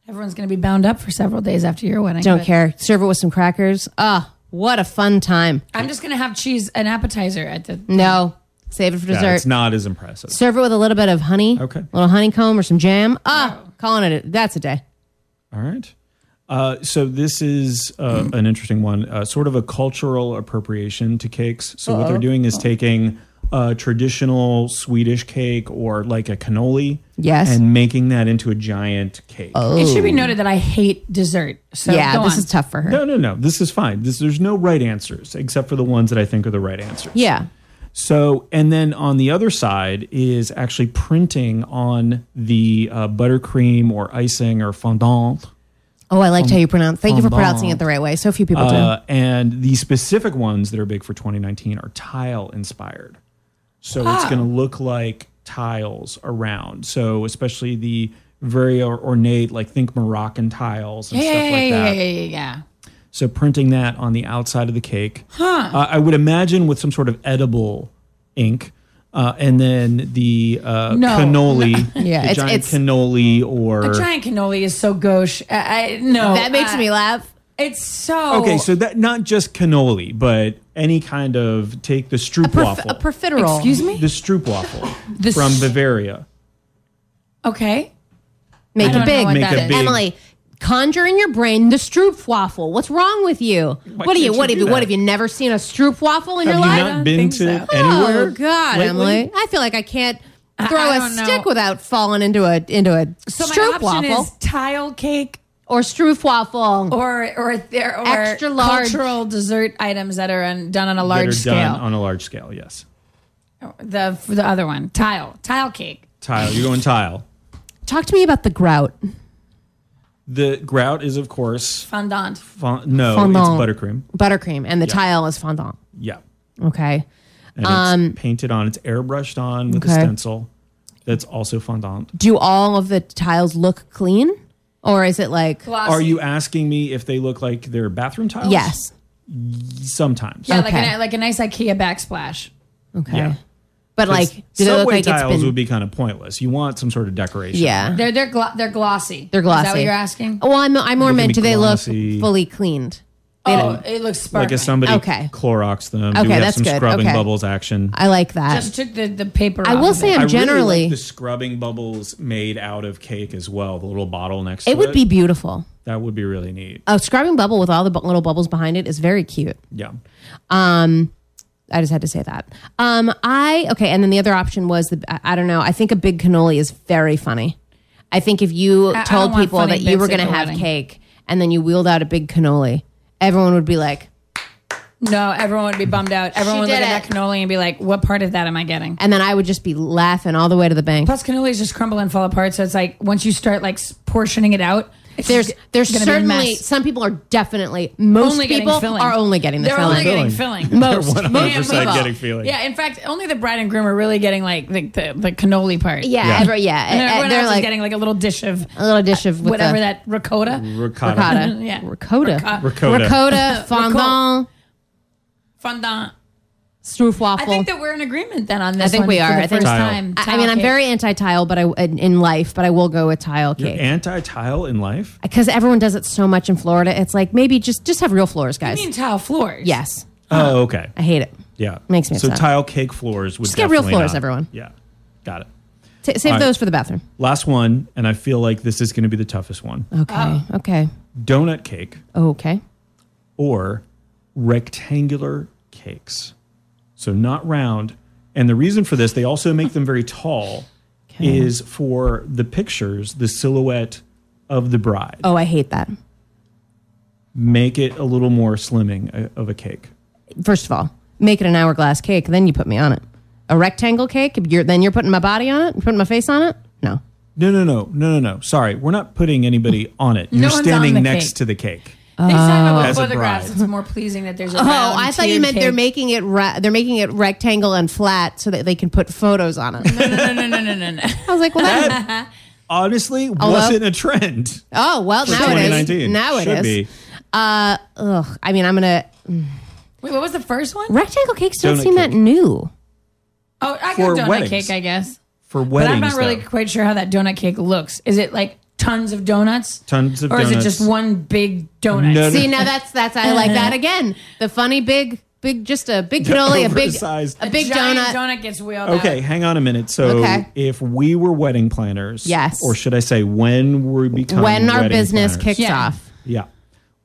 S5: everyone's going to be bound up for several days after your wedding
S4: Don't
S5: but
S4: care. Serve it with some crackers. Ah, what a fun time.
S5: i'm just going to have cheese an appetizer at the
S4: No, save it for dessert.
S3: Yeah, Oh. it's not as impressive.
S4: Serve it with a little bit of honey.
S3: Okay.
S4: A little honeycomb or some jam. Ah,
S5: Oh.
S4: calling it. a- That's a day.
S3: All right. Uh, so this is uh,
S4: Mm-hmm.
S3: an interesting one, uh, sort of a cultural appropriation to cakes. So what they're doing is taking a traditional Swedish cake or like a cannoli,
S4: Yes. Oh.
S3: and making that into a giant cake.
S5: It should be noted that I hate dessert. So
S4: yeah,
S5: go
S4: this
S5: on.
S4: is tough for her.
S3: No, no, no. This is fine. This, there's no right answers except for the ones that I think are the right answers.
S4: Yeah.
S3: So, and then on the other side is actually printing on the uh, buttercream or icing or fondant.
S4: Oh, I liked how you pronounce. Thank you for
S3: Fondant.
S4: pronouncing it the right way. So few people do.
S3: Um, Uh, and the specific ones that are big for 2019 are tile inspired. So
S5: Ah.
S3: it's going to look like tiles around. So especially the very or- ornate, like think Moroccan tiles and
S5: yeah,
S3: stuff
S5: yeah,
S3: like
S5: yeah,
S3: that.
S5: yeah, yeah, yeah.
S3: So printing that on the outside of the cake, uh, I would imagine with some sort of edible ink, uh, and then the uh,
S5: No.
S3: cannoli,
S4: Yeah,
S3: the
S4: it's-
S3: giant
S4: it's-
S3: cannoli or
S5: A giant cannoli is so gauche. I, I no.
S3: Oh.
S4: That makes
S5: I-
S4: me laugh.
S5: It's so
S3: okay, so that not just cannoli, but any kind of take the stroop
S4: Prof-
S3: waffle,
S4: a profiterole.
S5: Excuse me.
S3: the stroop waffle
S5: The
S3: from
S5: s-
S3: Bavaria.
S5: okay.
S4: Make
S5: don't
S4: it
S5: know
S4: big.
S5: what Make
S3: that it is. big.
S4: Emily, conjure in your brain the stroopwafel. What's wrong with you? what
S3: can't
S4: are
S3: you
S4: you? What have
S3: do
S4: you?
S3: that?
S4: What have you never seen a stroopwafel in
S3: Have
S4: your
S3: you
S4: life?
S3: not been
S5: think
S3: to
S5: so.
S3: anywhere?
S4: Oh God,
S3: lately?
S4: Emily! I feel like I can't throw
S5: I
S4: a
S5: don't know.
S4: stick without falling into a into a
S5: So
S4: stroop
S5: my option
S4: waffle
S5: is Oh. tile cake
S4: or stroopwafel.
S5: or or there or
S4: Extra large.
S5: cultural dessert items that are on, done on a
S3: That are
S5: large scale.
S3: done on a large scale. Yes,
S5: the the other one, tile, tile cake.
S3: tile. You're going tile.
S4: Talk to me about the grout.
S3: The grout is of course
S5: Fondant.
S3: fond- no,
S4: Fondant.
S3: it's buttercream.
S4: Buttercream and the tile is fondant.
S3: Yeah.
S4: Okay.
S3: and it's painted on. It's airbrushed on with
S4: Um, Okay.
S3: a stencil. That's also fondant.
S4: Do all of the tiles look clean, or is it like
S5: Glossy.
S3: Are you asking me if they look like they're bathroom tiles?
S4: yes?
S3: sometimes.
S5: Yeah, like,
S4: Okay.
S5: a, like a nice IKEA backsplash.
S4: Okay.
S3: Yeah.
S4: But like, do they
S3: subway
S4: look like it's
S3: tiles
S4: been?
S3: would be kind of pointless. You want some sort of decoration.
S4: yeah.
S5: They're they're glo- they're glossy.
S4: They're glossy. Oh,
S5: Is that what you're asking?
S4: Well, I'm, I'm more
S3: can be
S4: meant. Do they
S3: glossy.
S4: look fully cleaned?
S5: Oh, it looks
S3: Like
S5: sparkling.
S3: if somebody
S4: Okay.
S3: Clorox them, do
S4: Okay,
S3: we have
S4: that's
S3: some
S4: good.
S3: scrubbing
S4: Okay.
S3: bubbles action?
S4: I like that.
S5: Just took the, the paper.
S4: I
S5: off
S4: will
S5: of
S4: say,
S5: it.
S4: I'm generally.
S3: really like the scrubbing bubbles made out of cake as well. The little bottle next to
S4: it would be beautiful.
S3: that would be really neat.
S4: A scrubbing bubble with all the bu- little bubbles behind it is very cute.
S3: Yeah.
S4: Um, I just had to say that. Um, I okay, and then the other option was the I, I don't know. I think a big cannoli is very funny. I think if you
S5: I don't
S4: told
S5: want
S4: people
S5: funny
S4: that you
S5: bits
S4: were
S5: at
S4: going to
S5: the
S4: have
S5: wedding.
S4: cake and then you wheeled out a big cannoli, everyone would be like,
S5: No, everyone would be bummed out. Everyone would
S4: did
S5: look at
S4: it.
S5: that cannoli and be like, "What part of that am I getting?"
S4: and then I would just be laughing all the way to the bank.
S5: Plus, cannolis just crumble and fall apart. So it's like once you start like s- portioning it out,
S4: There's there's
S5: gonna be a
S4: certainly
S5: mess.
S4: some people are definitely most
S5: Only getting
S4: people
S5: filling.
S4: are only getting the
S5: They're
S4: filling.
S5: only getting filling.
S4: most,
S3: They're
S4: most
S3: 100%
S4: people.
S3: getting filling.
S5: Yeah, in fact, only the bride and groom are really getting like the, the, the cannoli part.
S4: yeah,
S3: Yeah.
S4: yeah. Every, yeah.
S5: And
S4: and
S5: everyone
S4: they're
S5: else
S4: like
S5: is getting like a little dish of
S4: a little dish of with
S5: whatever
S4: the
S5: that ricotta.
S3: Ricotta.
S4: ricotta,
S5: Yeah.
S4: ricotta,
S3: Ricotta.
S4: ricotta, fondant,
S5: Fondant.
S4: stroopwafel.
S5: I think that we're in agreement then on this.
S4: I think
S5: one
S4: we
S5: for
S4: are.
S5: the
S4: I think-
S5: first
S3: Tile.
S5: time.
S4: I, I
S5: Tile
S4: mean, I'm
S5: cake.
S4: very anti-tile, but I in, in life, but I will go with tile
S3: You're
S4: cake
S3: anti-tile in life?
S4: because everyone does it so much in Florida. It's like maybe just just have real floors,
S5: I
S4: guys.
S5: mean tile floors.
S4: yes,
S3: Oh, okay.
S4: I hate it.
S3: Yeah.
S4: Makes me
S3: So
S4: upset.
S3: tile cake floors would
S4: Just get real
S3: definitely
S4: floors,
S3: not-
S4: everyone.
S3: Yeah. Got it.
S4: T- save
S3: All right.
S4: those for the bathroom.
S3: Last one, and I feel like this is going to be the toughest one.
S4: Okay,
S5: Oh.
S4: okay, Oh,
S3: Donut cake
S4: okay.
S3: or rectangular cakes. So not round. And the reason for this, they also make them very tall, is for the pictures, the silhouette of the bride.
S4: Oh, I hate that.
S3: Make it a little more slimming uh, of a cake.
S4: First of all, make it an hourglass cake, then you put me on it. A rectangle cake, you're, then you're putting my body on it, you're putting my face on it. No,
S3: No, no, no, no, no, no. Sorry, we're not putting anybody on it. You're
S5: one's on
S3: standing
S5: the
S3: next
S5: cake.
S3: to the cake.
S5: They just talk about
S3: As a
S5: photographs.
S3: bride.
S5: It's more pleasing that there's a.
S4: Oh, I thought you meant they're making it ra- they're making it rectangle and flat so that they can put photos on it.
S5: No, no, no, no, no, no, no.
S4: I was like, well, that,
S3: Honestly, wasn't a trend
S4: oh well,
S3: for
S4: now it
S3: 2019.
S4: is. Now it
S3: Should
S4: is.
S3: be.
S4: Uh, ugh. I mean, I'm gonna
S5: Wait, what was the first one?
S4: rectangle cakes don't
S3: Donut
S4: seem that
S3: cake.
S4: new.
S5: Oh, I
S3: For
S5: got donut
S3: weddings.
S5: cake, I guess.
S3: for
S5: But
S3: weddings.
S5: I'm not really
S3: though.
S5: quite sure how that donut cake looks. Is it like tons of donuts?
S3: Tons of
S5: or is it
S3: donuts.
S5: just one big donut?
S3: No, no.
S4: See, now that's that's I like that again. The funny big big just a big cannoli, a big
S3: Oversized.
S4: a big
S5: Giant
S4: donut.
S5: donut gets wheeled
S3: Okay,
S5: out.
S3: hang on a minute. So,
S4: Okay.
S3: if we were wedding planners,
S4: Yes.
S3: or should I say, when we become
S4: When our
S3: wedding
S4: business
S3: planners,
S4: kicks
S5: Yeah.
S4: off,
S3: yeah,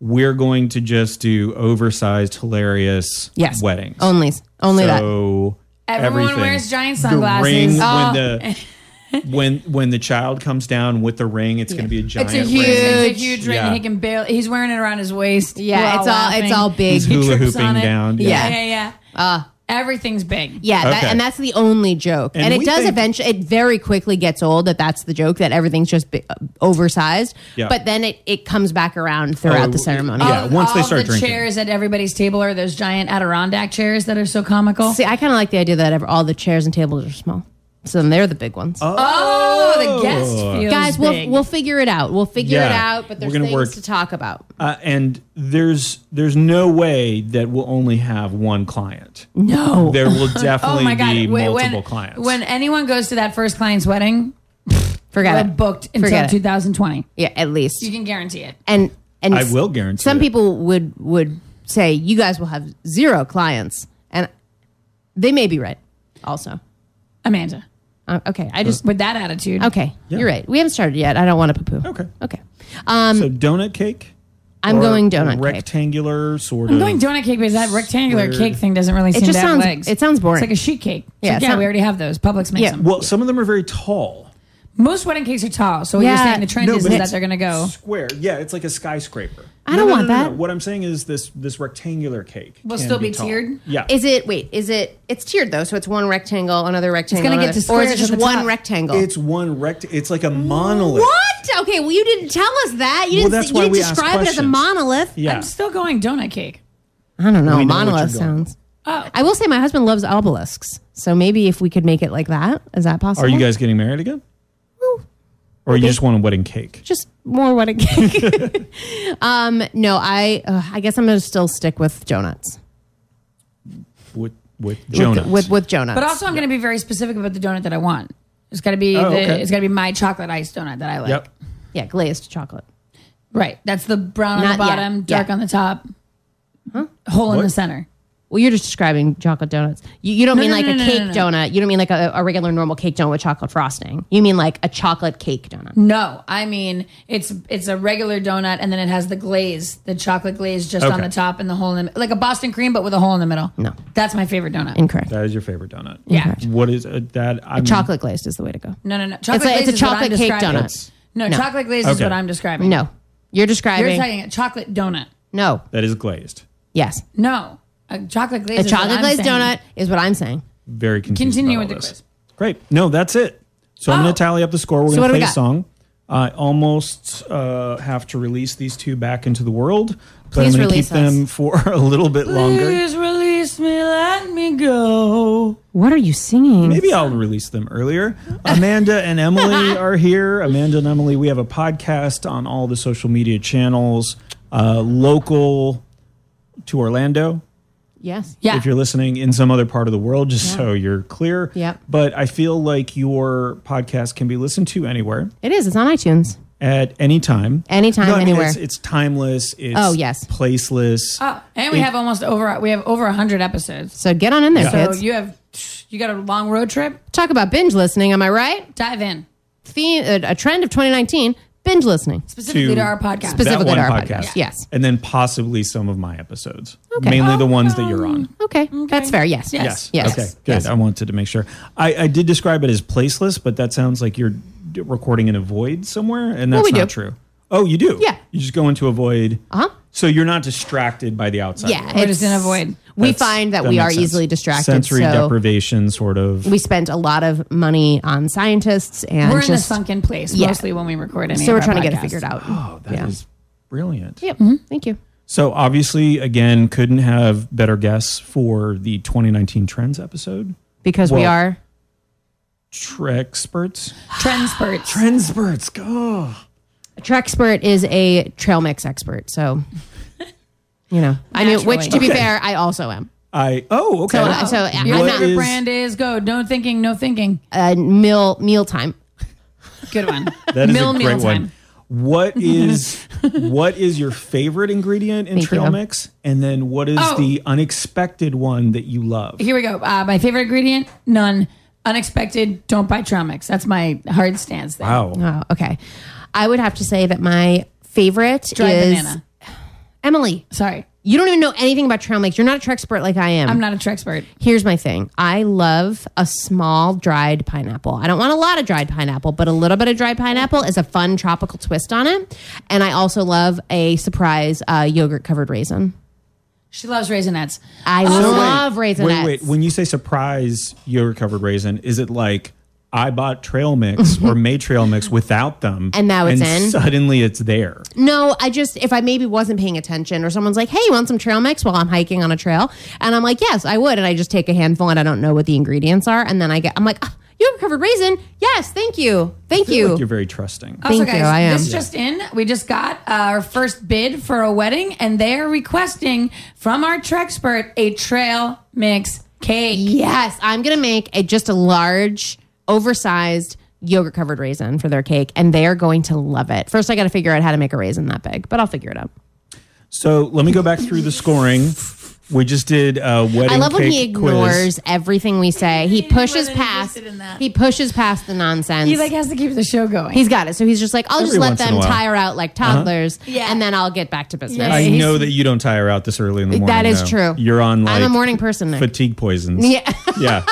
S3: we're going to just do oversized, hilarious
S4: yes,
S3: weddings.
S4: only only that.
S3: so
S5: Everyone
S3: everything.
S5: wears giant
S3: The ring
S5: sunglasses.
S4: Oh.
S3: when the when when the child comes down with the ring, it's going to be a giant
S5: It's a
S3: ring.
S5: huge, it's a huge ring.
S3: Yeah.
S5: He can barely. He's wearing it around his waist.
S4: Yeah,
S5: We're
S4: it's all- it's
S5: laughing.
S4: all big.
S3: He's
S4: He
S3: hula
S5: trips on
S3: hooping
S5: it.
S3: down.
S5: Yeah,
S4: Yeah.
S5: yeah, yeah. Everything's big.
S4: Yeah, that,
S3: Okay.
S4: and that's the only joke.
S3: And
S4: And,
S3: we
S4: it does
S3: think-
S4: eventually, it very quickly gets old that that's the joke, that everything's just bi- uh, oversized.
S3: Yeah.
S4: But then it, it comes back around throughout
S3: Oh,
S4: the ceremony.
S3: yeah. once they
S5: all
S3: start
S5: the
S3: drinking.
S5: chairs at everybody's table are those giant Adirondack chairs that are so comical.
S4: See, I kind of like the idea that ev- all the chairs and tables are small. So then they're the big ones.
S5: oh, the guest feels
S4: Guys,
S5: big.
S4: we'll, we'll figure it out. We'll figure it
S3: Yeah.
S4: out, but
S3: We're
S4: there's
S3: gonna
S4: things
S3: work-
S4: to talk about.
S3: Uh, and there's there's no way that we'll only have one client.
S4: No.
S3: There will
S5: oh
S3: definitely
S5: my god,
S3: be
S5: Wait,
S3: multiple
S5: when,
S3: clients.
S5: When anyone goes to that first client's wedding,
S4: Forget
S5: they're
S4: it.
S5: booked until
S4: Forget it.
S5: 2020.
S4: Yeah, at least.
S5: You can guarantee it.
S4: and and
S3: I will guarantee
S4: some
S3: it.
S4: people would would say you guys will have zero clients and they may be right also
S5: Amanda,
S4: uh, okay i just
S5: with that attitude,
S4: okay you're right we haven't started yet i don't want to poo-poo
S3: Okay.
S4: okay um
S3: so donut cake.
S4: i'm
S3: or
S4: going donut cake
S3: Rectangular sort of.
S5: I'm going donut cake because that rectangular
S3: Squared.
S5: cake thing doesn't really seem
S4: just
S5: to have
S4: sounds-
S5: legs.
S4: it sounds boring.
S5: It's like a sheet cake. It's
S4: Yeah,
S5: like,
S4: it's
S5: yeah,
S4: not-
S5: we already have those. Publix makes
S4: Yeah.
S5: them.
S3: Well, some of them are very tall.
S5: Most wedding cakes are tall, so what you're
S4: Yeah.
S5: saying the trend
S3: No,
S5: is,
S3: but
S5: is that
S3: it's-
S5: they're going to go.
S3: Square. Yeah, it's like a skyscraper.
S4: I don't want that.
S3: What I'm saying is this this rectangular cake
S5: Will
S3: can
S5: still be
S3: tall.
S5: tiered?
S3: Yeah.
S4: is it wait is it it's tiered though so it's one rectangle another rectangle
S5: gonna get
S4: another-
S5: to
S4: or is it
S5: squares
S4: just
S5: at the
S4: one
S5: top.
S4: rectangle
S3: it's one rect. It's like a monolith.
S4: what okay well you didn't tell us that you
S3: Well,
S4: didn't,
S3: that's
S4: you
S3: why
S4: didn't
S3: we ask
S4: describe it as a
S3: questions.
S4: monolith
S3: Yeah.
S5: I'm still going donut cake.
S4: i don't know
S3: We know what
S4: monolith
S3: you're going.
S4: sounds
S5: Oh.
S4: i will say my husband loves obelisks so maybe if we could make it like that is that possible
S3: Are you guys getting married again? Or you just want a wedding cake?
S4: just more wedding cake. um, no, I uh, I guess I'm gonna still stick with donuts.
S3: With with
S4: With-
S3: Jonah.
S4: with with donuts.
S5: But also, I'm going to be very specific about the donut that I want. It's got to be
S3: Oh,
S5: the,
S3: okay.
S5: it's got to be my chocolate ice donut that I like.
S3: Yep.
S4: yeah, glazed chocolate.
S5: Right. That's the brown on the
S4: Not yet.
S5: bottom, dark
S4: Yeah.
S5: on the top, hole in the center.
S4: Well, you're just describing chocolate donuts. You, you don't mean
S5: no,
S4: like
S5: no,
S4: a
S5: no, no,
S4: cake
S5: no, no.
S4: donut. You don't mean like a, a regular normal cake donut with chocolate frosting. You mean like a chocolate cake donut.
S5: No, I mean it's it's a regular donut, and then it has the glaze, the chocolate glaze just on
S3: Okay.
S5: the top and the hole in the like a Boston cream, but with a hole in the middle.
S4: No.
S5: that's my favorite donut.
S4: Incorrect.
S3: That is your favorite donut.
S5: yeah,
S3: What is uh, that? I'm,
S4: Chocolate glazed is the way to go.
S5: no, no, no. Chocolate
S4: like-
S5: glaze
S4: it's a
S5: is what I'm
S4: chocolate cake
S5: describing.
S4: donut.
S3: That's-
S5: No,
S4: No.
S5: chocolate glaze is
S3: Okay.
S5: what I'm describing.
S4: No, you're describing.
S5: you're talking a chocolate donut.
S4: no.
S3: That is glazed.
S4: Yes,
S5: No, a chocolate glaze.
S4: a
S5: is what
S4: chocolate
S5: I'm
S4: glazed
S5: saying.
S4: donut is what I'm saying.
S3: Very confused.
S5: Continue
S3: about
S5: with
S3: all
S5: the
S3: this. Great. No, that's it. So I'm
S5: Oh.
S3: going to tally up the score. We're
S4: So
S3: going
S4: what
S3: to
S4: do we
S3: play a
S4: got?
S3: song. I almost uh, have to release these two back into the world, but
S4: Please
S3: I'm going to
S4: release
S3: keep them for a little bit longer.
S5: release me, let me go.
S4: What are you singing?
S3: Maybe I'll release them earlier. Amanda and Emily are here. Amanda and Emily, we have a podcast on all the social media channels, uh, local to Orlando.
S4: Yes.
S5: Yeah.
S3: if you're listening in some other part of the world, just so you're clear.
S4: Yep.
S3: But I feel like your podcast can be listened to anywhere
S4: It is. It's on iTunes.
S3: at any time.
S4: Anytime,
S3: I mean,
S4: anywhere.
S3: It's, it's timeless. It's
S4: Oh, yes. Uh,
S3: placeless.
S5: Oh, and we have almost over we have over 100 episodes.
S4: So get on in there,
S5: So
S4: kids.
S5: you have you got a long road trip?
S4: Talk about binge listening. Am I right?
S5: Dive in.
S4: Theme, uh, a, a trend of 2019: binge listening.
S5: Specifically to, our podcast.
S3: that
S4: specifically
S3: one
S4: to our podcast, yes.
S3: And then possibly some of my episodes, mainly the ones that you're on.
S4: Okay, that's fair. Yes.
S3: Yes.
S4: Oh, Yes.
S3: Okay. Good. I wanted to make sure. I, I did describe it as placeless, but that sounds like you're d- recording in a void somewhere, and that's
S4: we
S3: not
S4: do.
S3: true. Oh, you do.
S4: Yeah.
S3: You just go into a void.
S4: Uh-huh.
S3: So you're not distracted by the outside.
S4: Yeah.
S3: world.
S5: We're just in a void.
S4: We
S3: That's-
S4: find that, we
S3: makes
S4: are
S3: sense.
S4: easily distracted.
S3: Sensory
S4: so
S3: deprivation, sort of.
S4: we spent a lot of money on scientists and
S5: We're in a
S4: just
S5: sunken place
S4: Yeah.
S5: mostly when we record any
S4: so
S5: of
S4: we're
S5: our
S4: trying to get it
S5: podcasts.
S4: figured out.
S3: oh, that is brilliant.
S4: Yep.
S5: Mm-hmm.
S4: Thank you.
S3: So obviously, again, couldn't have better guests for the 2019 trends episode.
S4: Because we
S3: Well-
S4: are
S3: Trexperts.
S5: Trend spurts.
S3: Trendspurts. Go.
S4: a Trexpert is a trail mix expert. So you know, I mean, which to be fair, I also am.
S3: I. Oh, okay.
S4: So, uh, so I-
S5: Your
S4: I'm
S3: What
S4: not
S5: favorite
S3: is-
S5: brand is go. No thinking, no thinking.
S4: uh, meal mealtime.
S5: Good one.
S3: That is
S5: Mill
S3: a
S5: meal
S3: great one.
S5: time.
S3: What is what is your favorite ingredient in
S4: Thank
S3: trail
S4: you.
S3: mix? And then what is
S5: Oh.
S3: the unexpected one that you love?
S5: Here we go. Uh, my favorite ingredient, none. Unexpected, don't buy Tromix. That's my hard stance there.
S3: Wow.
S4: Oh, okay. I would have to say that my favorite
S5: Dry
S4: is
S5: banana.
S4: Emily.
S5: Sorry.
S4: You don't even know anything about trail mix. You're not a trexpert like I am.
S5: I'm not a Trexpert.
S4: Here's my thing. I love a small dried pineapple. I don't want a lot of dried pineapple, but a little bit of dried pineapple is a fun tropical twist on it. And I also love a surprise uh, yogurt covered raisin.
S5: She loves raisinets.
S4: I
S3: So wait,
S4: Oh, love raisinettes.
S3: Oh, Wait, wait. When you say surprise yogurt covered raisin, is it like I bought trail mix or made trail mix without them,
S4: And now it's in?
S3: Suddenly it's there.
S4: No, I just if I maybe wasn't paying attention or someone's like, "Hey, you want some trail mix?" while I'm hiking on a trail, and I'm like, "Yes, I would," and I just take a handful and I don't know what the ingredients are, and then I get, I'm like, oh, "You have covered raisin?" Yes, thank you,
S3: I
S4: thank
S3: feel
S4: you.
S3: like you're very trusting.
S5: Also,
S4: Thank
S5: guys,
S4: you, I am.
S5: this just in. We just got our first bid for a wedding, and they are requesting from our Trexpert a trail mix cake.
S4: yes, I'm gonna make a just a large, oversized yogurt covered raisin for their cake, and they are going to love it. First, I got to figure out how to make a raisin that big, but I'll figure it out.
S3: So let me go back through the scoring. We just did a wedding.
S4: I love when he
S3: cake quiz.
S4: ignores everything we say. He pushes
S5: wasn't
S4: past.
S5: interested in that.
S4: He pushes past the nonsense.
S5: He like has to keep the show going.
S4: He's got it. So he's just like, I'll
S3: Every
S4: just let
S3: once in a
S4: them
S3: while. Uh-huh.
S4: tire out like toddlers,
S5: Yeah.
S4: and then I'll get back to business.
S5: Yeah.
S3: I
S5: He's-
S3: know that you don't tire out this early in the morning.
S4: That is
S3: though.
S4: true.
S3: You're on like
S4: I'm a morning person, Nick.
S3: fatigue poisons.
S4: Yeah.
S3: yeah.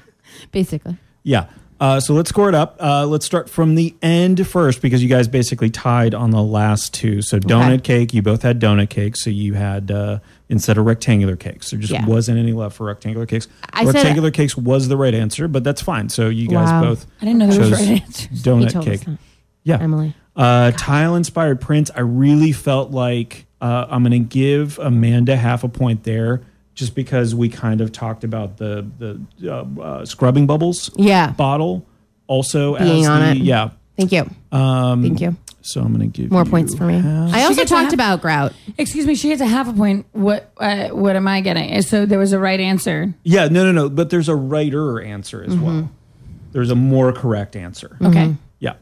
S4: Basically,
S3: Yeah. Uh, so let's score it up. Uh, let's start from the end first because you guys basically tied on the last two. So donut cake, you both had donut cake. So you had uh, instead of rectangular cakes. There just
S4: Yeah.
S3: wasn't any left for rectangular cakes.
S4: I said-
S3: rectangular cakes was the right answer, but that's fine. So you guys
S4: Wow.
S3: both
S5: I didn't know there was
S3: chose
S5: right answers.
S4: he
S3: donut
S4: told
S3: cake.
S4: us that.
S3: Yeah.
S4: Emily.
S3: Uh, tile inspired prints. I really felt like uh, I'm going to give Amanda half a point there just because we kind of talked about the the uh, uh, scrubbing bubbles
S4: Yeah.
S3: bottle also
S4: Being
S3: as
S4: on
S3: the,
S4: it.
S3: yeah.
S4: Thank you.
S3: Um,
S4: Thank you.
S3: So I'm going to give
S4: More
S3: you
S4: points for me.
S3: half.
S4: I also
S5: gets a
S4: talked
S5: half-
S4: about grout.
S5: Excuse me, she gets a half a point. What uh, what am I getting? So there was a right answer.
S3: Yeah, no, no, no. But there's a righter answer as
S4: Mm-hmm.
S3: well. There's a more correct answer.
S5: Okay.
S3: Yeah.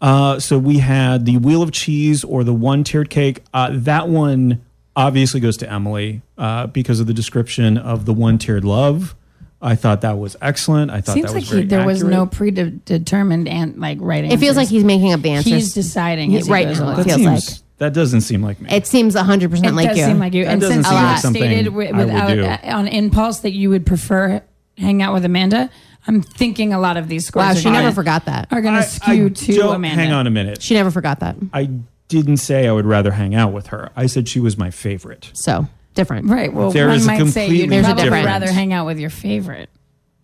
S3: Uh, so we had the wheel of cheese or the one tiered cake. Uh, that one obviously goes to Emily uh, because of the description of the one tiered love. I thought that was excellent. I thought
S5: Seems
S3: that
S5: like
S3: was
S5: he,
S3: very
S5: there was no
S3: accurate.
S5: predetermined and like right answer.
S4: It feels like he's making up the answers.
S5: he's deciding as he
S4: Right
S5: goes
S4: now, it
S5: along.
S3: That
S4: feels
S3: seems
S4: like.
S3: that doesn't seem like me.
S4: it seems 100 percent
S5: It
S4: like
S5: does
S4: you.
S5: seem like you.
S3: That
S5: and
S3: doesn't
S5: since
S3: seem
S5: you
S3: like
S5: have
S3: something
S5: stated wi-
S3: I would
S5: without
S3: do.
S5: uh, on impulse that you would prefer hang out with Amanda, I'm thinking a lot of these scores.
S4: Wow,
S5: are
S4: she never
S5: gonna-
S4: forgot that.
S5: Are going
S3: I-
S5: to skew
S3: I
S5: to
S3: don't-
S5: Amanda.
S3: Hang on a minute.
S4: She never forgot that.
S3: I didn't say I would rather hang out with her. I said she was my favorite.
S4: So different.
S5: Right. Well,
S3: There
S5: one
S3: is a
S5: might say you'd
S3: completely
S5: probably
S4: different-
S5: rather hang out with your favorite.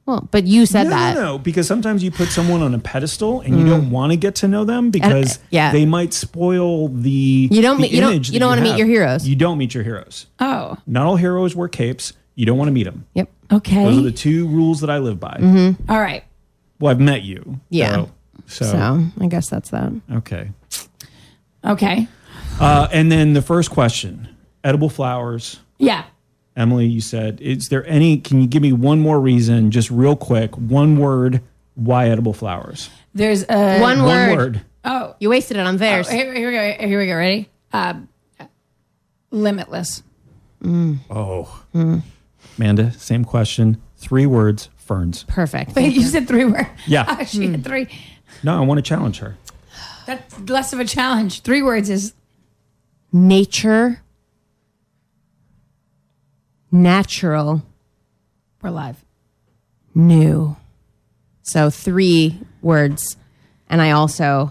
S4: Well, but you said
S3: No,
S4: that. Mm.
S3: no, no, because sometimes you put someone on a pedestal and you don't want to get to know them because
S4: yeah.
S3: they might spoil the
S4: You don't
S3: the
S4: meet- you don't-
S3: image
S4: you
S3: that
S4: don't wanna meet
S3: have.
S4: your heroes.
S3: You don't meet your heroes.
S5: Oh,
S3: Not all heroes wear capes. You don't want to meet them.
S4: Yep.
S5: okay.
S3: Those are the two rules that I live by.
S5: All right.
S3: Well, I've met you.
S4: Mm-hmm. Yeah.
S3: So, so.
S4: So I guess that's that.
S3: okay.
S5: Okay.
S3: Uh, and then the first question: edible flowers.
S5: Yeah.
S3: Emily, you said, is there any? Can you give me one more reason, just real quick, one word, why edible flowers?
S5: There's a.
S4: One, word.
S3: One word.
S5: Oh,
S4: You wasted it on theirs.
S5: here, here we go. Here we go. Ready? Um, limitless.
S3: Oh.
S4: Hmm.
S3: Amanda, same question. Three words, ferns.
S4: Perfect.
S5: Wait, you said three words.
S3: Yeah.
S5: Oh, she
S4: Hmm.
S5: had three.
S3: No, I want to challenge her.
S5: That's less of a challenge. Three words is
S4: Nature. Natural.
S5: we're live.
S4: New. So three words, and I also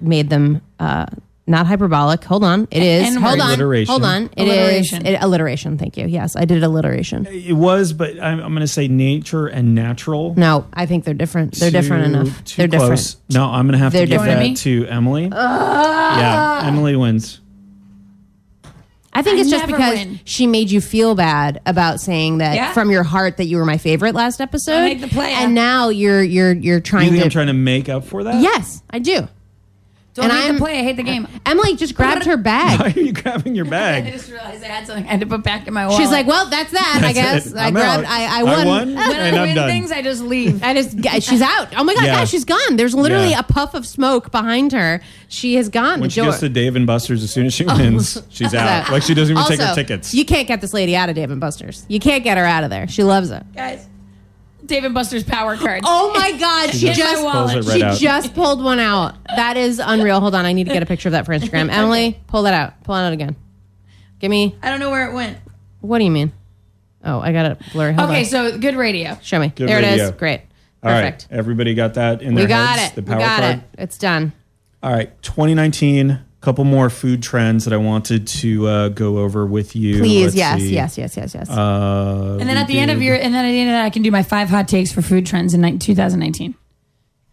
S4: made them uh, not hyperbolic. Hold on, it is.
S5: and
S4: hold on,
S3: Alliteration.
S4: hold on. It is
S5: Alliteration.
S4: it- alliteration. Thank you. Yes, I did alliteration.
S3: It was, but I'm, I'm going to say nature and natural.
S4: No, I think they're different. Hmm. They're different
S3: Too-
S4: enough.
S3: Too
S4: They're
S3: close.
S4: different.
S3: No, I'm going to have
S4: They're Ah.
S3: to give
S5: different.
S3: that to Emily. yeah, Emily wins.
S4: I think
S5: I
S4: it's just
S5: never
S4: because
S5: win.
S4: she made you feel bad about saying that
S5: Yeah.
S4: from your heart that you were my favorite last episode.
S5: I make the player.
S4: and now you're you're you're
S3: You
S4: trying
S3: think
S4: to.
S3: I'm trying to make up for that?
S4: yes, I do.
S5: Don't
S4: And
S5: hate
S4: I'm-
S5: the play. I hate the game.
S4: Emily just grabbed her bag.
S3: Why are you grabbing your
S5: I
S3: bag?
S5: just realized I had something I had to put back in my wallet.
S4: She's like, well, that's that. I
S3: That's
S4: guess
S3: it.
S4: I
S3: I'm
S4: grabbed.
S3: out.
S4: I, I
S3: I
S4: won.
S3: won,
S5: when
S3: and
S5: I
S3: I'm
S5: win
S3: done.
S5: things, I just leave.
S4: I just g- she's out. Oh my god,
S3: Yeah.
S4: yeah, she's gone. There's literally
S3: Yeah.
S4: a puff of smoke behind her. She has gone.
S3: When
S4: the
S3: she
S4: door.
S3: goes to Dave and Buster's, as soon as she wins, she's out. Like she doesn't even take her
S4: Oh. Also,
S3: tickets.
S4: You can't get this lady out of Dave and Buster's. You can't get her out of there. She loves it.
S5: Guys, Dave and Buster's power cards.
S4: Oh my god, she
S5: just
S4: just
S5: pulls
S3: it right
S4: she
S3: out.
S4: just pulled one out. That is unreal. Hold on, I need to get a picture of that for Instagram. Emily, pull that out. Pull it out again. Give me.
S5: I don't know where it went.
S4: What do you mean? Oh, I got it blurry. Hold
S5: Okay,
S4: on.
S5: so good radio.
S4: show me.
S3: Good
S4: there it
S3: radio.
S4: is. Great.
S3: All right,
S4: Perfect.
S3: everybody got that in their
S4: We got
S3: heads.
S4: it.
S3: The
S4: We
S3: power
S4: got
S3: card.
S4: it. It's done.
S3: All right, 2019. Couple more food trends that I wanted to uh, go over with you.
S4: Please,
S3: Let's
S4: yes,
S3: see.
S4: yes, yes, yes, yes.
S3: Uh,
S5: And then
S3: we
S5: at the end of
S3: did
S5: your, and then at the end of that, I can do my five hot takes for food trends in 19- 2019.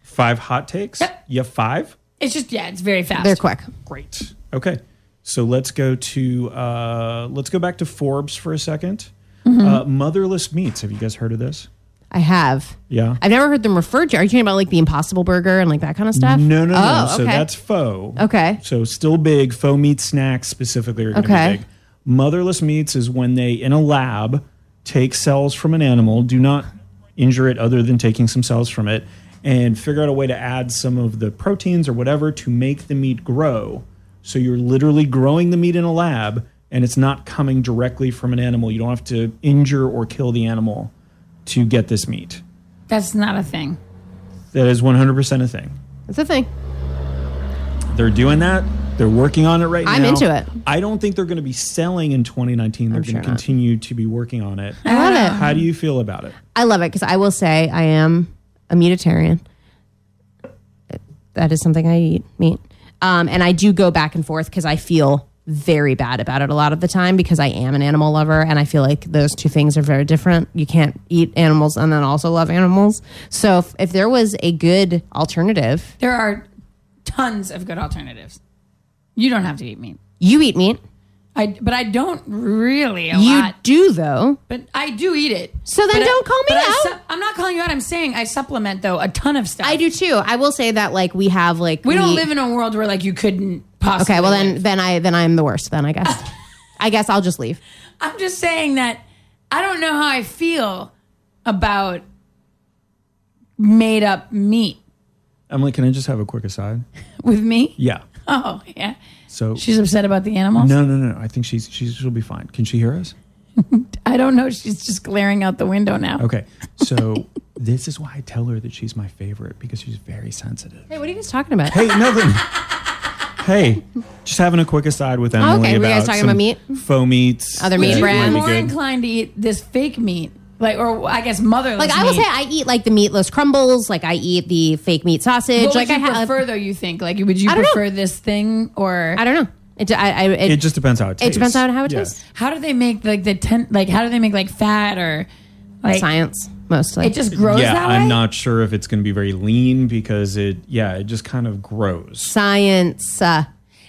S3: five hot takes.
S5: Yep.
S3: You have five.
S5: It's just yeah, it's very fast.
S4: They're quick.
S3: Great. Okay. So let's go to uh, let's go back to Forbes for a 2nd
S4: Mm-hmm.
S3: Uh, motherless meats. Have you guys heard of this?
S4: I have.
S3: Yeah.
S4: I've never heard them referred to. Are you talking about like the Impossible Burger and like that kind of stuff?
S3: No, no,
S4: oh,
S3: no.
S4: Okay.
S3: So that's faux.
S4: Okay.
S3: So still big. Faux meat snacks specifically are going to
S4: Okay.
S3: be big. Motherless meats is when they, in a lab, take cells from an animal, do not injure it other than taking some cells from it, and figure out a way to add some of the proteins or whatever to make the meat grow. So you're literally growing the meat in a lab and it's not coming directly from an animal. You don't have to injure or kill the animal to get this meat.
S5: That's not a thing.
S3: That is 100% a thing.
S4: That's a thing.
S3: They're doing that. They're working on it right
S4: I'm
S3: now.
S4: into it.
S3: I don't think they're going to be selling in 2019. They're
S4: sure
S3: going
S4: not.
S3: to continue to be working on it.
S4: I love it.
S3: How do you feel about it?
S4: I love it because I will say I am a meatitarian. That is something I eat meat, um, and I do go back and forth because I feel very bad about it a lot of the time because I am an animal lover and I feel like those two things are very different. You can't eat animals and then also love animals. So if, if there was a good alternative,
S5: There are tons of good alternatives. You don't have to eat meat.
S4: you eat meat.
S5: I but I don't really a
S4: You
S5: lot.
S4: do though.
S5: But I do eat it.
S4: So then
S5: But I-
S4: don't call me
S5: but I
S4: out.
S5: su- I'm not calling you out. I'm saying I supplement though a ton of stuff.
S4: I do too. I will say that like we have like
S5: We don't live in a world where like you couldn't possibly.
S4: Okay, well
S5: live.
S4: then then I then I'm the worst then I guess. I guess I'll just leave.
S5: I'm just saying that I don't know how I feel about made up meat
S3: Emily, can I just have a quick aside?
S5: with me.
S3: Yeah.
S5: Oh yeah,
S3: So
S5: she's upset about the animals.
S3: no, no, no. I think she's, she's she'll be fine. Can she hear us?
S5: I don't know. She's just glaring out the window now.
S3: Okay. So this is why I tell her that she's my favorite because she's very sensitive.
S4: Hey, what are you guys talking about?
S3: Hey, nothing. hey, just having a quick aside with Emily
S4: okay.
S3: about
S4: Were you guys talking
S3: some
S4: about meat?
S3: faux meats,
S4: Other
S3: that
S5: Would
S4: meat
S5: you
S3: might
S5: be
S4: brands?
S3: be
S5: more
S3: good.
S5: inclined to eat this fake meat, like or I guess motherless?
S4: Like I will
S5: meat?
S4: say, I eat like the meatless crumbles. Like I eat the fake meat sausage.
S5: What
S4: like
S5: would you
S4: I have.
S5: prefer though? You think like would you
S4: I don't know.
S5: prefer this thing or
S4: I don't know. It. I. I it,
S3: It just depends how it
S4: it
S3: tastes.
S4: depends on how it
S3: Yeah.
S4: tastes.
S5: how do they make like the ten like how do they make like fat or like
S4: Science. mostly.
S5: It just grows
S3: yeah,
S5: that way.
S3: I'm not sure if it's going to be very lean because it, yeah, it just kind of grows.
S4: science. Uh,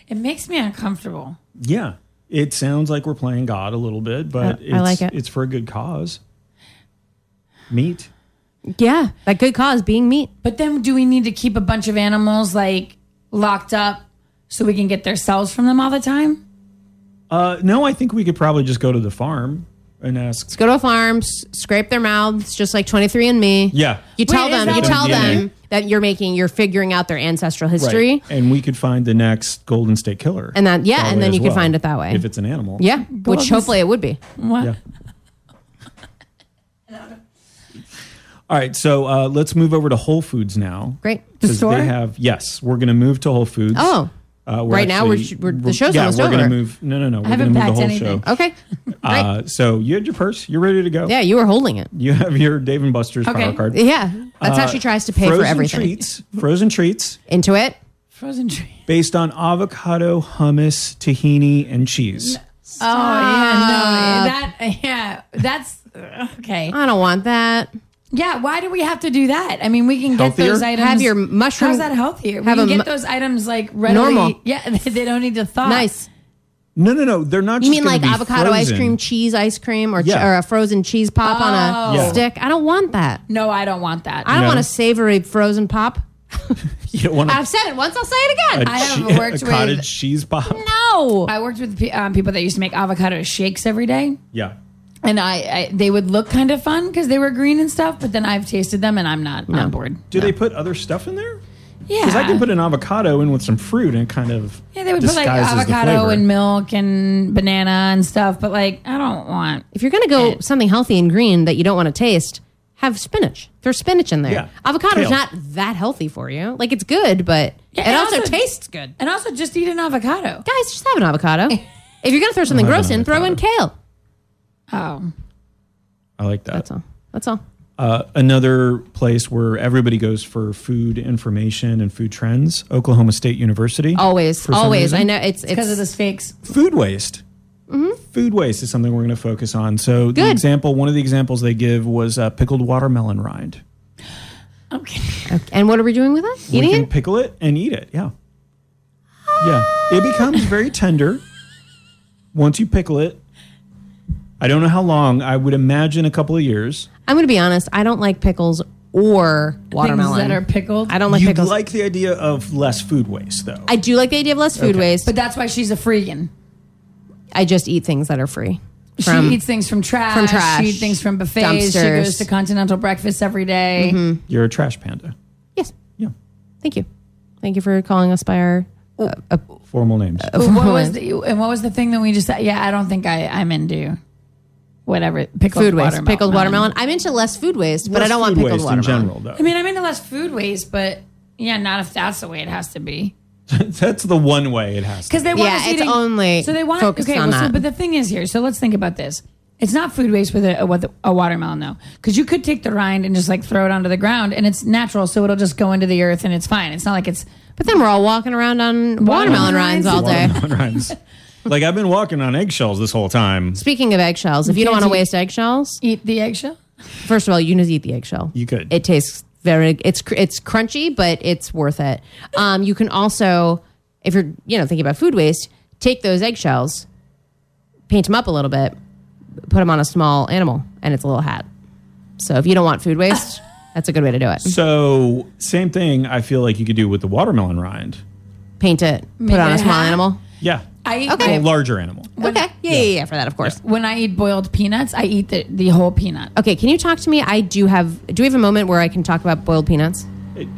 S5: it makes me uncomfortable.
S3: Yeah, it sounds like we're playing God a little bit,
S4: I- I
S3: but it's,
S4: like it.
S3: it's for a good cause. Meat.
S4: yeah, that good cause being meat.
S5: But then, do we need to keep a bunch of animals like locked up so we can get their cells from them all the time?
S3: Uh, no, I think we could probably just go to the farm and ask.
S4: Go to a farm, s- scrape their mouths, just like 23andMe.
S3: Yeah.
S4: You tell
S5: Wait, is
S4: them,
S5: that
S4: you
S5: what-
S4: tell
S3: DNA?
S4: them that you're making, you're figuring out their ancestral history.
S3: Right. And we could find the next Golden State Killer.
S4: And that- yeah,
S3: that
S4: and
S3: way
S4: then
S3: as
S4: you could find it that way.
S3: If it's an animal.
S4: Yeah, which hopefully it would be.
S5: What?
S3: Yeah. All right, so uh, let's move over to Whole Foods now.
S4: Great.
S5: The
S3: 'Cause
S5: store?
S3: They have yes. We're going to move to Whole Foods.
S4: Oh.
S3: Uh,
S4: Right now, we're sh- we're- the show's
S3: yeah,
S4: almost
S3: we're gonna
S4: over.
S3: move. No, no, no. We're
S5: haven't
S3: gonna move the
S5: packed
S3: whole
S5: anything.
S3: show.
S4: Okay. Right.
S3: Uh, so you had your purse. You're ready to go.
S4: yeah, you were holding it.
S3: You have your Dave and Buster's
S5: Okay.
S3: power card.
S4: Yeah. That's how
S3: Uh,
S4: she tries to pay
S3: frozen
S4: for everything.
S3: Treats, frozen treats
S4: Into it.
S5: Frozen tree.
S3: based on avocado, hummus, tahini, and cheese.
S5: Oh yeah, no, that yeah, that's okay.
S4: I don't want that.
S5: Yeah, why do we have to do that? I mean, we can
S3: Healthier?
S5: get those items.
S4: Have your mushroom-
S5: How's that healthier?
S4: have
S5: we can get
S4: a mu-
S5: those items like readily.
S4: Normal.
S5: Yeah, they don't need to thaw.
S4: Nice.
S3: No, no, no. They're not.
S4: You
S3: just
S4: mean
S3: gonna
S4: like
S3: be
S4: avocado ice
S3: frozen.
S4: cream, cheese ice cream, or, ch-
S3: Yeah. Oh.
S4: or a frozen cheese pop on a
S3: Yeah.
S4: stick? I don't want that.
S5: No, I don't want that.
S4: I don't
S3: No.
S4: want a savory frozen pop.
S3: You don't want
S4: I've said it once, I'll say it again.
S5: I have
S3: che-
S5: worked
S3: a cottage
S5: with-
S3: cheese pop.
S4: no.
S5: I worked with pe- um, people that used to make avocado shakes every day,
S3: Yeah.
S5: and I, I they would look kind of fun because they were green and stuff. But then I've tasted them, and I'm not on board.
S3: Do they put other stuff in there?
S5: Yeah,
S3: Because I can put an avocado in with some fruit and it kind of
S5: yeah, they would put like
S3: disguises the
S5: avocado
S3: flavor.
S5: and milk and banana and stuff. But like, I don't want.
S4: If you're going to go something healthy and green that you don't want to taste, have spinach. There's spinach in there.
S3: Yeah.
S4: Avocado's
S3: Kale.
S4: not that healthy for you. Like it's good, but
S5: Yeah,
S4: it
S5: and
S4: also,
S5: also-
S4: tastes good.
S5: And also, just eat an avocado.
S4: Guys, just have an avocado. if you're going to throw something
S3: I'll have
S4: gross
S3: an
S4: in, throw in kale.
S5: Oh,
S3: I like that.
S4: That's all. That's all.
S3: Uh, another place where everybody goes for food information and food trends, Oklahoma State University.
S4: Always,
S3: For some
S4: always.
S3: reason.
S4: I know it's it's
S5: because of the fakes.
S3: Food waste.
S5: Mm-hmm.
S3: Food waste is something we're going to focus on. So the
S4: Good.
S3: example, one of the examples they give was uh, pickled watermelon rind.
S5: Okay.
S4: And what are we doing with it?
S3: We
S4: Eating
S3: can
S4: it?
S3: pickle it and eat it. Yeah. Yeah. It becomes very tender once you pickle it. I don't know how long. I would imagine a couple of years.
S4: I'm going to be honest. I don't like pickles or watermelon.
S5: Things that are pickled.
S4: I don't like
S3: you
S4: pickles.
S3: like the idea of less food waste, though.
S4: I do like the idea of less food waste.
S5: But
S4: But
S5: that's why she's a freegan.
S4: I just eat things that are free.
S5: she eats things from trash.
S4: from trash,
S5: She eats things from buffets. She
S4: dumpsters.
S5: goes to continental breakfast every day.
S3: You're a trash panda.
S4: Yes.
S3: Yeah.
S4: Thank you. Thank you for calling us by our. Uh, uh,
S3: Formal names.
S5: But What was the, and what was the thing that we just said? Yeah, I don't think I, I'm into whatever pickled
S4: food waste,
S5: watermelon.
S4: pickled watermelon. I'm into less food waste, but I
S3: Less
S4: don't want
S3: food
S4: pickled
S3: waste
S4: watermelon.
S3: in general, though.
S5: I mean, I'm into less food waste, but yeah, not if that's the way it has to be.
S3: That's the one way it has to.
S5: Because
S3: be.
S5: they want
S4: Yeah,
S5: us
S4: it's
S5: eating,
S4: only
S5: so they want
S4: focused
S5: okay.
S4: on
S5: well, so,
S4: that.
S5: but the thing is here. So let's think about this. It's not food waste with a, with a watermelon though, because you could take the rind and just like throw it onto the ground, and it's natural, so it'll just go into the earth and it's fine. It's not like it's
S4: But then we're all walking around on watermelon
S5: rinds.
S4: rinds all day.
S3: Watermelon rinds. like I've been walking on eggshells this whole time.
S4: Speaking of eggshells, if you don't
S5: Can't
S4: want to
S5: eat-
S4: waste eggshells,
S5: eat the eggshell.
S4: first of all, you can just eat the eggshell.
S3: You could.
S4: It tastes very. It's cr- it's crunchy, but it's worth it. Um, you can also, if you're you know thinking about food waste, take those eggshells, paint them up a little bit, put them on a small animal, and it's a little hat. So if you don't want food waste, that's a good way to do it.
S3: So same thing. I feel like you could do with the watermelon rind.
S4: Paint it, put
S5: Make
S4: it
S5: it
S4: on a
S5: a
S4: small
S5: hat.
S4: animal.
S3: Yeah.
S5: I eat
S4: Okay.
S3: A larger animal.
S4: Okay, yeah, yeah, yeah, for that of course.
S5: when I eat boiled peanuts, I eat the, the whole peanut.
S4: Okay, can you talk to me? I do have. Do we have a moment where I can talk about boiled peanuts?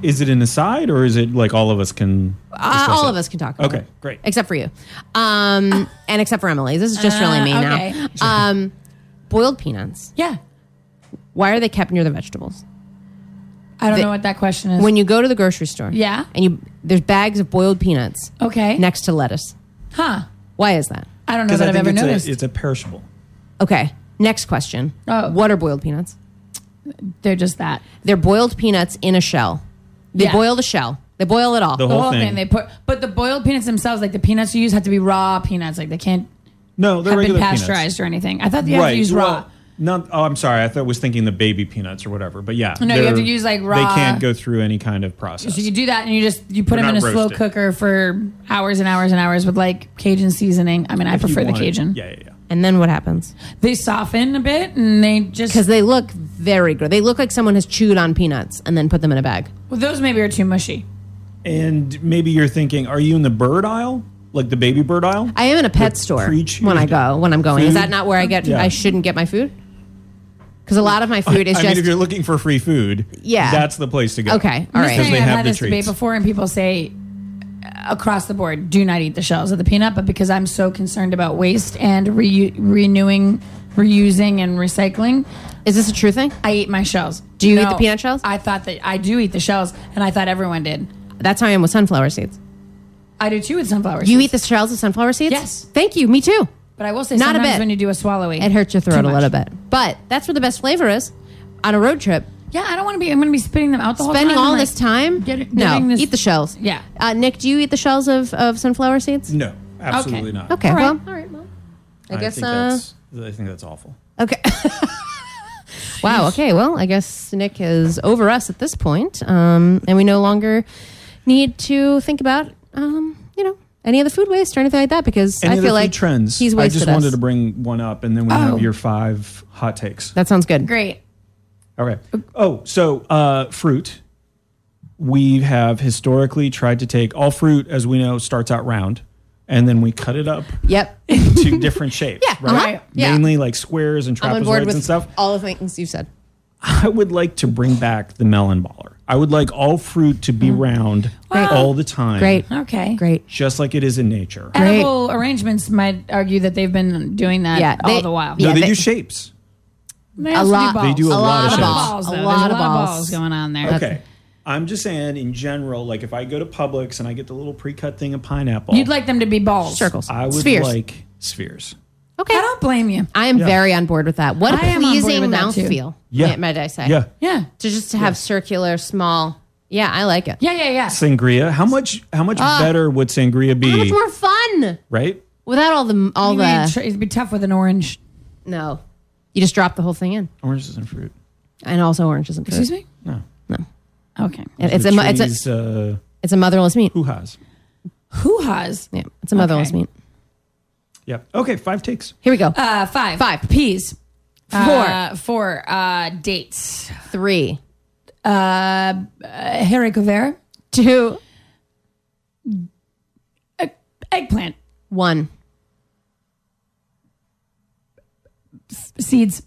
S3: Is it an aside or is it like all of us can?
S4: Uh,
S3: discuss
S4: all
S3: it?
S4: of us can talk. About
S3: Okay,
S4: it.
S3: great.
S4: except for you, um, and except for Emily. This is just really me
S5: Uh, okay.
S4: now. Um, boiled peanuts.
S5: Yeah,
S4: Why are they kept near the vegetables?
S5: I don't know what that question is.
S4: When you go to the grocery store,
S5: Yeah.
S4: and you there's bags of boiled peanuts
S5: okay,
S4: next to lettuce.
S5: huh?
S4: Why is that?
S5: I don't know
S3: Because
S5: that
S3: I
S5: I've
S3: think
S5: ever
S3: it's
S5: noticed.
S3: a, it's a perishable.
S4: Okay. Next question.
S5: Oh.
S4: What are boiled peanuts?
S5: They're just that
S4: They're boiled peanuts in a shell. They
S5: Yeah.
S4: boil the shell. They boil it all.
S3: The
S5: the
S3: whole,
S5: whole thing. They put, but the boiled peanuts themselves, like the peanuts you use, have to be raw peanuts. Like they can't
S3: no, they're
S5: have been
S3: regular
S5: pasteurized
S3: peanuts.
S5: or anything. I thought you had to use
S3: well,
S5: raw.
S3: Not. Oh, I'm sorry. I thought was thinking the baby peanuts or whatever. But yeah,
S5: No, you have
S3: they're-
S5: to use, like, raw-
S3: They can't go through any kind of process.
S5: So you do that and you just you put
S3: They're
S5: them in a
S3: not
S5: slow
S3: roasted.
S5: cooker for hours and hours and hours with like Cajun seasoning. I mean, I
S3: If you
S5: prefer the
S3: want it.
S5: Cajun.
S3: Yeah, yeah, yeah.
S4: And then what happens?
S5: They soften a bit and they just
S4: Because they look very gross. They look like someone has chewed on peanuts and then put them in a bag.
S5: well, those maybe are too mushy.
S3: And maybe you're thinking, are you in the bird aisle, like the baby bird aisle?
S4: I am in a pet
S3: But
S4: store
S3: pre-chewed
S4: when I go when I'm going. Is
S3: food?
S4: that not where I get?
S3: Yeah.
S4: I shouldn't get my food because a lot of my food is
S3: I
S4: just
S3: mean, if you're looking for free food,
S4: Yeah.
S3: that's the place to go.
S4: okay. All
S5: I'm just
S4: right.
S5: saying
S3: they
S5: I've
S3: have
S5: had
S3: the
S5: this debate
S3: treats.
S5: before and people say uh, across the board, do not eat the shells of the peanut, but because I'm so concerned about waste and reu renewing, reusing and recycling,
S4: Is this a true thing?
S5: I eat my shells.
S4: Do you eat the peanut shells?
S5: I thought that I do eat the shells and I thought everyone did.
S4: That's how I am with sunflower seeds.
S5: I do too with sunflower
S4: You
S5: seeds.
S4: eat the shells of sunflower seeds?
S5: Yes.
S4: Thank you. Me too.
S5: But I will say,
S4: Not a
S5: sometimes
S4: bit.
S5: when you do a swallow eat,
S4: It hurts your throat
S5: Too
S4: a little
S5: much.
S4: bit, but that's where the best flavor is. On a road trip,
S5: Yeah, I don't want to be. I'm going to be spitting them out the
S4: spending all
S5: whole time.
S4: this time.
S5: get-
S4: no,
S5: getting this-
S4: eat the shells.
S5: Yeah.
S4: Uh, Nick, do you eat the shells of, of sunflower seeds?
S3: No, absolutely
S5: Okay.
S3: not.
S4: Okay.
S5: All right.
S4: Well. All right. Well. I
S3: I,
S4: guess.
S3: think
S4: uh,
S3: that's. I think that's awful.
S4: Okay. wow. Okay. Well, I guess Nick is over us at this point, um, and we no longer need to think about, um, you know, any of the food waste or anything like that because
S3: Any
S4: I
S3: other
S4: feel
S3: food
S4: like
S3: trends.
S4: he's
S3: I
S4: wasted
S3: just
S4: us.
S3: wanted to bring one up, and then we
S5: Oh.
S3: have your five hot takes.
S4: that sounds good.
S5: Great.
S3: Okay. Oh, so uh, fruit. We have historically tried to take all fruit, as we know, starts out round, and then we cut it up
S4: Yep.
S3: into different shapes. Yeah,
S4: uh-huh. Yeah.
S3: Mainly like squares and
S4: I'm on board
S3: trapezoids
S4: with
S3: and stuff.
S4: all the things you said.
S3: I would like to bring back the melon baller. I would like all fruit to be round all the time,
S4: Mm. Great.
S5: Okay.
S4: Great.
S3: just like it is in nature.
S4: Great.
S5: Edible arrangements might argue that they've been doing that
S4: Yeah,
S5: all
S4: they-
S5: the while.
S3: No,
S4: yeah,
S3: they,
S4: they-
S3: do shapes.
S5: They also
S4: lot-
S5: Do
S4: They
S5: balls.
S3: do a A lot lot of of shapes.
S4: balls.
S5: though.
S4: A
S5: There's
S4: lot of
S5: of
S4: balls.
S5: going on there.
S3: Okay. I'm just saying, in general, like if I go to Publix and I get the little pre-cut thing of pineapple,
S5: You'd like them to be balls.
S4: Circles.
S3: I would
S4: Spheres.
S3: like spheres.
S4: okay.
S5: I don't blame you.
S4: I am
S3: Yeah.
S4: very on board with that. What a
S5: I am on board
S4: pleasing
S5: with that, too.
S4: mouthfeel.
S3: Yeah.
S4: Might I say?
S3: Yeah.
S5: Yeah.
S4: To just to have circular, small. Yeah, I like it.
S5: Yeah. Yeah. Yeah.
S3: Sangria. How much? How much better would sangria
S4: Ah. How much
S3: be?
S4: more fun
S3: Right.
S4: without all the all
S5: You
S4: the
S5: mean tr- it'd be tough with an orange.
S4: No. You just drop the whole thing in.
S3: Oranges and fruit.
S4: And also oranges and fruit.
S5: Excuse me.
S3: No.
S5: Okay.
S4: It- It's
S3: The
S4: a, mo- it's a
S3: trees, uh,
S4: it's a motherless meat.
S3: who has?
S5: Who has
S4: Yeah, it's a motherless
S5: Okay.
S4: meat.
S3: Yeah. Okay. Five takes.
S4: Here we go.
S5: uh, five?
S4: Five.
S5: peas. Four.
S4: Uh,
S5: four. Uh, dates.
S4: Three,
S5: Uh, Herricovera.
S4: two,
S5: E- eggplant.
S4: one.
S5: Seeds.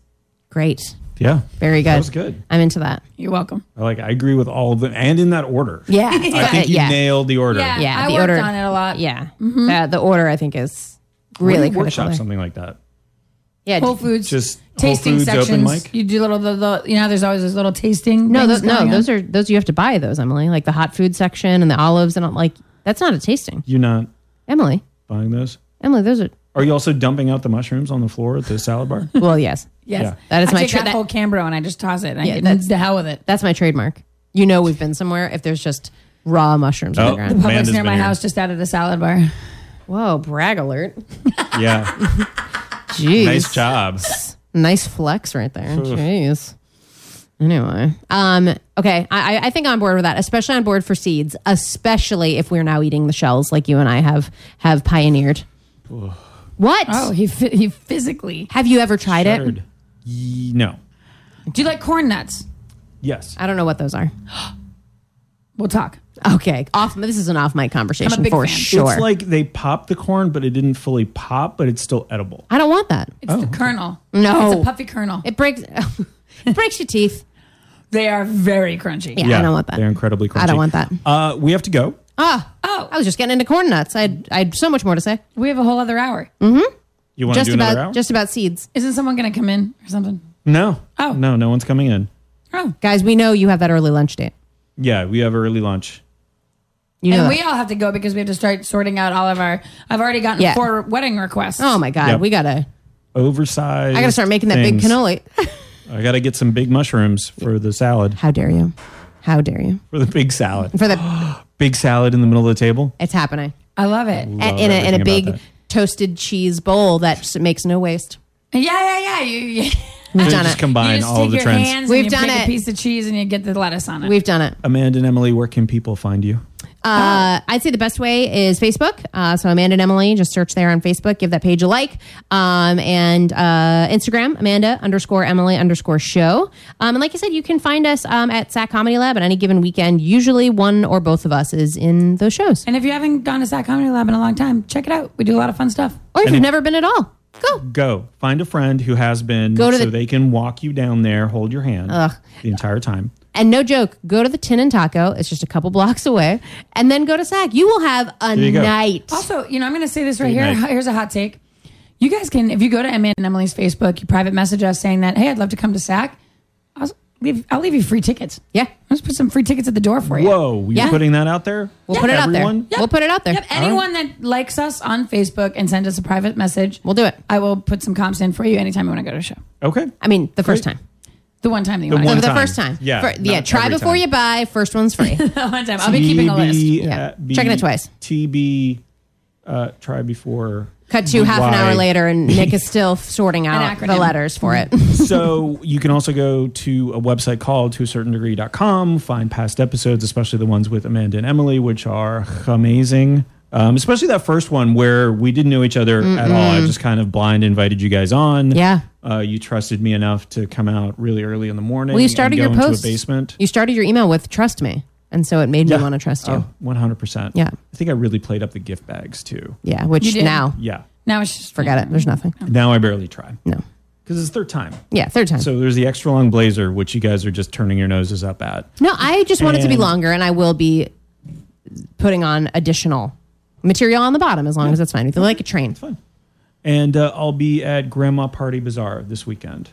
S4: Great.
S3: Yeah.
S4: Very good.
S3: That was good.
S4: I'm into that.
S5: You're welcome.
S3: I Like I agree with all of them, and in that order.
S4: Yeah.
S3: I think you
S4: yeah.
S3: nailed the order.
S5: Yeah.
S4: yeah,
S5: I
S4: the
S5: worked
S4: order-
S5: on it Mm-hmm. a lot.
S4: Yeah. That- the order I think is
S3: When
S4: really
S3: you
S4: critical.
S3: workshop
S4: there.
S3: something like that.
S4: Yeah.
S5: Whole Foods,
S3: Just Whole
S5: tasting
S3: Foods open
S5: sections.
S3: mic?
S5: You do little, the, the, you know, there's always those little tasting.
S4: no,
S5: things
S4: those, no,
S5: going
S4: those
S5: on.
S4: are those you have to buy those, Emily. Like the hot food section and the olives and all, like that's not a tasting.
S3: You're not
S4: Emily.
S3: buying those.
S4: Emily, those are
S3: Are you also dumping out the mushrooms on the floor at the salad bar?
S4: well, yes.
S5: yes.
S3: yeah.
S4: That is
S5: I
S4: my
S5: take
S4: tra-
S5: that
S4: that-
S5: whole Cambro and I just toss it. And
S4: Yeah,
S5: I get
S4: that's-
S5: the hell with it.
S4: That's my trademark. You know we've been somewhere if there's just raw mushrooms on
S3: Oh.
S4: the ground.
S5: Publix
S3: Amanda's
S5: near
S3: been
S5: my
S3: here.
S5: house just added a salad bar.
S4: Whoa, brag alert.
S3: yeah.
S4: Jeez.
S3: Nice job.
S4: Nice flex right there. Jeez. Anyway, um, okay, I, I- I think I'm on board with that, especially on board for seeds, especially if we're now eating the shells like you and I have have pioneered. What?
S5: Oh, he fi- he physically.
S4: Have you ever tried it?
S3: Third. Ye- No.
S5: Do you like corn nuts?
S3: Yes.
S4: I don't know what those are.
S5: We'll talk.
S4: Okay, off. This is an off mic conversation
S5: big
S4: for
S5: fan.
S4: sure.
S3: It's like they popped the corn, but it didn't fully pop, but it's still edible.
S4: I don't want that.
S5: It's
S3: Oh,
S5: the kernel.
S4: No.
S5: it's a puffy kernel.
S4: It breaks. it breaks your teeth.
S5: they are very crunchy.
S4: Yeah, I don't want that.
S3: They're incredibly crunchy.
S4: I don't want that.
S3: Uh, we have to go.
S4: Ah,
S5: Oh.
S4: I was just getting into corn nuts. I had, I had so much more to say.
S5: We have a whole other hour.
S3: You want to
S4: Just
S3: do another
S4: about
S3: hour?
S4: just about seeds,
S5: Isn't someone going to come in or something?
S3: no.
S5: Oh.
S3: No, no one's coming in.
S5: Oh,
S4: guys. We know you have that early lunch date.
S3: Yeah, we have early lunch.
S4: You know.
S5: and
S4: that.
S5: we all have to go because we have to start sorting out all of our. I've already gotten
S4: Yeah.
S5: four wedding requests.
S4: oh my god,
S3: Yeah.
S4: we gotta.
S3: Oversized.
S4: I gotta start making that
S3: things.
S4: big cannoli.
S3: I gotta get some big mushrooms for the salad,
S4: How dare you? How dare you?
S3: for the big salad.
S4: For the
S3: Big salad in the middle of the table.
S4: it's happening
S5: I love it.
S4: A- in a in
S3: everything
S4: a
S3: about
S4: big
S3: that.
S4: toasted cheese bowl that s- makes no waste.
S5: Yeah, yeah, yeah. You, you,
S4: We've
S3: They
S4: done
S3: just
S4: it.
S5: you
S3: combine
S5: just
S3: all
S5: take
S3: of the
S5: your
S3: trends.
S5: hands and
S4: We've
S5: you
S4: done
S5: pick
S4: it.
S5: a piece of cheese and you get the lettuce on it.
S4: We've done it.
S3: Amanda and Emily, where can people find you?
S4: Uh, I'd say the best way is Facebook. Uh, so Amanda and Emily, just search there on Facebook, give that page a like. Um, and uh, Instagram, Amanda underscore Emily underscore show. Um, and like I said, you can find us um, at SAC Comedy Lab at any given weekend. Usually one or both of us is in those shows.
S5: and if you haven't gone to Sac Comedy Lab in a long time, check it out. We do a lot of fun stuff.
S4: Or if
S3: And
S4: you've
S3: if-
S4: never been at all, go.
S3: Go find a friend who has been,
S4: Go to
S3: so
S4: the-
S3: they can walk you down there, hold your hand the entire time.
S4: And no joke, go to the Tin and Taco. It's just a couple blocks away. And then go to SAC. You will have a
S3: you go.
S4: night.
S5: Also, you know, I'm going to say this right here.
S3: night.
S5: Here's a hot take. You guys can, if you go to Emma and Emily's Facebook, you private message us saying that, hey, I'd love to come to SAC. I'll leave, I'll leave you free tickets.
S4: Yeah.
S5: I'll just put some free tickets at the door for you.
S3: Whoa, you're
S4: Yeah.
S3: putting that out there?
S4: We'll put it out there.
S3: Everyone?
S4: We'll put it out there.
S5: Yep, anyone that likes us on Facebook and send us a private message,
S4: We'll do it.
S5: I will put some comps in for you anytime you want to go to a show.
S3: Okay.
S4: I mean, the first time.
S5: The one time that you
S3: The
S5: want
S3: one
S5: to
S4: the
S3: time.
S4: first time.
S3: Yeah,
S4: For- yeah.
S3: not
S4: Try
S3: every
S4: before
S3: time.
S4: you buy. First one's free.
S5: go. The one time. I'll be keeping a list.
S3: TB,
S4: Yeah.
S3: uh, B-
S4: Checking it twice.
S3: TB, uh, try before.
S4: Cut to half an
S3: BY.
S4: hour later, and Nick is still sorting out the
S5: acronym.
S4: letters for it.
S3: so you can also go to a website called to a certain degree.com, find past episodes, especially the ones with Amanda and Emily, which are amazing. Um, especially that first one where we didn't know each other at all. I just kind of blind invited you guys on.
S4: Yeah.
S3: Uh, you trusted me enough to come out really early in the morning.
S4: well, you
S3: and
S4: started
S3: go
S4: your
S3: into a
S4: post.
S3: basement.
S4: You started your email with "trust me," and so it made me want to trust you.
S3: Oh, 100%.
S4: Yeah.
S3: I think I really played up the gift bags too.
S4: Yeah,
S5: You
S4: which
S5: did. Oh.
S4: now
S3: Yeah.
S5: Now it's just
S4: forget it. There's nothing.
S3: Now I barely try
S4: No.
S3: because it's third time.
S4: Yeah, third time.
S3: So there's the extra long blazer, which you guys are just turning your noses up at.
S4: no, I just want it to be
S3: And-
S4: longer, and I will be putting on additional material on the bottom as long as it's fine. If you like a train,
S3: And uh, I'll be at Grandma Party Bazaar this weekend.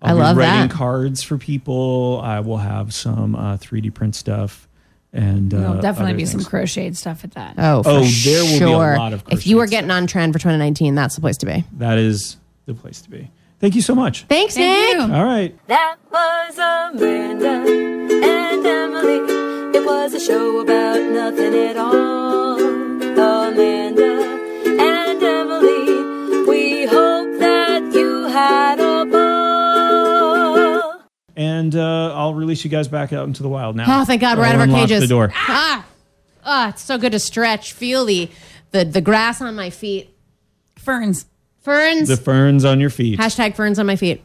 S3: I'll
S4: I
S3: be
S4: love
S3: writing
S4: that.
S3: cards for people. I will have some uh, 3D print stuff, and uh,
S5: There'll definitely
S3: other
S5: be
S3: things.
S5: some crocheted stuff at that.
S4: oh, for
S3: Oh,
S4: sure.
S3: there will be a lot of
S4: if you are
S3: crocheted
S4: getting on trend for 2019, that's the place to be.
S3: That is the place to be. Thank you so much.
S4: Thanks, Nick.
S5: Thank you.
S3: All right.
S1: That was Amanda and Emily. It was a show about nothing at all. Amanda and Emily, we hope that you had a ball.
S3: And uh, I'll release you guys back out into the wild now.
S4: Oh, thank God, we're
S3: I'll
S4: out of our
S3: unlock
S4: cages.
S3: The door.
S4: Ah, ah, it's so good to stretch, feel the the, the grass on my feet,
S5: Ferns.
S4: ferns.
S3: The ferns on your feet.
S4: Hashtag ferns on my feet.